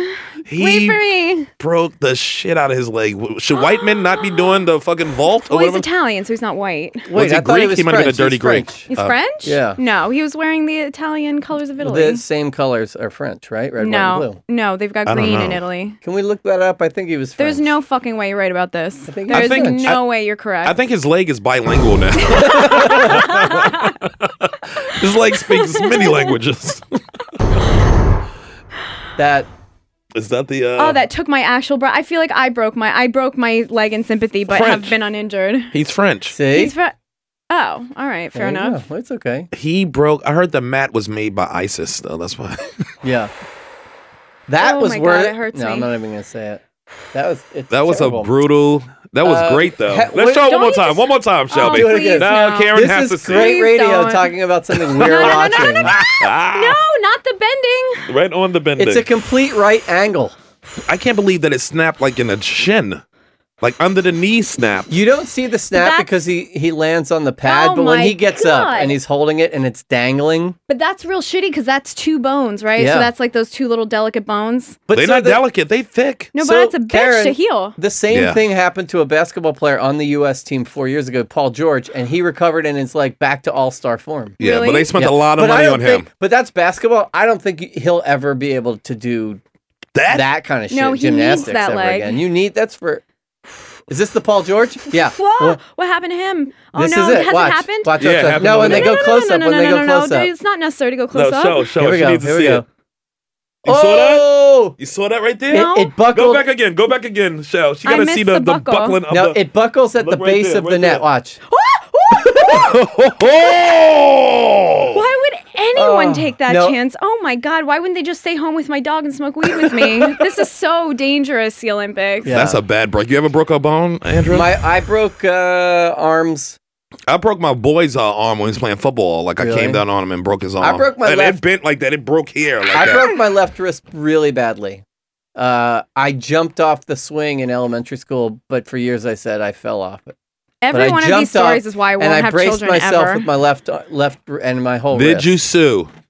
D: he?
G: Wait
D: He
G: for me.
D: broke the shit out of his leg. W- Should white men not be doing the fucking
C: Oh,
D: vault or
G: Well, he's
D: whatever?
G: Italian, so he's not white.
D: Was he Greek? he might have been a dirty Greek. Uh,
G: He's
C: Uh,
G: French?
C: yeah.
G: No, he was wearing the Italian colors of
C: Well,
G: Italy.
C: The same colors are French, right? Red,
G: no,
C: white, and blue.
G: no, they've got
C: I don't
G: green in
C: know.
G: Italy.
C: Can we look that up? I think he was French.
G: There's no fucking way you're right about this.
D: I
G: There's
D: think-
G: no
D: I-
G: way you're correct.
D: I think his leg is bilingual now. his leg speaks many languages.
C: that
D: is that the uh,
G: oh, that took my actual breath. I feel like I broke my I broke my leg in sympathy, but have
D: French.
G: been uninjured.
D: He's French.
C: See,
G: He's fr- oh, all right, fair enough.
C: It's okay.
D: He broke. I heard the mat was made by ISIS though. That's why.
C: Yeah. That
G: Oh
C: was
G: my God,
C: worth.
G: it hurts
C: no,
G: me.
C: I'm not even gonna say it. That was. It's
D: That was
C: terrible.
D: a brutal. That was
C: Uh,
D: great though.
C: he-
D: Let's
C: wait,
D: try it one
C: don't
D: more
C: you
D: time.
C: just-
D: one more
G: Oh,
D: time, Shelby.
C: Do it again.
D: Now Karen
C: this
D: has
C: is
D: to
C: great
D: see.
C: radio
G: don't.
C: talking about something we're watching.
D: Ah,
G: No, not the bending.
D: Right on the bending.
C: It's a complete right angle.
D: I can't believe that it snapped like in the shin, like under the knee snap.
C: You don't see the snap
G: That's-
C: because he he lands on the pad,
G: Oh
C: but when
G: my
C: he gets up
G: God.
C: and he's holding it and it's dangling.
G: But that's real shitty because that's two bones, right?
C: Yeah.
G: So that's like those two little delicate bones.
C: But
D: They're
C: so
D: not
C: the-
D: delicate. They thick.
G: No,
C: So,
G: but that's a bitch to
C: Karen,
G: heal.
C: The same
D: Yeah.
C: thing happened to a basketball player on the U.S. team four years ago, Paul George, and he recovered and is like back to all star form.
D: Yeah, but they spent
C: Yeah.
D: a lot of
C: But I
D: money
C: don't
D: on
C: think-
D: him.
C: But that's basketball. I don't think he'll ever be able to do
D: that,
C: kind of shit.
G: No, he needs
C: gymnastics
G: that
C: ever
G: leg.
C: again. You need that's for. Is this the Paul George? Yeah.
G: Whoa,
C: Well,
G: what happened to him? Oh
C: this
G: no,
C: is it.
G: has
C: watch.
G: it happened?
C: Watch,
D: Yeah, it
C: watch, watch.
D: happened.
C: No, when
D: No,
C: they go close up,
G: no,
C: when
G: no, no,
C: they go
G: no,
C: close
G: no,
C: up.
G: dude, it's not necessary to go close
D: no,
G: up.
D: show, show.
C: Here we
D: she
C: go,
D: needs to
C: here we
D: see
C: go.
D: it. You saw that?
C: Oh!
D: You saw that right there?
C: It, it
D: Go
C: buckled.
D: back again. Go back again, Shell. She
G: I
D: got to
G: missed
D: see the,
G: the
D: the,
G: buckle.
D: buckling of
C: No,
D: the.
C: it buckles at the
D: Look right
C: base
D: there,
C: of the
D: right
C: net.
D: there.
C: Watch.
D: oh!
G: Why would anyone
C: Oh,
G: take that
C: no.
G: chance? Oh my god, why wouldn't they just stay home with my dog and smoke weed with me? this is so dangerous, the Olympics.
D: That's a bad break. You ever broke a bone, Andrew?
C: My I broke uh, arms.
D: I broke my boy's uh, arm when he was playing football. Like I
C: Really?
D: came down on him and broke his arm.
C: I broke my
D: and
C: left-
D: it bent like that. It broke here. Like
C: I
D: that.
C: broke my left wrist really badly. Uh, I jumped off the swing in elementary school, but for years I said I fell off it. But
G: Every
C: I
G: one of these
C: jumped off,
G: stories is why I won't
C: and I
G: have
C: braced
G: children
C: myself
G: ever.
C: with my left uh, left r- and my whole
D: Did
C: wrist.
D: you sue?
C: Oh,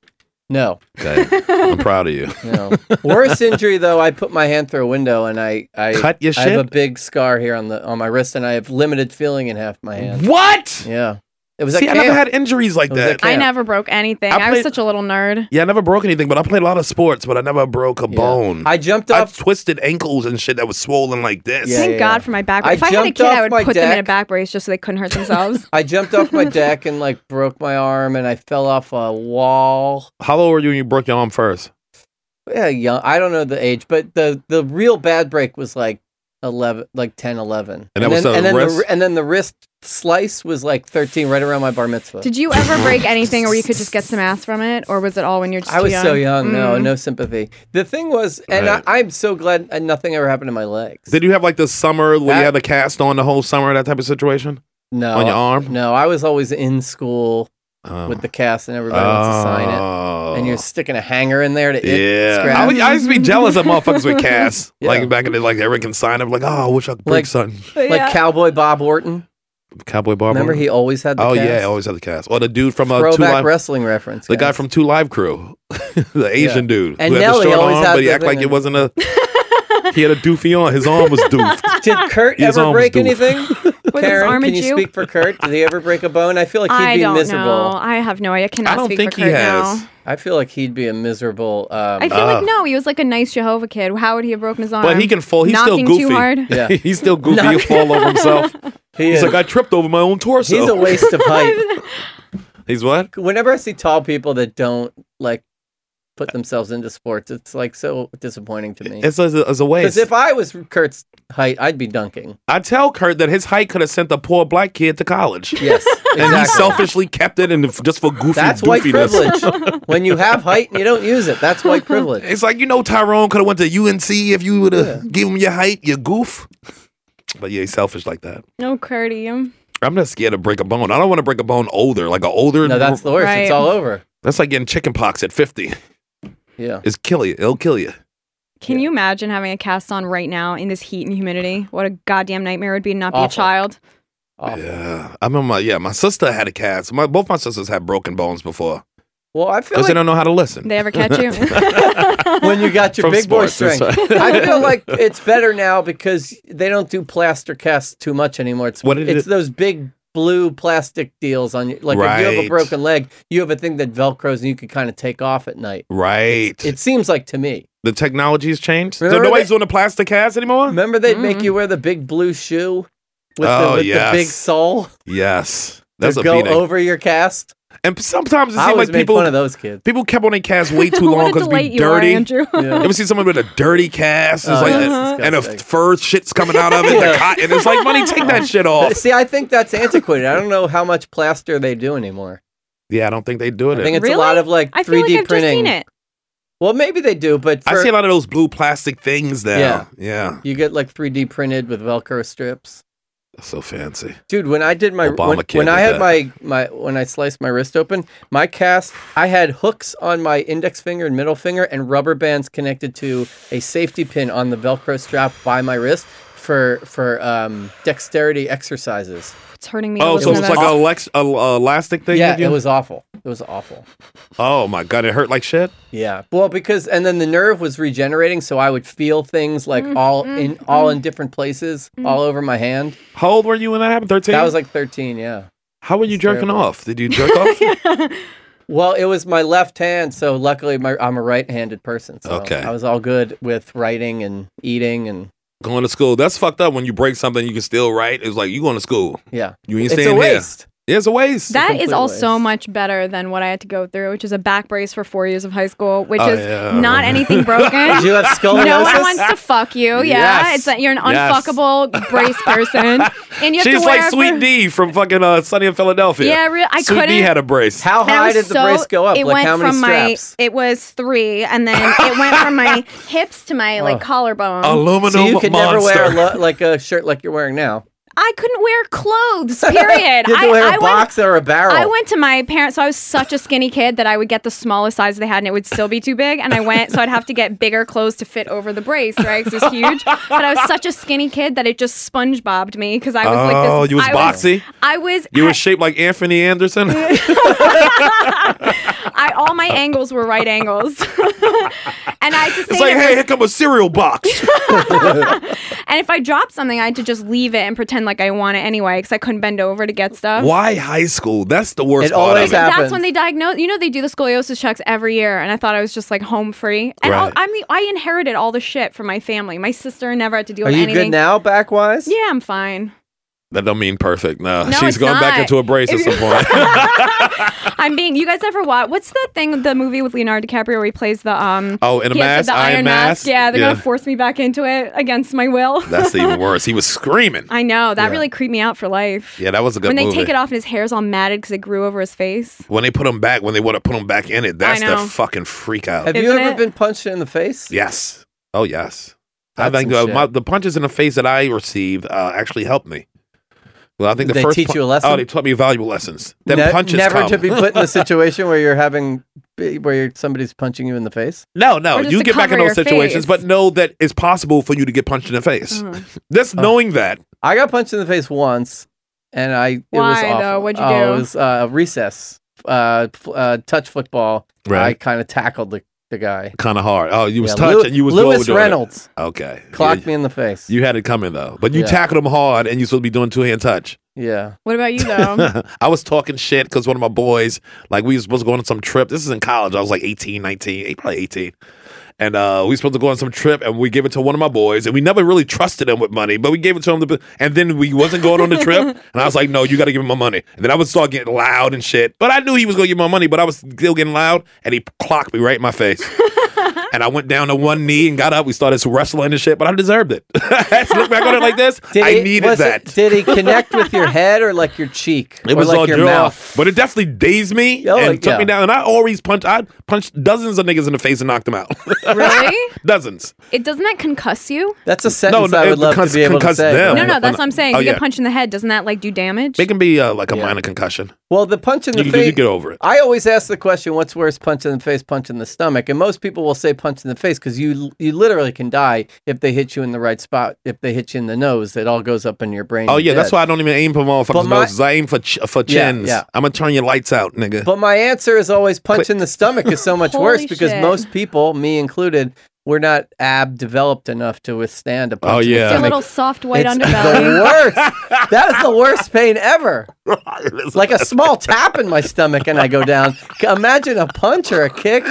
C: No.
D: Okay. I'm proud of you.
C: No. Worst injury though, I put my hand through a window and I I
D: Cut your
C: I have a
D: shit?
C: big scar here on the on my wrist and I have limited feeling in half my hand.
D: What?
C: Yeah. It was
D: See,
C: at
D: I never
C: camp.
D: had injuries like
C: was at
D: that.
C: camp.
G: I never broke anything.
D: I
G: I, was
D: played-
G: such a little nerd.
D: Yeah, I never broke anything, but I played a lot of sports, but I never broke a bone.
C: I jumped
D: I
C: off
D: twisted ankles and shit that was swollen like this.
C: Yeah,
G: Thank
C: yeah, yeah.
G: God for my back brace.
C: I
G: If I had a
C: jumped
G: kid,
C: off
G: I would
C: my
G: put them in a
C: deck.
G: back brace just so they couldn't hurt themselves.
C: I jumped off my deck and like broke my arm and I fell off a wall.
D: How old were you when you broke your arm first?
C: Yeah, young. I don't know the age, but the the real bad break was like 11 like 10 11.
D: And that was
C: then,
D: the
C: and then
D: wrist?
C: the and then the wrist slice was like 13 right around my bar mitzvah.
G: Did you ever break anything where you could just get some ass from it? Or was it all when you're just
C: I
G: too
C: was
G: young?
C: so young. No,
G: Mm.
C: no sympathy. The thing was, and
D: Right.
C: I, I'm so glad uh, nothing ever happened to my legs.
D: Did you have like the summer where
C: That-
D: you had the cast on the whole summer, that type of situation?
C: No,
D: On your arm?
C: No, I was always in school
D: Oh.
C: with the cast, and everybody wants to sign it. And you're sticking a hanger in there to it,
D: Yeah.
C: scratch.
D: I, would- I used to be jealous of motherfuckers with casts. Like back in the like everyone can sign up, like, oh, I wish I could break
C: Like-
D: something.
C: like Cowboy Bob Orton.
D: Cowboy Barber.
C: Remember, he always had the
D: Oh
C: cast?
D: yeah, I always had the cast. Or the dude from uh, Two
C: throwback
D: Live,
C: wrestling reference.
D: the guy
C: guys.
D: from Two Live Crew, the Asian dude
C: And
D: who had the
C: Nelly
D: short
C: always
D: arm,
C: had
D: but he
C: the
D: acted
C: thing
D: like it
C: in-
D: wasn't a. He had a doofy on. His arm was doofed.
C: Did Kurt
D: His
C: ever
D: arm was
C: break
D: doof.
G: Mm.
C: anything?
G: Was his
C: Karen,
G: arm a
C: can you
G: Jew?
C: speak for Kurt? Did he ever break a bone? I feel like he'd
G: I
C: be
G: don't
C: miserable.
G: know. I have no idea. I cannot
D: I don't
G: speak
D: think
G: for
D: he
G: Kurt
D: has.
G: now.
C: I feel like he'd be a miserable. Um,
G: I feel
D: Ah.
G: like no, he was like a nice Jehovah kid. How would he have broken his arm?
D: But he can fall. He's
G: Knocking
D: still goofy.
G: too hard.
C: Yeah.
D: he's still goofy. He'll fall over himself.
C: he
D: He's
C: is,
D: like, I tripped over my own torso.
C: he's a waste of height.
D: He's what?
C: Whenever I see tall people that don't like put themselves into sports. It's like so disappointing to me.
D: Uh, It's as a, as a waste.
C: Because if I was Kurt's height, I'd be dunking.
D: I tell Kurt that his height could have sent the poor black kid to college.
C: Yes,
D: and he
C: exactly.
D: selfishly kept it and f- just for goofy.
C: That's white
D: doofiness.
C: privilege. when you have height and you don't use it, that's white privilege.
D: It's like you know Tyrone could have went to UNC if you would have give him your height, your goof. But yeah, he's selfish like that.
G: No, Curdy.
D: I'm not scared to break a bone. I don't want to break a bone older, like an older.
C: No, that's the worst.
G: Right.
C: It's all over.
D: That's like getting chicken pox at 50.
C: Yeah,
D: it's kill you. It'll kill you.
G: Can you imagine having a cast on right now in this heat and humidity? What a goddamn nightmare it would be to not be a
D: Awful.
G: child.
D: Yeah, I remember. My, yeah, my sister had a cast. My both my sisters had broken bones before
C: Well, I feel
D: because
C: like
D: they don't know how to listen.
G: They ever catch you?
C: when you got your
D: From
C: big boy
D: sports, that's
C: strength.
D: right.
C: I feel like it's better now because they don't do plaster casts too much anymore. It's
D: What did
C: it's
D: it-
C: those big blue plastic deals on you. Like if you have a
D: Right.
C: broken leg, you have a thing that velcros and you can kind of take off at night.
D: Right.
C: It seems like to me.
D: The technology has changed. So
C: Remember
D: nobody's
C: they-
D: doing the plastic cast anymore.
C: Remember they'd
G: Mm.
C: make you wear the big blue shoe with,
D: Oh,
C: the, with
D: yes.
C: the big sole
D: Yes, that's
C: to
D: a
C: go
D: beating.
C: over your cast.
D: And sometimes it
C: I
D: seemed
C: always
D: like
C: made
D: people
C: fun of those kids.
D: People kept on their cast way too
G: What
D: long
G: a
D: because
G: delight
D: be
G: you are,
D: dirty.
G: Andrew.
D: You ever see someone with a dirty cast? It's
C: Oh,
D: like,
C: that's
D: and the
C: disgusting.
D: fur shit's coming out of it, the cotton. It's like, money, take that shit off.
C: See, I think that's antiquated. I don't know how much plaster they do anymore.
D: Yeah, I don't think they do it.
C: I think it's a lot of like 3D
G: I feel like I've
C: printing.
G: just seen it.
C: Well, maybe they do, but
D: I
C: for-
D: see a lot of those blue plastic things now.
C: Yeah.
D: Yeah,
C: You get like 3D printed with Velcro strips.
D: so fancy.
C: Dude, when I did my
D: Obama
C: when,
D: kid
C: when I
D: did
C: had my my when I sliced my wrist open, my cast I had hooks on my index finger and middle finger and rubber bands connected to a safety pin on the Velcro strap by my wrist for for um, dexterity exercises.
G: It's hurting me. to
D: Oh, so
G: listen to
D: it's like
G: this.
D: a, lex- a, a elastic thing.
C: yeah,
D: that you-
C: it was awful. It was awful.
D: Oh my god, it hurt like shit.
C: Yeah. Well, because and then the nerve was regenerating, so I would feel things like
G: Mm-hmm.
C: all in all in different places, all over my hand.
D: How old were you when that happened? Thirteen.
C: That was like thirteen. Yeah.
D: How were you jerking
C: terrible.
D: off? Did you jerk off?
C: Well, it was my left hand, so luckily my, I'm a right-handed person, so
D: Okay.
C: I was all good with writing and eating and
D: going to school. That's fucked up. When you break something, you can still write. It's like you going to school.
C: yeah.
D: You ain't
C: It's a
D: staying
C: waste.
D: here. Yeah, it's a waste.
G: That is all so much better than what I had to go through, which is a back brace for four years of high school, which
D: Oh,
G: is
D: yeah.
G: not anything broken.
C: Did you have
G: No one
C: scoliosis?
G: wants to fuck you. Yeah,
D: Yes.
G: it's that you're an
D: Yes.
G: unfuckable brace person, and you have to
D: She's
G: wear
D: like
G: it for-
D: Sweet D from fucking uh, Sunny in Philadelphia.
G: Yeah, re- I
D: Sweet D
G: couldn't-
D: had a brace.
C: How
G: And I
C: high
G: was
C: did the
G: so-
C: brace go up?
G: It
C: like
G: went
C: how many
G: from
C: straps?
G: my. It was three, and then it went from my hips to my like collarbone.
D: Aluminum
C: so you could never wear
D: monster.
C: a lo- like a shirt like you're wearing now.
G: I couldn't wear clothes. Period.
C: you had
G: I,
C: to wear a
G: I went
C: box or a barrel.
G: I went to my parents, so I was such a skinny kid that I would get the smallest size they had, and it would still be too big. And I went, so I'd have to get bigger clothes to fit over the brace, right? 'cause it's huge. But I was such a skinny kid that it just SpongeBobbed me because I was like this.
D: Oh, you was
G: I
D: boxy?
G: I was.
D: You were shaped like Anthony Anderson.
G: I all my angles were right angles, and I just
D: it's like, hey, here come a cereal box.
G: and if I dropped something, I had to just leave it and pretend like I want it anyway because I couldn't bend over to get stuff.
D: Why high school? That's the worst
C: It
D: part
C: always
D: of it.
G: That's when they diagnose. You know, they do the scoliosis checks every year, and I thought I was just like home free. And all,
D: Right.
G: I mean, I inherited all the shit from my family. My sister never had to deal
C: Are
G: with
C: you
G: anything.
C: good now, back wise?
G: Yeah, I'm fine.
D: That don't mean perfect. No,
G: No,
D: she's
G: it's
D: going back
G: not.
D: into a brace at
G: If
D: some
G: you-
D: point.
G: I'm being. You guys ever watch? What's that thing? The movie with Leonardo DiCaprio where he plays the um.
D: Oh, In a
G: he has
D: Mask,
G: the
D: Iron
G: Iron Mask.
D: Mask?
G: Yeah, they're
D: Yeah.
G: gonna force me back into it against my will.
D: That's even worse. He was screaming.
G: I know that
D: Yeah.
G: really creeped me out for life.
D: Yeah, that was a good
G: when they
D: movie.
G: take it off and his hair's all matted because it grew over his face.
D: When they put him back, when they want to put him back in it, that's the
G: know.
D: fucking freak out.
C: Have you
G: Isn't
C: ever
G: it?
C: been punched in the face?
D: Yes. Oh, yes. I
C: That's
D: think
C: some
D: the,
C: shit.
D: my, the punches in the face that I received uh, actually helped me. Well, I think the
C: Did they
D: first
C: teach you a lesson?
D: Oh, they taught me valuable lessons. Them
C: Ne-
D: punches
C: never
D: come.
C: to be put in a situation where you're having where you're, somebody's punching you in the face.
D: no, no,
G: Or just
D: you
G: to
D: get back in
G: cover
D: those
G: your
D: situations,
G: face. Uh-huh.
D: but know that it's possible for you to get punched in the face. Just knowing that.
C: Uh-huh. I got punched in the face once, and I it was
G: Why,
C: awful.
G: though? What'd you
C: Oh, It
G: do?
C: was uh, recess, uh, f- uh, touch football.
D: Right.
C: I kind of tackled the, the guy.
D: Kind of hard. Oh, you was
C: Yeah,
D: touched
C: Lew-
D: and you was
C: Lewis
D: overdoing it.
C: Reynolds
D: Okay.
C: clocked
D: Yeah,
C: me in the face.
D: You had it coming though, but you
C: Yeah.
D: tackled him hard, and you supposed to be doing two hand touch.
C: yeah,
G: What about you though?
D: I was talking shit because one of my boys, like we was supposed to go on some trip. This is in college. I was like 18, 19, eh, probably 18. and uh, we were supposed to go on some trip, and we gave it to one of my boys, and we never really trusted him with money, but we gave it to him. To, and then we wasn't going on the trip, and I was like, "No, you got to give me my money." And then I would start getting loud and shit, but I knew he was going to give me my money, but I was still getting loud, and he clocked me right in my face. And I went down to one knee and got up. We started wrestling and shit, but I deserved it. Look back on it like this.
C: Did
D: I
C: he-
D: needed
C: was
D: that.
C: it- did he connect with your head or like your cheek?
D: It
C: or
D: was
C: like
D: all
C: your
D: jaw,
C: mouth.
D: but it definitely dazed me
C: Oh,
D: and
C: like,
D: took
C: yeah.
D: me down. And I always punch. I punched dozens of niggas in the face and knocked them out.
G: Really?
D: dozens.
G: It doesn't that concuss you?
C: That's a
D: sentence no, I it would love to concuss- be able to concuss say.
G: No,
D: them.
G: no,
D: No,
G: that's
D: no.
G: what I'm saying.
D: Oh,
G: you
D: yeah.
G: get punched in the head. Doesn't that like do damage?
D: It can be uh, like a minor concussion.
C: Well, the punch in the
D: You- you-
C: face.
D: you get over it.
C: I always ask the question, "What's worse, punch in the face, punch in the stomach?" And most people will say punch in the face because you you literally can die if they hit you in the right spot. If they hit you in the nose, it all goes up in your brain.
D: Oh
C: you're
D: yeah, that's
C: dead.
D: why I don't even aim for
C: But
D: motherfuckers'
C: my-
D: noses. I aim for ch- for
C: Yeah,
D: chins.
C: yeah.
D: I'm gonna turn your lights out, nigga.
C: But my answer is always punch in the stomach is so much
G: Holy
C: worse because
G: shit.
C: most people, me included, we're not ab developed enough to withstand a punch.
D: Oh,
C: in the
D: yeah. It's your
C: stomach.
G: little soft white
C: It's
G: underbelly.
C: The worst. that is the worst pain ever. like a small tap in my stomach and I go down. C- Imagine a punch or a kick.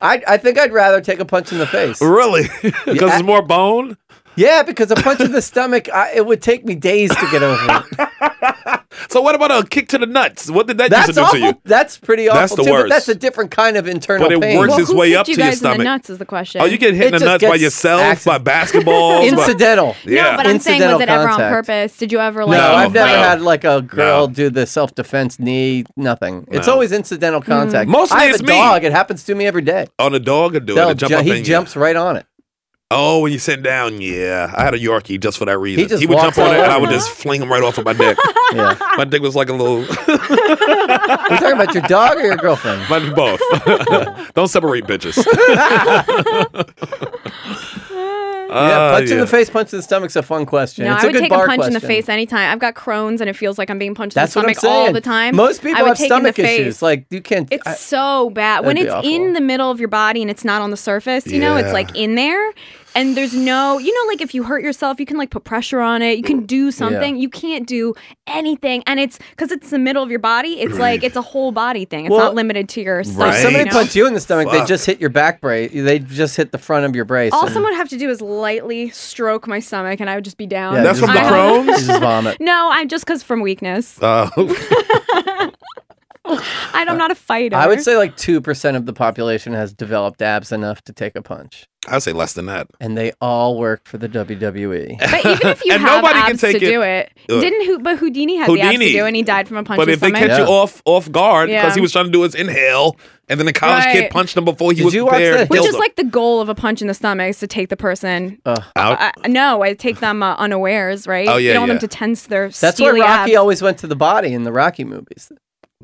C: I I think I'd rather take a punch in the face.
D: Really? Because
C: Yeah.
D: it's more bone.
C: Yeah, because a punch in the stomach, I, it would take me days to get over. It.
D: So what about a kick to the nuts? What did that
C: That's
D: used to do
C: awful.
D: to you?
C: That's pretty awful.
D: That's the
C: too,
D: worst.
C: But that's a different kind of internal
D: But it
C: pain.
D: works Well, its who way
G: Hit you guys in the nuts is the question.
D: Oh, you get hit in
C: It
D: the
C: just
D: nuts by
C: gets
D: yourself, by
C: accident-
D: basketball,
C: Incidental.
D: By, yeah,
G: No, but I'm saying, was it
C: Incidental
G: ever on
C: contact.
G: purpose? Did you ever
C: No,
G: like?
C: I've never
D: no.
C: had like a girl do the self defense knee. Nothing. It's
D: No.
C: always
G: Mm.
C: incidental contact.
D: Mostly
C: I have
D: it's
C: a
D: me.
C: dog. It happens to me every day.
D: on a dog or do
C: They'll
D: it. Jump
C: ju-
D: up
C: he
D: in you.
C: jumps right on it.
D: Oh, when you sit down, yeah. I had a Yorkie just for that reason. He,
C: just
D: would
C: walks
D: jump on
C: all
D: it, and I
C: over.
D: would just fling him right off of my dick. My dick was like a little.
C: Are you talking about your dog or your girlfriend?
D: Mine both. Don't separate bitches.
C: yeah,
D: Ah,
C: punch in
D: yeah.
C: the face, punch in the stomach's a fun question.
G: No,
C: it's
G: I
C: a
G: would
C: good
G: take a
C: bar
G: punch in the
C: question.
G: face anytime. I've got Crohn's and it feels like I'm being punched
C: That's
G: in
C: what
G: the
C: I'm
G: stomach all
C: saying.
G: the time.
C: Most
G: I
C: people
G: would
C: have
G: take in the
C: stomach
G: face.
C: issues. Like you can't.
G: It's
C: I-
G: so bad when
C: That'd
G: it's
C: be
G: in the middle of your body and it's not on the surface. You know, it's
C: Yeah.
G: like in there, and there's no, you know, like if you hurt yourself, you can like put pressure on it. You can do something. You can't do anything, and it's because it's the middle of your body. It's like it's a whole body thing. It's
C: Well-
G: not limited to your stomach.
C: if
G: you
C: somebody
G: know?
C: punched you in the stomach, they
D: Fuck.
C: just hit your back brace. They just hit the front of your brace.
G: All
C: and-
G: someone would have to do is lightly stroke my stomach, and I would just be down.
C: Yeah, That's you from just the vomit. Crohn's? You just vomit.
G: no, I'm just because from weakness.
D: Oh.
G: I,
C: Uh,
G: am not a fighter.
C: I would say like two percent of the population has developed abs enough to take a punch,
D: I'd say less than that.
C: and they all work for the E. WWE.
G: But even if you
D: And
G: have
D: nobody can
G: abs
D: take
G: to
D: it-
G: do it,
D: Ugh.
G: didn't who, but Houdini had the abs to
D: Houdini.
G: do, it, and he died from a punch.
D: But
G: in
D: if
G: the
D: they
G: stomach.
D: catch you off off guard because
G: Yeah.
D: he was trying to do his inhale, and then the college
G: Right.
D: kid punched him before he was
C: you watch
D: prepared. and
G: which
D: killed
G: is
D: him.
G: like the goal of a punch in the stomach is to take the person.
C: Ugh.
D: Out.
G: I, no, I take them uh, unawares, right?
C: Oh, yeah,
G: you don't
C: yeah.
G: want them to tense their.
C: That's where
G: steely
C: Rocky
G: abs.
C: always went to the body in the Rocky movies.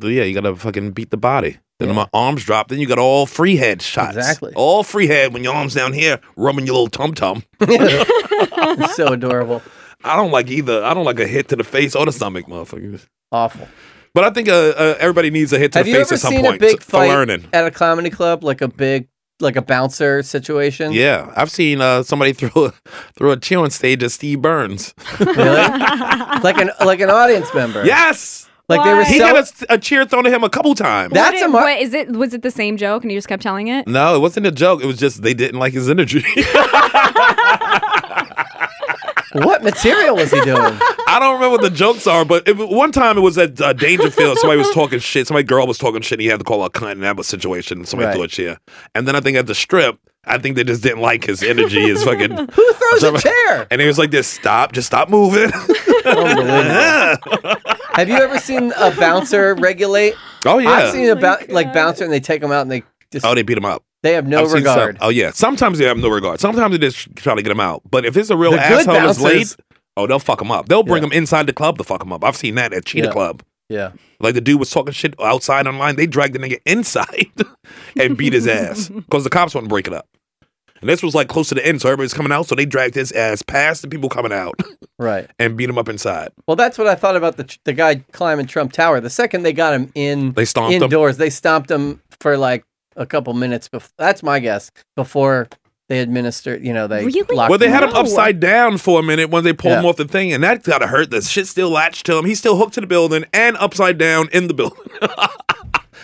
D: yeah, you gotta fucking beat the body. Then my arms drop. Then you got all free head shots.
C: Exactly.
D: All free head when your arms down here rubbing your little tum tum.
C: It's so adorable.
D: I don't like either. I don't like a hit to the face or the stomach, motherfuckers.
C: Awful.
D: But I think uh, uh, everybody needs a hit to
C: Have
D: the
C: you
D: face
C: ever
D: at some
C: seen a
D: point
C: big
D: for
C: fight
D: learning.
C: at a comedy club, like a big, like a bouncer situation?
D: Yeah, I've seen uh, somebody throw a, throw a cheer on stage at Steve Burns.
C: like an like an audience member.
D: Yes,
C: Like they were
D: he
C: so-
D: had a s- a, cheer thrown at him a couple times.
G: What did- what is it? Was it the same joke, and you just kept telling it?
D: no, it wasn't a joke. It was just they didn't like his energy.
C: What material was he doing?
D: I don't remember what the jokes are, but it, one time it was at uh, Dangerfield. Somebody was talking shit. Somebody girl was talking shit. And he had to call her a cunt, and that was a situation. Somebody
C: Right.
D: threw a chair, and then I think at the strip, I think they just didn't like his energy. His fucking
C: who throws a chair? Oh,
D: And he was like, "Just stop, just stop moving."
C: Have you ever seen a bouncer regulate?
D: Oh, yeah.
C: I've seen a bou- like bouncer and they take him out and they just
D: oh, they beat him up.
C: they have no
D: I've seen some-
C: regard.
D: oh yeah, sometimes they have no regard. Sometimes they just try to get him out. But if it's a real
C: The good
D: asshole that's late,
C: bouncers-
D: oh, they'll fuck him up. They'll bring him inside the club to fuck him up. I've seen that at Cheetah
C: Yeah.
D: Club.
C: Yeah.
D: Like the dude was talking shit outside online. They dragged the nigga inside and beat his ass because the cops wouldn't break it up. And this was like close to the end, so everybody's coming out. So they dragged his ass past the people coming out
C: Right.
D: and beat him up inside.
C: Well, that's what I thought about the the guy climbing Trump Tower. The second they got him in,
D: They stomped him.
C: indoors. They stomped him for like a couple minutes. Before that's my guess. Before they administered, you know, they locked
D: well, they had him
C: up.
D: upside down for a minute when they pulled him
C: Yeah.
D: off the thing, and that gotta hurt. The shit still latched to him. He's still hooked to the building and upside down in the building.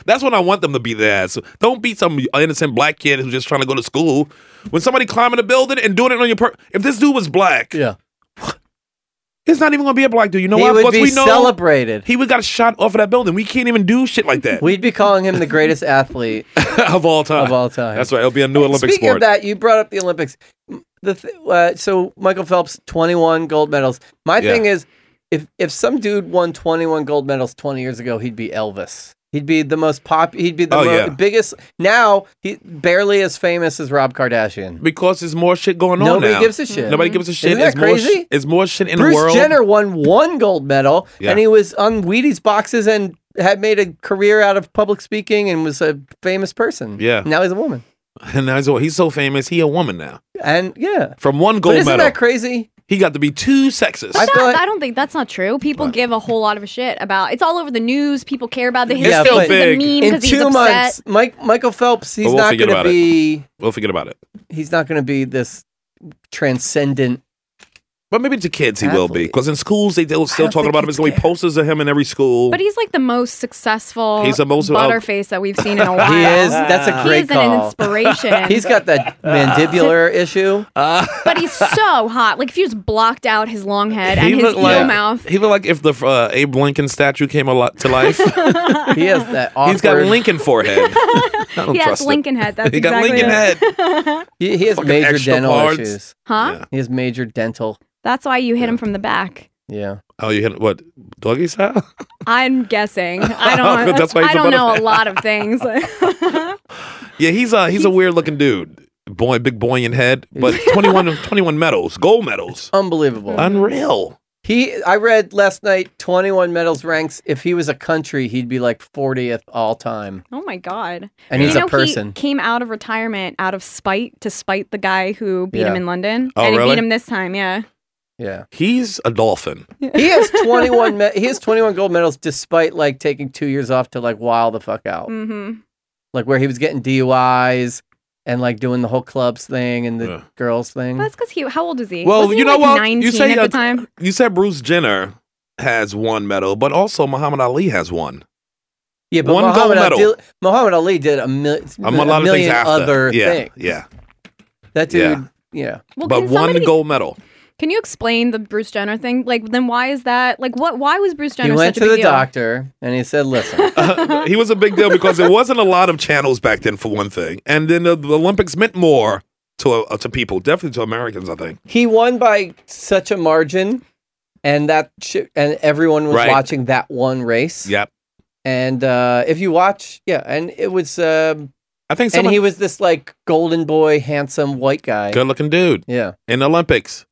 D: That's when I want them to be the ass. Don't be some innocent black kid who's just trying to go to school. When somebody climbing a building and doing it on your per- if this dude was black, yeah, it's not even gonna be a black dude. You know
C: He
D: why?
C: would
D: Because
C: be
D: we know
C: celebrated.
D: He would got shot off of that building. We can't even do shit like that.
C: We'd be calling him the greatest athlete
D: of all time.
C: Of all time.
D: That's right. It'll be a new Olympic
C: Speaking
D: sport.
C: of that, you brought up the Olympics. M- The th- uh, so Michael Phelps, twenty-one gold medals. My
D: Yeah.
C: thing is, if if some dude won twenty-one gold medals twenty years ago, he'd be Elvis. He'd be the most pop. He'd be the
D: Oh,
C: mo-
D: yeah.
C: biggest. Now he barely as famous as Rob Kardashian.
D: because there's more shit going on.
C: Nobody
D: now.
C: gives a shit.
D: Nobody gives a shit.
C: Isn't that
D: It's more sh-
C: crazy?
D: it's more shit in
C: Bruce
D: the world.
C: Jenner won one gold medal,
D: Yeah.
C: and he was on Wheaties boxes and had made a career out of public speaking and was a famous person.
D: Yeah.
C: Now he's a woman.
D: And now he's, he's so famous. He a woman now.
C: And yeah,
D: from one
C: But
D: gold
C: isn't
D: medal,
C: that crazy?
D: he got to be two sexist.
G: But that- I don't think that's not true. People give a whole lot of a shit about. It's all over the news. People care about the his
C: Yeah,
G: face
C: but-
G: is a meme
C: in
G: because he's
C: two
G: upset.
C: months, Mike Michael Phelps, he's
D: But we'll
C: not
D: forget
C: going to
D: about it.
C: be.
D: We'll forget about it.
C: He's not going to be this transcendent.
D: But maybe to kids he will be because in schools they they'll still
G: don't
D: talking about him.
G: think
D: There's gonna be posters of him in every school.
G: But he's like the most successful
D: He's the most-
G: butterface that we've seen in a while.
C: He is. That's a great
G: He's an
C: call.
G: inspiration.
C: he's got that mandibular issue.
D: Uh,
G: but he's so hot. Like if you just blocked out his long head
D: he
G: and his
D: looked
G: eel
D: like
G: mouth.
D: he looked like if the uh, Abe Lincoln statue came a lot to life.
C: he has that. Awkward,
D: He's got Lincoln forehead. I don't
G: He has
D: trust it.
G: Lincoln head. That's
D: He got
G: exactly
D: Lincoln
G: it.
D: head.
C: He, he has
D: Fucking
C: major
D: extra
C: dental
D: parts.
C: issues.
G: Huh?
C: He has major dental.
G: That's why you hit him from the back.
C: Yeah.
D: Oh, you hit what doggy style?
G: I'm guessing. I don't.
D: That's why he's
G: I
D: a
G: don't know a
D: butterfly.
G: lot of things.
D: Yeah, he's a he's a weird looking dude. Boy, big buoyant head, but 21, 21 medals, gold medals.
C: Unbelievable.
D: Unreal.
C: He, I read last night, 21 medals ranks. If he was a country, he'd be like 40th all time.
G: Oh my god!
C: And
G: You
C: he's a
G: know, He
C: person.
G: came out of retirement out of spite to spite the guy who beat
D: Yeah.
G: him in London,
D: Oh,
G: and he
D: really?
G: beat him this time. Yeah,
C: Yeah.
D: He's a dolphin.
C: He has 21 me- he has 21 gold medals despite like taking 2 years off to like wild the fuck out.
G: Mhm.
C: Like where he was getting DUIs and like doing the whole clubs thing and the girls thing.
G: that's because he. How old is he?
D: Well,
G: Wasn't he
D: you know
G: like
D: what?
G: 19
D: you say
G: at
D: uh,
G: the time.
D: you said Bruce Jenner has one medal, but also Muhammad Ali has one.
C: yeah, but
D: one
C: Muhammad
D: gold medal.
C: Ali, Muhammad Ali did a, mil-
D: Um, a lot of things
C: million
D: after.
C: other
D: yeah,
C: things.
D: yeah,
C: That
D: yeah.
C: dude, yeah.
G: Well,
D: but
G: can
D: one
G: somebody-
D: gold medal.
G: Can you explain the Bruce Jenner thing? Like, then why is that? Like, what? Why was Bruce Jenner
C: he went
G: such a
C: to
G: big
C: the
G: deal?
C: doctor and he said, "Listen,
D: he was a big deal because there wasn't a lot of channels back then, for one thing, and then the, the Olympics meant more to uh, to people, definitely to Americans, I think.
C: he won by such a margin and that sh- and everyone was
D: Right.
C: watching that one race."
D: Yep.
C: And uh, if you watch, yeah, and it was. Um,
D: I think.
C: and
D: someone-
C: he was this like golden boy, handsome white guy.
D: Good looking dude.
C: Yeah.
D: In the Olympics.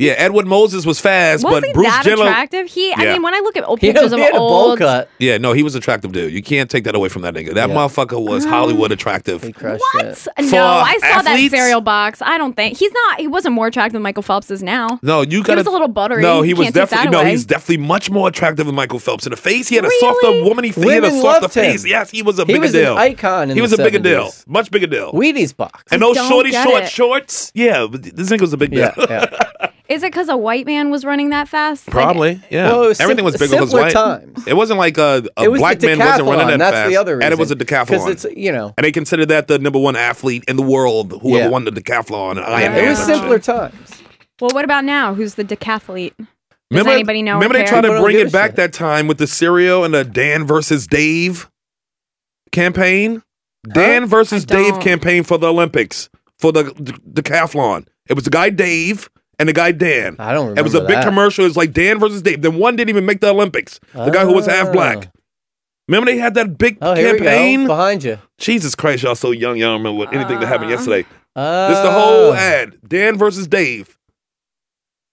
D: Yeah, Edward Moses was fast,
G: Was
D: but
G: he
D: Bruce
G: that
D: Jenner.
G: attractive? He. I
D: Yeah.
G: mean, when I look at old
C: He had-
G: pictures of
C: he had a bowl
G: old.
C: cut.
D: Yeah, no, he was attractive dude. You can't take that away from that nigga. That
C: Yeah.
D: motherfucker was Hollywood attractive. He
C: crushed
G: What? No, I saw that cereal box. I don't think he's not. He wasn't more attractive than Michael Phelps is now.
D: No, you
G: He
D: got
G: was a little buttery. You
D: No, he was
G: can't take that
D: definitely no.
G: away.
D: He's definitely much more attractive than Michael Phelps in the face. He had a
C: Really?
D: softer, womany. He had a
C: Women
D: softer
C: loved him.
D: face. Yes, he was a
C: He
D: bigger
C: was an
D: deal.
C: icon in
D: he
C: the
D: was a bigger deal,
C: 70s.
D: much bigger deal.
C: Wheaties box.
D: and
G: I
D: those
G: don't
D: shorty
G: get
D: short
G: it.
D: shorts. Yeah, but this nigga was a big deal.
G: Is it because a white man was running that fast? Like,
D: Probably, yeah.
C: Well, it was
D: Everything
C: sim-
D: was bigger because
C: simpler
D: white.
C: times.
D: It wasn't like a, a
C: It was the
D: black man wasn't running
C: decathlon.
D: that
C: That's
D: fast.
C: the other
D: And it was a
C: reason. 'Cause
D: decathlon.
C: it's, you know.
D: and they considered that the number one athlete in the world, whoever
C: Yeah.
D: won the decathlon. And Iron Man
C: it was
D: and shit.
C: simpler times.
G: well, what about now? Who's the decathlete? Does
D: Remember,
G: anybody know? or
D: remember they
G: care?
D: tried to bring it back that time with the cereal and the Dan versus Dave campaign. Dan versus Dave campaign for the Olympics for the, the decathlon. It was the guy Dave and the guy Dan.
C: I don't
D: It was a
C: remember
D: big
C: that.
D: commercial. It was like Dan versus Dave. Then one didn't even make the Olympics. The guy who was half black. Remember they had that big
C: Oh, here we go.
D: campaign
C: behind you.
D: Jesus Christ, y'all so young. Y'all remember what, anything that happened yesterday? this the whole
C: Ah.
D: ad. Dan versus Dave.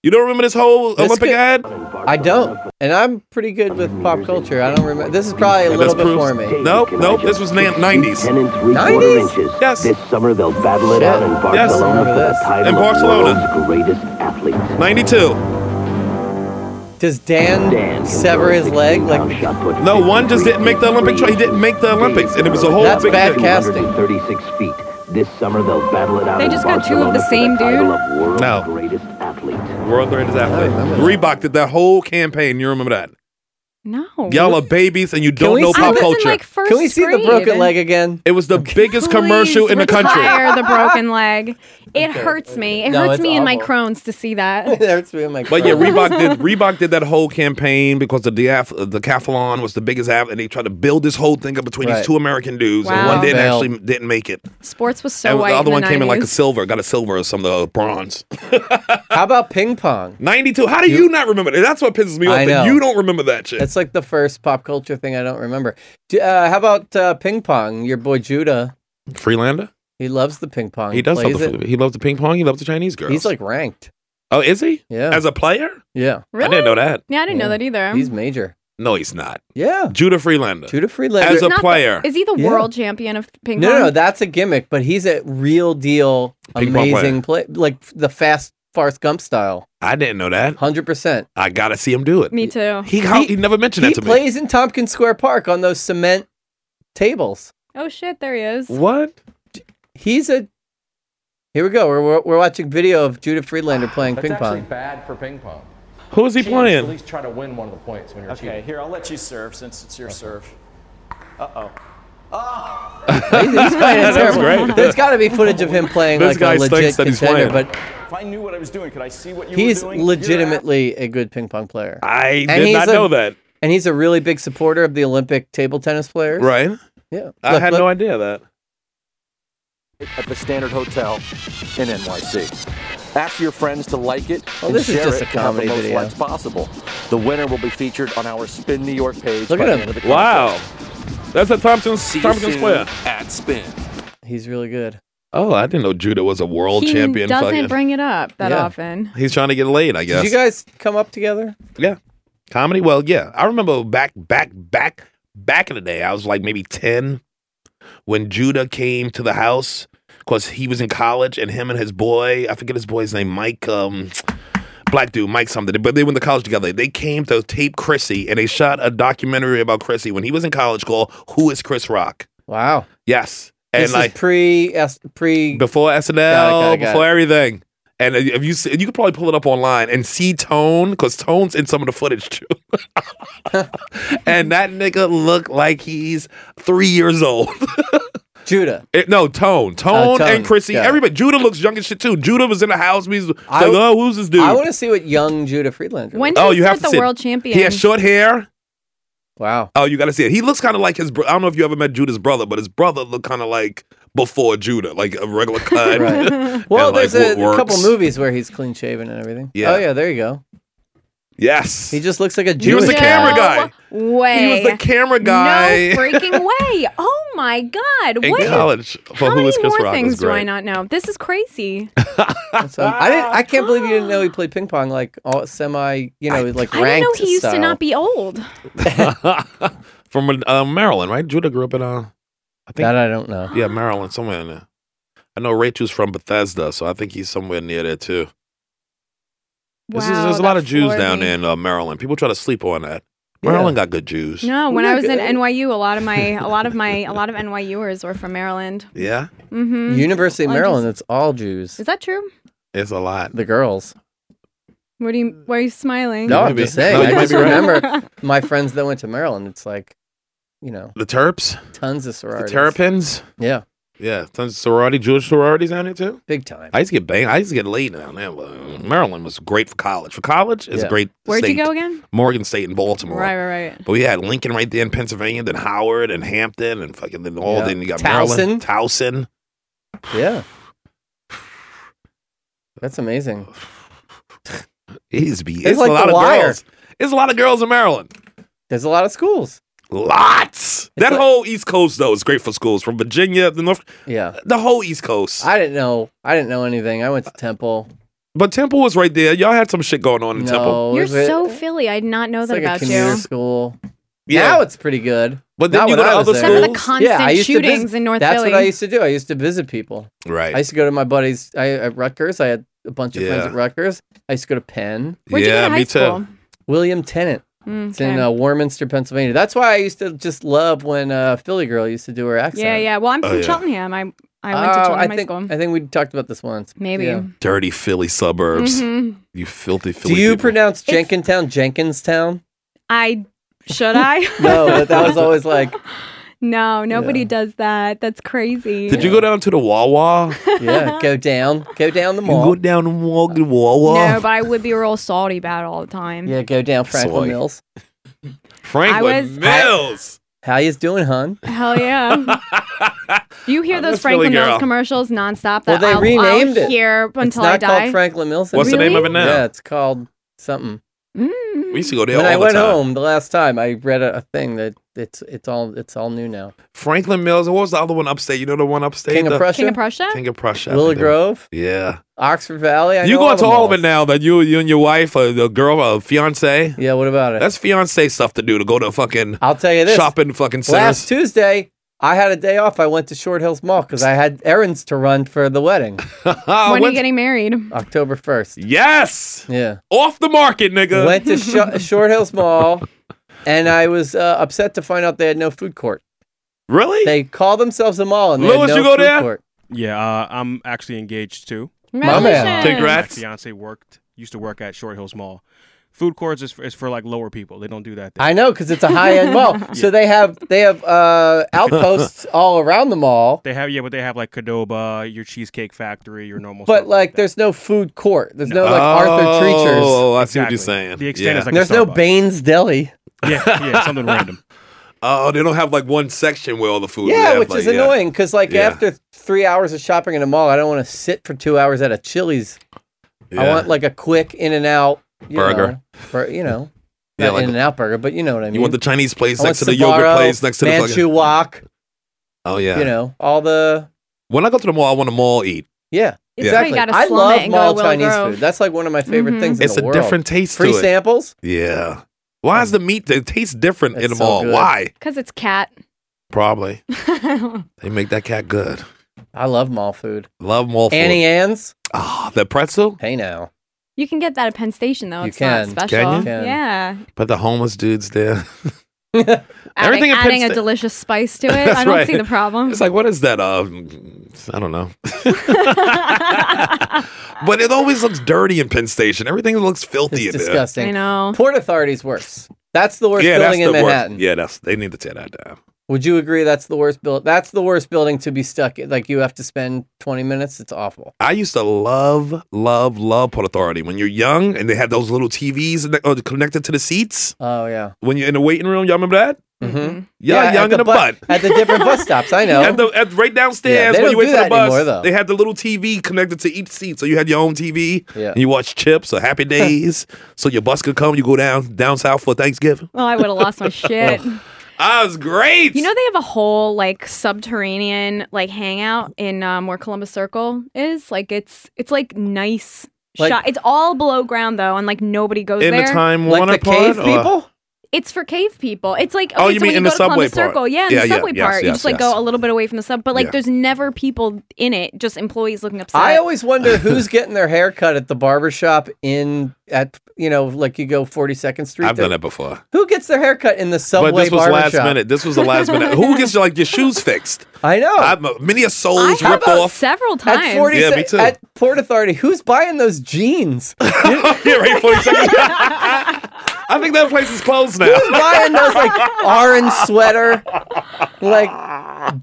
D: You don't remember this whole
C: This
D: Olympic
C: could-
D: ad?
C: I don't, and I'm pretty good with pop culture. I don't remember. This is probably a
D: Yeah,
C: little
D: this
C: before
D: proves-
C: me.
D: Nope, nope. This was na- 90s.
N: 10 and 3 quarter
D: 90s?
N: inches.
D: Yes.
N: This summer they'll battle it out in
D: Yes.
N: Barcelona for the title
D: In Barcelona.
N: of world's greatest athlete.
D: 92.
C: Does Dan, sever his leg? Like
D: No, one just didn't make the Olympic try. He didn't make the Olympics. And it was a whole
C: That's
D: big
C: bad
D: thing.
C: casting.
N: 36 feet. This summer they'll battle it out
G: They
N: in
G: just got two of
N: Barcelona
G: the
N: for
G: same
N: title
G: dude.
N: of world's
D: No.
N: greatest athlete.
D: World greatest athlete. Reebok did that whole campaign. You remember that?
G: No.
D: Y'all are babies and you
C: Can
D: don't
C: we
D: know
C: see- I
D: pop
C: was in,
D: culture.
G: like, first Can we see the grade. broken leg
C: again?
D: It was the biggest commercial in the country.
G: Retire the broken leg. It hurts me. It
D: No,
G: hurts
D: it's
G: me and my
D: awful.
G: Crohn's to see that.
C: it hurts me and my.
D: But yeah, Reebok did Reebok did that whole campaign because the diath- the decathlon was the biggest app, and they tried to build this whole thing up between
G: Right.
D: these two American dudes, and
G: Wow.
D: one didn't
G: Failed.
D: actually didn't make it.
G: Sports was so
D: and
G: white.
D: the other
G: in
D: one came in like a
G: 90s.
D: silver, got a silver or something, uh, bronze.
C: How about ping pong?
D: Ninety-two. How do you, not remember? that? That's what pisses me off.
C: I
D: that
C: know.
D: You don't remember that shit.
C: It's like the first pop culture thing I don't remember. D- Uh, how about uh, ping pong? Your boy Judah,
D: Freelander.
C: he loves the ping pong.
D: He does love
C: plays
D: the,
C: it.
D: he loves the ping pong. He loves the Chinese girls.
C: He's like ranked.
D: oh, is he?
C: Yeah.
D: As a player?
C: Yeah.
D: I didn't know that.
G: Yeah, I didn't know that either.
C: He's major.
D: No, he's not.
C: Yeah.
D: Judah Freelander.
C: Judah Freelander
D: As a
G: Not the-
D: player.
G: is he the
C: Yeah.
G: world champion of ping
C: No,
G: pong?
C: no, no, that's a gimmick, but he's a real deal
D: Ping pong
C: amazing play, like the fast Forrest Gump style.
D: I didn't know that.
C: Hundred percent.
D: I gotta see him do it.
G: Me too.
D: He, how, he, never mentioned
C: He
D: that to me.
C: plays in Tompkins Square Park on those cement tables.
G: Oh shit, there he is.
D: What?
C: He's a. Here we go. We're, we're, we're watching video of Judah Friedlander playing
O: That's
C: ping
O: actually
C: pong.
O: bad for ping pong.
D: Who is he
O: Cheaters
D: playing?
O: At least try to win one of the points when you're
L: Okay,
O: cheating. here I'll let you serve since it's your serve. Ah! Uh oh.
C: He's, he's playing it
O: That's
C: terrible.
O: great.
C: There's got to be footage of him playing
D: This
C: like
D: guy
C: a legit
D: thinks that he's
C: contender,
D: playing.
C: but
O: If I knew what I was doing, could I see what you
C: he's
O: were doing?
C: legitimately a good ping pong player.
D: I
O: did not know
D: that.
C: And he's a really big supporter of the Olympic table tennis players.
D: Right.
C: Yeah.
D: I
C: Look,
D: had
C: look.
D: no idea that.
O: At the Standard Hotel in NYC. Ask your friends to like it
C: Oh,
O: and
C: this is
O: share
C: just
O: it and
C: a
O: have the
C: comedy
O: most
C: video.
O: likes possible. The winner will be featured on our Spin New York page.
C: Look
O: by
C: at
O: the
C: him.
O: end of the
D: Wow.
O: contest.
D: That's at Thompson,
O: See you
D: Thompson
O: soon
D: Square.
O: At Spin.
C: He's really good.
D: Oh, I didn't know Judah was a world
G: he
D: champion.
G: doesn't
D: fucking-
G: bring it up that
D: Yeah.
G: often.
D: He's trying to get laid, I guess.
C: Did you guys come up together?
D: yeah. Comedy? Well, yeah. I remember back, back, back, back in the day, I was like maybe 10 when Judah came to the house because he was in college and him and his boy, I forget his boy's name, Mike, um, black dude, Mike something, but they went to college together. They came to tape Chrissy and they shot a documentary about Chrissy when he was in college called Who is Chris Rock?
C: Wow.
D: Yes.
C: this is pre S- pre
D: before SNL,
C: Got it, got it, got
D: before
C: it.
D: everything. And if you see, you could probably pull it up online and see Tone because Tone's in some of the footage too. and that nigga looked like he's three years old. Eh,
C: Judah. Oh,
D: no, Tone. Tone,
C: Tone,
D: and Chrissy.
C: got it.
D: Everybody. Judah looks young as shit too. Judah was in the house. He's like,
C: I w-
D: oh, who's this dude?
C: I want to see what young Judah Friedlander.
G: When
C: looks
G: did
D: oh,
G: he
D: you
G: start
D: have to
G: the
D: see it.
G: world champion?
D: He has short hair.
C: Wow.
D: Oh, you got to see it. He looks kind of like his. Bro- I don't know if you ever met Judah's brother, but his brother looked kind of like before Judah, like a regular cut.
C: Right.
D: And,
C: Well,
D: like,
C: there's a,
D: what
C: a couple
D: works.
C: movies where he's clean shaven and everything.
D: Yeah.
C: Oh yeah, there you go.
D: Yes.
C: He just looks like a Jewish.
D: He was the
C: guy.
D: camera guy.
G: Way.
D: He was the camera guy.
G: No freaking way. Oh my god.
D: in
G: what is-
D: college for
G: how
D: Who
G: many
D: is Chris
G: more
D: Rock
G: things
D: was
G: do I
D: great.
G: not know? This is crazy.
C: So, I didn't. I can't believe you didn't know he played ping pong like all semi. You know, like
G: I didn't know
C: ranked
G: he used to
C: style.
G: not be old.
D: From uh, Maryland, right? Judah grew up in uh, I think
C: that I don't know.
D: Yeah, Maryland, somewhere in there. I know Rachel's from Bethesda, so I think he's somewhere near there too. This is-
G: Wow,
D: there's a
G: that
D: lot of Jews
G: floored
D: down
G: me.
D: there in uh, Maryland. People try to sleep on that. Maryland got good Jews.
G: No, when
C: Well,
G: I was in
C: good.
G: NYU, a lot of my a lot of my a lot of NYUers were from Maryland.
D: Yeah,
G: Mm-hmm.
C: University of
G: Well, I
C: Maryland. It's all Jews.
G: Is that true?
D: it's a lot.
C: The girls.
G: What do you? Why are you smiling?
C: No, I'm just saying.
D: No, you
C: I
D: might
C: just
D: be right.
C: remember my friends that went to Maryland. It's like, you know,
D: The Terps,
C: tons of
D: the
C: sororities.
D: Terrapins.
C: Yeah.
D: Yeah, tons of sorority, Jewish sororities down there too.
C: Big time.
D: I used to get banged. I used to get laid down there. Uh, Maryland was great for college. For college, it's
G: Yeah.
D: a great.
G: Where'd you
D: state.
G: go again?
D: Morgan State and Baltimore.
G: Right, right, right.
D: But we had Lincoln right there in Pennsylvania, then Howard and Hampton and fucking then all
C: Yeah.
D: then you got
C: Towson.
D: Maryland, Towson.
C: Yeah. That's amazing.
D: It used to be
C: It's
D: it's,
C: like
D: a lot
C: The
D: of
C: Wire.
D: girls. It's a lot of girls in Maryland.
C: There's a lot of schools.
D: Lots. that whole East Coast though is great for schools from Virginia, the North,
C: Yeah.
D: the whole East Coast.
C: I didn't know. I didn't know anything. I went to Temple.
D: But Temple was right there. Y'all had some shit going on in
C: No,
D: Temple.
C: it
G: You're
C: was a-
G: so Philly. I did not know
C: it's
G: that
C: like
G: about
C: a commuter
G: you.
C: school.
D: Yeah.
C: Now it's pretty good.
D: But then
C: Not
D: you go
C: when
D: to
C: I was
D: other
C: there.
G: Except for the schools?
C: yeah, I
G: constant
C: used to
G: shootings
C: visit-
G: in North
C: That's what I
G: Philly.
C: used to do. I used to visit people.
D: Right.
C: I used to go to my buddies I, at Rutgers. I had a bunch of friends
D: Yeah.
C: at Rutgers. I used to go to Penn.
D: Where'd you go to Yeah, high me too. school?
C: William Tennant.
G: Mm,
C: It's in
G: okay.
C: uh, Warminster, Pennsylvania. That's why I used to just love when uh, Philly girl used to do her accent.
G: Yeah, yeah. Well, I'm
D: Oh,
G: from
D: yeah.
G: Cheltenham. I I went to
C: Oh,
G: Cheltenham High
C: I think,
G: School.
C: I think we talked about this once.
G: Maybe.
C: Yeah.
D: Dirty Philly suburbs.
G: Mhm.
D: You filthy Philly.
C: Do you
D: people.
C: pronounce Jenkintown Jenkinstown?
G: I Should I?
C: no, but that was always like.
G: No, nobody does that. That's crazy.
D: Did you go down to the Wawa?
C: Yeah, go down, go down the
D: mall. go down and walk the Wawa.
G: No, but I would be real salty about it all the time.
C: Yeah, go down Franklin
D: Soy.
C: Mills.
G: Franklin I was-
D: Mills.
C: How you doing, hon?
G: Hell yeah. Do you hear those
C: this Philly
G: Franklin
C: girl.
G: Mills commercials nonstop
C: Well,
G: that
C: they
G: I'll,
C: renamed
G: I'll
C: it.
G: hear
C: It's
G: until I
C: not
G: die?
C: called Franklin Mills.
D: What's the name
C: anymore.
D: of it now?
C: Yeah, it's called something.
D: We used to go there
C: when
D: all
C: I
D: the
C: went
D: time.
C: home the last time, I read a, a thing that it's it's all it's all new now.
D: Franklin Mills. What was the other one upstate? You know the one upstate?
C: King of
D: The-
C: Prussia? King of
G: Prussia?
D: King of Prussia. I
C: Willow
D: think they-
C: Grove,
D: Yeah.
C: Oxford Valley. I
D: you
C: know
D: going to
C: them
D: all of it now that you you and your wife, uh, the girl, uh, fiance.
C: Yeah, what about it?
D: That's fiance stuff to do to go to fucking.
C: I'll tell you this.
D: Shopping fucking centers.
C: Last Tuesday, I had a day off. I went to Short Hills Mall because I had errands to run for the wedding.
D: Oh,
G: when are you getting married?
C: October first.
D: Yes.
C: Yeah.
D: Off the market, nigga.
C: Went to Sh- Short Hills Mall, and I was uh, upset to find out they had no food court.
D: Really?
C: They call themselves a mall, and they had no food court.
P: Yeah, uh, I'm actually engaged too.
C: My man. Congratulations.
P: My fiance worked used to work at Short Hills Mall. Food courts is for, is for like lower people. They don't do that.
C: I know because it's a high end mall. So
P: Yeah.
C: they have they have uh, outposts all around the mall,
P: They have yeah, but they have like Cadoba, your Cheesecake Factory, your normal.
C: but like there's no food court. There's no, like Arthur Treacher's.
D: Oh, I see what you're saying.
P: The extent is like a
C: there's no Baines Deli.
P: Yeah, yeah, something random.
D: Oh, they don't have like one section where all the food.
C: Yeah,
D: is,
C: which
D: like,
C: is annoying because like
D: Yeah.
C: after three hours of shopping in a mall, I don't want to sit for two hours at a Chili's. I
D: Yeah.
C: want like a quick in and out
D: Burger.
C: Know, for, you know,
D: Yeah,
C: not
D: like-
C: in and out burger, but you know what I mean.
D: You want the Chinese place
C: I
D: next to the
C: want
D: yogurt
C: Sbarro,
D: place next to the fucking-
C: Manchu Wok.
D: Oh yeah.
C: You know all the.
D: When I go to the mall, I want to mall eat.
C: Yeah,
D: It's where you
C: exactly.
D: gotta
C: I
D: slum it
C: love
D: and go to
C: mall
D: Willow
C: Chinese
D: Grove. Mm-hmm.
C: food. That's like one of my favorite things. in
D: It's
C: the
D: a
C: world.
D: different taste.
C: Free
D: to it.
C: samples. Oh.
D: Yeah. Why is the meat? It tastes different in the mall.
C: good.
D: Why?
G: Because it's cat.
D: Probably. They make that cat good.
C: I love mall food.
D: Love mall food.
C: Annie Ann's.
D: Ah, the pretzel.
C: Hey now.
G: You can get that at Penn Station though.
D: You
G: It's
D: can.
G: not special.
D: Can you? Can.
G: Yeah.
D: But the homeless dudes there.
G: Adding,
D: Everything at Penn
G: adding a
D: Sta-
G: delicious spice to it.
D: That's
G: I don't
D: right.
G: see the problem.
D: It's like, what is that? Uh, mm, I don't know. but it always looks dirty in Penn Station. Everything looks filthy
C: It's
D: in there.
C: disgusting.
G: know.
C: Port Authority's worse. That's the worst
D: yeah, that's
C: building in
D: the
C: Manhattan.
D: worst. Yeah, that's they need to tear that down.
C: Would you agree that's the worst build? That's the worst building to be stuck in. Like you have to spend 20 minutes. It's awful.
D: I used to love, love, love Port Authority when you're young and they had those little TVs and- uh, connected to the seats.
C: Oh yeah.
D: When you're in the waiting room, y'all remember that?
C: Mm-hmm.
D: Yeah,
C: Yeah, at
D: young
C: the
D: in the
C: bu-
D: butt.
C: at the different bus stops, I know.
D: At the, at, right
C: Yeah,
D: downstairs
C: they
D: when
C: don't
D: you wait
C: do
D: for the
C: that
D: bus,
C: anymore, though.
D: they had the little TV connected to each seat, so you had your own TV.
C: Yeah.
D: and you watch Chips or Happy Days, so your bus could come. You go down down south for Thanksgiving.
G: Oh, I would have lost my shit.
D: I was great.
G: You know they have a whole like subterranean like hangout in um, where Columbus Circle is. Like it's it's like nice
D: Like-
G: shot. It's all below ground though, and like nobody goes
D: In the
G: there.
D: Time Like Warner the part, cave or- people?
G: It's for cave people. It's like okay,
D: Oh, you
G: so
D: mean
G: when you
D: in
G: go
D: the
G: to Columbus
D: subway part.
G: Circle, yeah, in
D: Yeah,
G: the
D: yeah,
G: subway
D: yes,
G: part, you
D: yes,
G: just like
D: yes.
G: go a little bit away from the sub, but like
D: Yeah.
G: there's never people in it, just employees looking upset.
C: I always wonder who's getting their hair cut at the barber shop in at you know like you go 42nd Street.
D: I've done
C: there.
D: it before.
C: Who gets their hair cut in the subway
D: But this was
C: barber
D: last
C: shop?
D: minute. This was the last minute. Who gets like your shoes fixed?
C: I know.
D: I'm, many a soles
C: I have
D: ripped
C: a
D: off.
G: several
C: At
G: times.
C: 40
D: Yeah, me too.
C: At Port Authority, who's buying those jeans?
D: yeah, right. Forty seconds. I think that place is closed now.
C: Who's buying those like orange sweater, like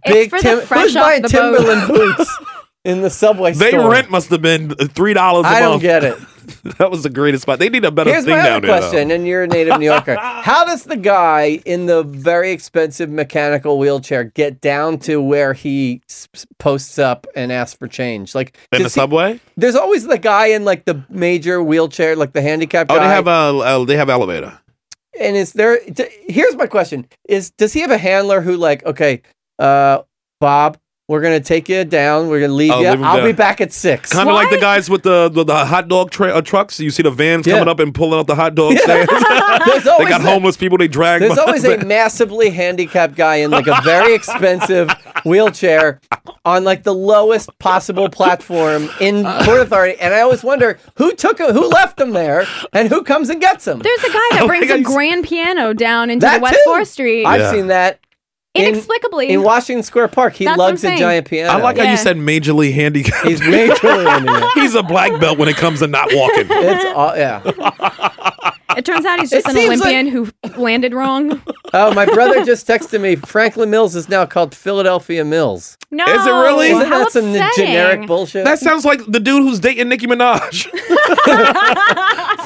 C: big
G: for the
C: Tim-
G: fresh
C: Who's
G: off
C: buying
G: the boat.
C: Timberland boots in the subway?
D: They
C: store?
D: rent must have been three dollars.
C: I don't
D: month.
C: get it.
D: that was the greatest spot. They need a better
C: Here's
D: thing
C: my
D: down
C: other
D: there. though.
C: question, and you're a native New Yorker. How does the guy in the very expensive mechanical wheelchair get down to where he s- s- posts up and asks for change? Like
D: In the
C: does he-
D: subway?
C: there's always the guy in like the major wheelchair, like the handicapped.
D: Oh,
C: guy.
D: they have a uh, they have elevator.
C: And is there? D- here's my question: Is does he have a handler who like, okay, uh, Bob, we're gonna take you down, we're gonna leave
D: Oh,
C: you.
D: leave him
C: I'll
D: down.
C: be back at six.
D: Kind of like the guys with the the, the hot dog tra- uh, trucks. You see the vans coming up and pulling up the hot dog stands.
C: There's
D: they
C: always
D: got
C: that-
D: homeless people. They drag.
C: There's
D: behind
C: always a
D: them.
C: massively handicapped guy in like a very expensive wheelchair on like the lowest possible platform in Port Authority, and I always wonder who took him, who left him there, and who comes and gets him.
G: There's a guy
D: Oh
G: that brings a grand piano down into
C: That
G: the West
C: too.
G: Fourth Street.
C: I've seen that in-
G: Inexplicably.
C: in, Washington Square Park. He
G: That's what I'm
C: lugs a
G: saying.
C: giant piano.
D: I like how you said majorly handicapped. He's
C: majorly handicapped.
D: He's a black belt when it comes to not walking.
C: It's all, yeah.
G: It turns out he's
C: It
G: just an
C: seems
G: Olympian who landed wrong.
C: Oh, my brother just texted me. Franklin Mills is now called Philadelphia Mills.
G: No.
D: Is it really?
C: Isn't that some n- generic bullshit?
D: That sounds like the dude who's dating Nicki Minaj.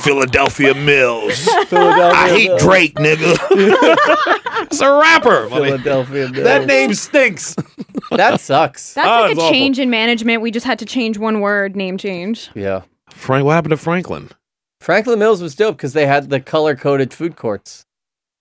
D: Philadelphia Mills. I hate
B: Mills.
D: Drake, nigga. it's a rapper.
C: Philadelphia Mills.
D: That name stinks. Oh,
C: that sucks.
G: That's like a change in management. We just had to change one word, name change.
C: Yeah.
D: Frank, what happened to Franklin?
C: Franklin Mills was dope because they had the color coded food courts.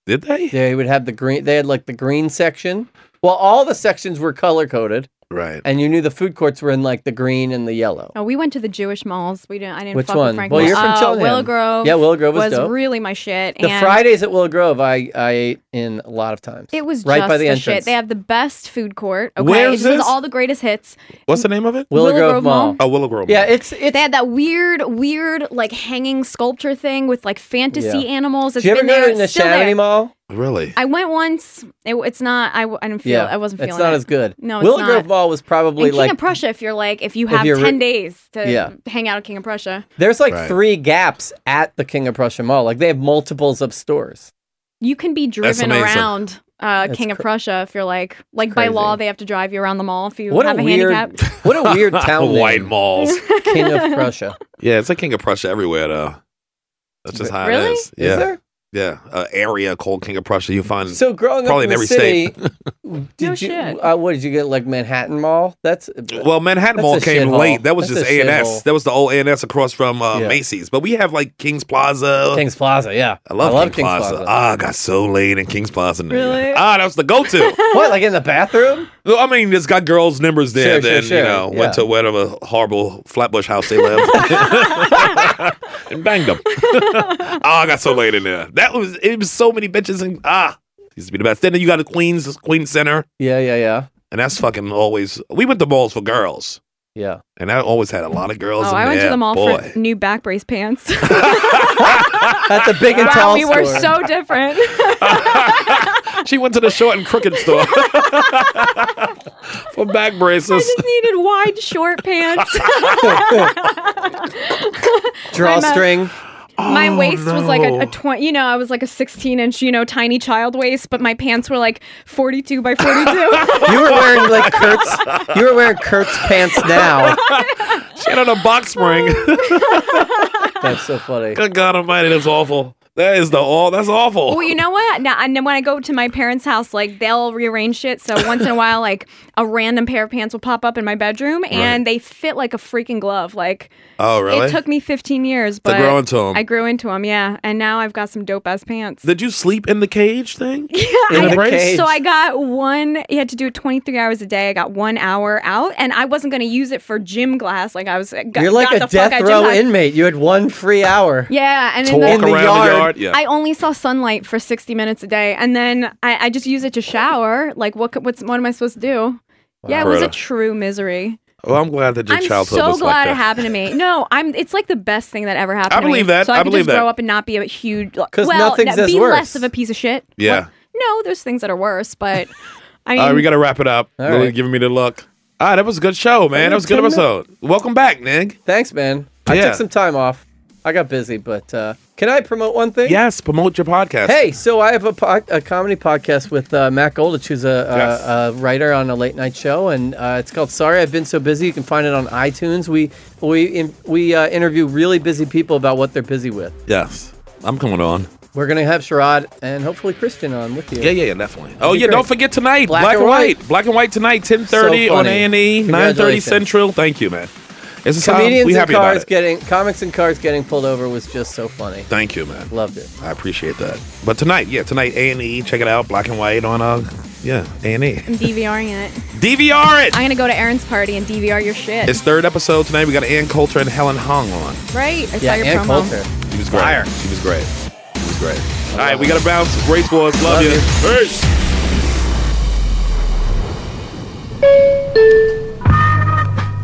D: Did they?
C: They would have the green. They had like the green section. Well, all the sections were color coded,
D: Right.
C: and you knew the food courts were in like the green and the yellow.
G: Oh, we went to the Jewish malls. We didn't. I didn't
C: Which
G: fuck
C: one?
G: with Franklin.
C: Well, you're from
G: uh,
C: Cheltenham.
G: Willow Grove.
C: Yeah, Willow Grove was dope.
G: really my shit.
C: The
G: and
C: Fridays at Willow Grove, I, I ate in a lot of times.
G: It was
C: right
G: just
C: by the, entrance.
G: shit. They have the best food court. Okay,
C: Where
G: It
C: is
G: just has
C: this?
G: all the greatest hits.
D: What's the name of it?
C: Willow Willow Grove Grove Mall. Mall.
D: Oh, Willow Grove.
C: Yeah, it's
G: they had that weird, weird like hanging sculpture thing with like fantasy
D: Yeah.
G: animals.
C: Did
G: It's
C: you ever
G: been
C: go
G: there.
C: to
G: It's
C: the
G: still there.
C: Chamonix Mall?
D: Really?
G: I went once. It, it's not. I, w- I didn't feel.
C: yeah,
G: I wasn't feeling.
C: It's not
G: it.
C: as good.
G: No, it's
C: Willow
G: not.
C: Grove Mall was probably
G: and King
C: like
G: of Prussia, if you're like, if you
C: If
G: have
C: you're re-
G: ten days to
C: Yeah.
G: hang out at King of Prussia,
C: there's like
G: Right.
C: three gaps at the King of Prussia Mall. Like they have multiples of stores.
G: you can be
C: That's
G: driven
C: amazing.
G: around uh,
C: That's
G: King of
C: cra-
G: Prussia if you're like, like by law they have to drive you around the mall if you
C: What a
G: have a,
C: weird-
G: handicap.
C: What a weird town. name.
D: White malls.
C: King of Prussia.
D: Yeah, it's like King of Prussia everywhere though. That's just how
C: Really?
D: it is.
C: Is
D: Yeah.
C: there?
D: Yeah, uh, area called King of Prussia. You find
C: So growing up
D: probably
C: in
D: in
C: the
D: every
C: city,
D: state.
C: Did you? Uh, what did you get? Like Manhattan Mall? That's
D: Well, Manhattan
C: that's
D: Mall
C: a
D: came
C: shithole.
D: late. That was
C: That's
D: just A and S.
C: shithole.
D: That was the old A and S across from uh,
C: Yeah.
D: Macy's. But we have like King's Plaza.
C: King's Plaza, yeah.
D: I love,
C: I love
D: King
C: King's
D: Plaza.
C: Plaza.
D: Ah, I got so laid in King's Plaza. nigga.
C: Really?
D: Ah, that was the go-to.
C: what? Like in the bathroom?
D: Well, I mean, it's got girls' numbers there.
C: Sure, sure,
D: then
C: sure.
D: you know,
C: Yeah.
D: went to whatever horrible Flatbush house they lived and banged them. ah, I got so laid in there. That was it. Was so many bitches and ah, used to be the best. Then you got a Queens Queen Center.
C: Yeah, yeah, yeah.
D: And that's fucking always. We went to malls for girls.
C: Yeah.
D: And I always had a lot of girls.
G: Oh,
D: in
G: I went
D: there.
G: to the mall
D: Boy.
G: for new back brace pants.
C: That's a big and
G: wow,
D: tall
G: we were
D: store.
G: so different.
D: She went to the short and crooked store for back
G: I
D: braces.
G: just needed wide short pants.
C: Drawstring.
G: my
D: Oh,
G: waist was like a,
C: no.
G: a 20 you know i was like a 16 inch you know tiny child waist but my pants were like 42 by 42
C: You were wearing like Kurt's. You were wearing Kurt's pants now.
D: She had on a box spring.
C: That's so funny.
D: Good God Almighty, that's awful. That is the all. That's awful.
G: well you know what now and then when i go to my parents house like they'll rearrange shit so once in a while like a random pair of pants will pop up in my bedroom and they fit like a freaking glove like
D: oh really?
G: it took me 15 years but
D: grow into 'em.
G: i grew into them yeah and now i've got some dope ass pants
D: Did you sleep in the cage thing? Yeah,
G: I- So I got one. You had to do it 23 hours a day. I got one hour out, and I wasn't going to use it for gym class. Like I was. Got,
C: You're like
G: got
C: a
G: the fuck
C: death
G: out of gym
C: row
G: class.
C: inmate. You had one free hour.
G: Yeah, and
C: To
G: in
C: walk
G: the,
C: In the around the yard. yard, yeah.
G: I only saw sunlight for 60 minutes a day, and then I, I just use it to shower. Like what? could- What's what am I supposed to do? Yeah, it was a
D: Greta.
G: true misery.
D: Well, I'm glad that your
G: I'm
D: childhood
G: so
D: was
G: glad
D: like
G: it
D: that.
G: happened to me. No, I'm. It's like the best thing that ever happened. to me.
D: believe that.
G: So I,
D: I
G: could
D: believe
G: just grow
D: that.
G: up and not be a huge.
D: 'Cause
G: well,
D: nothing's as
G: be
D: worse.
G: less of a piece of shit.
D: Yeah.
G: No, there's things that are worse, but I mean,
D: all right, we got to wrap it up. Lily
C: right.
D: giving me the look. Ah, that was a good show, man. That was a good
C: Entertainment.
D: episode. Welcome back, Nig.
C: Thanks, man. I
D: Yeah.
C: took some time off. I got busy, but uh, can I promote one thing?
D: Yes, promote your podcast.
C: Hey, so I have a, po- a comedy podcast with uh, Matt Goldich, who's a, a,
D: Yes.
C: a writer on a late night show, and uh, it's called Sorry I've Been So Busy. You can find it on iTunes. We we in, we uh, interview really busy people about what they're busy with.
D: Yes, I'm coming on.
C: We're gonna have Sherrod and hopefully Christian on with you.
D: Yeah, yeah, yeah, definitely. Oh yeah, don't forget tonight,
C: Black
D: black,
C: and
D: and white. black and white tonight, ten thirty
C: So
D: on A
C: funny.
D: and E, nine thirty
C: Congratulations.
D: Central. Thank you, man. This is
C: Comedians
D: how we
C: in
D: happy about
C: cars
D: it.
C: getting comics and cars getting pulled over was just so funny.
D: Thank you, man.
C: Loved it.
D: I appreciate that. But tonight, yeah, tonight A and E. Check it out, black and white on uh, yeah, A and E.
G: I'm DVRing it.
D: DVR it.
G: I'm gonna go to Aaron's party and DVR your shit.
D: It's third episode tonight. We got Ann Coulter and Helen Hong on.
G: right? I saw your promo.
D: She was great. She was great. She was great. All right, we got to bounce. Race Wars. Love, you. Peace.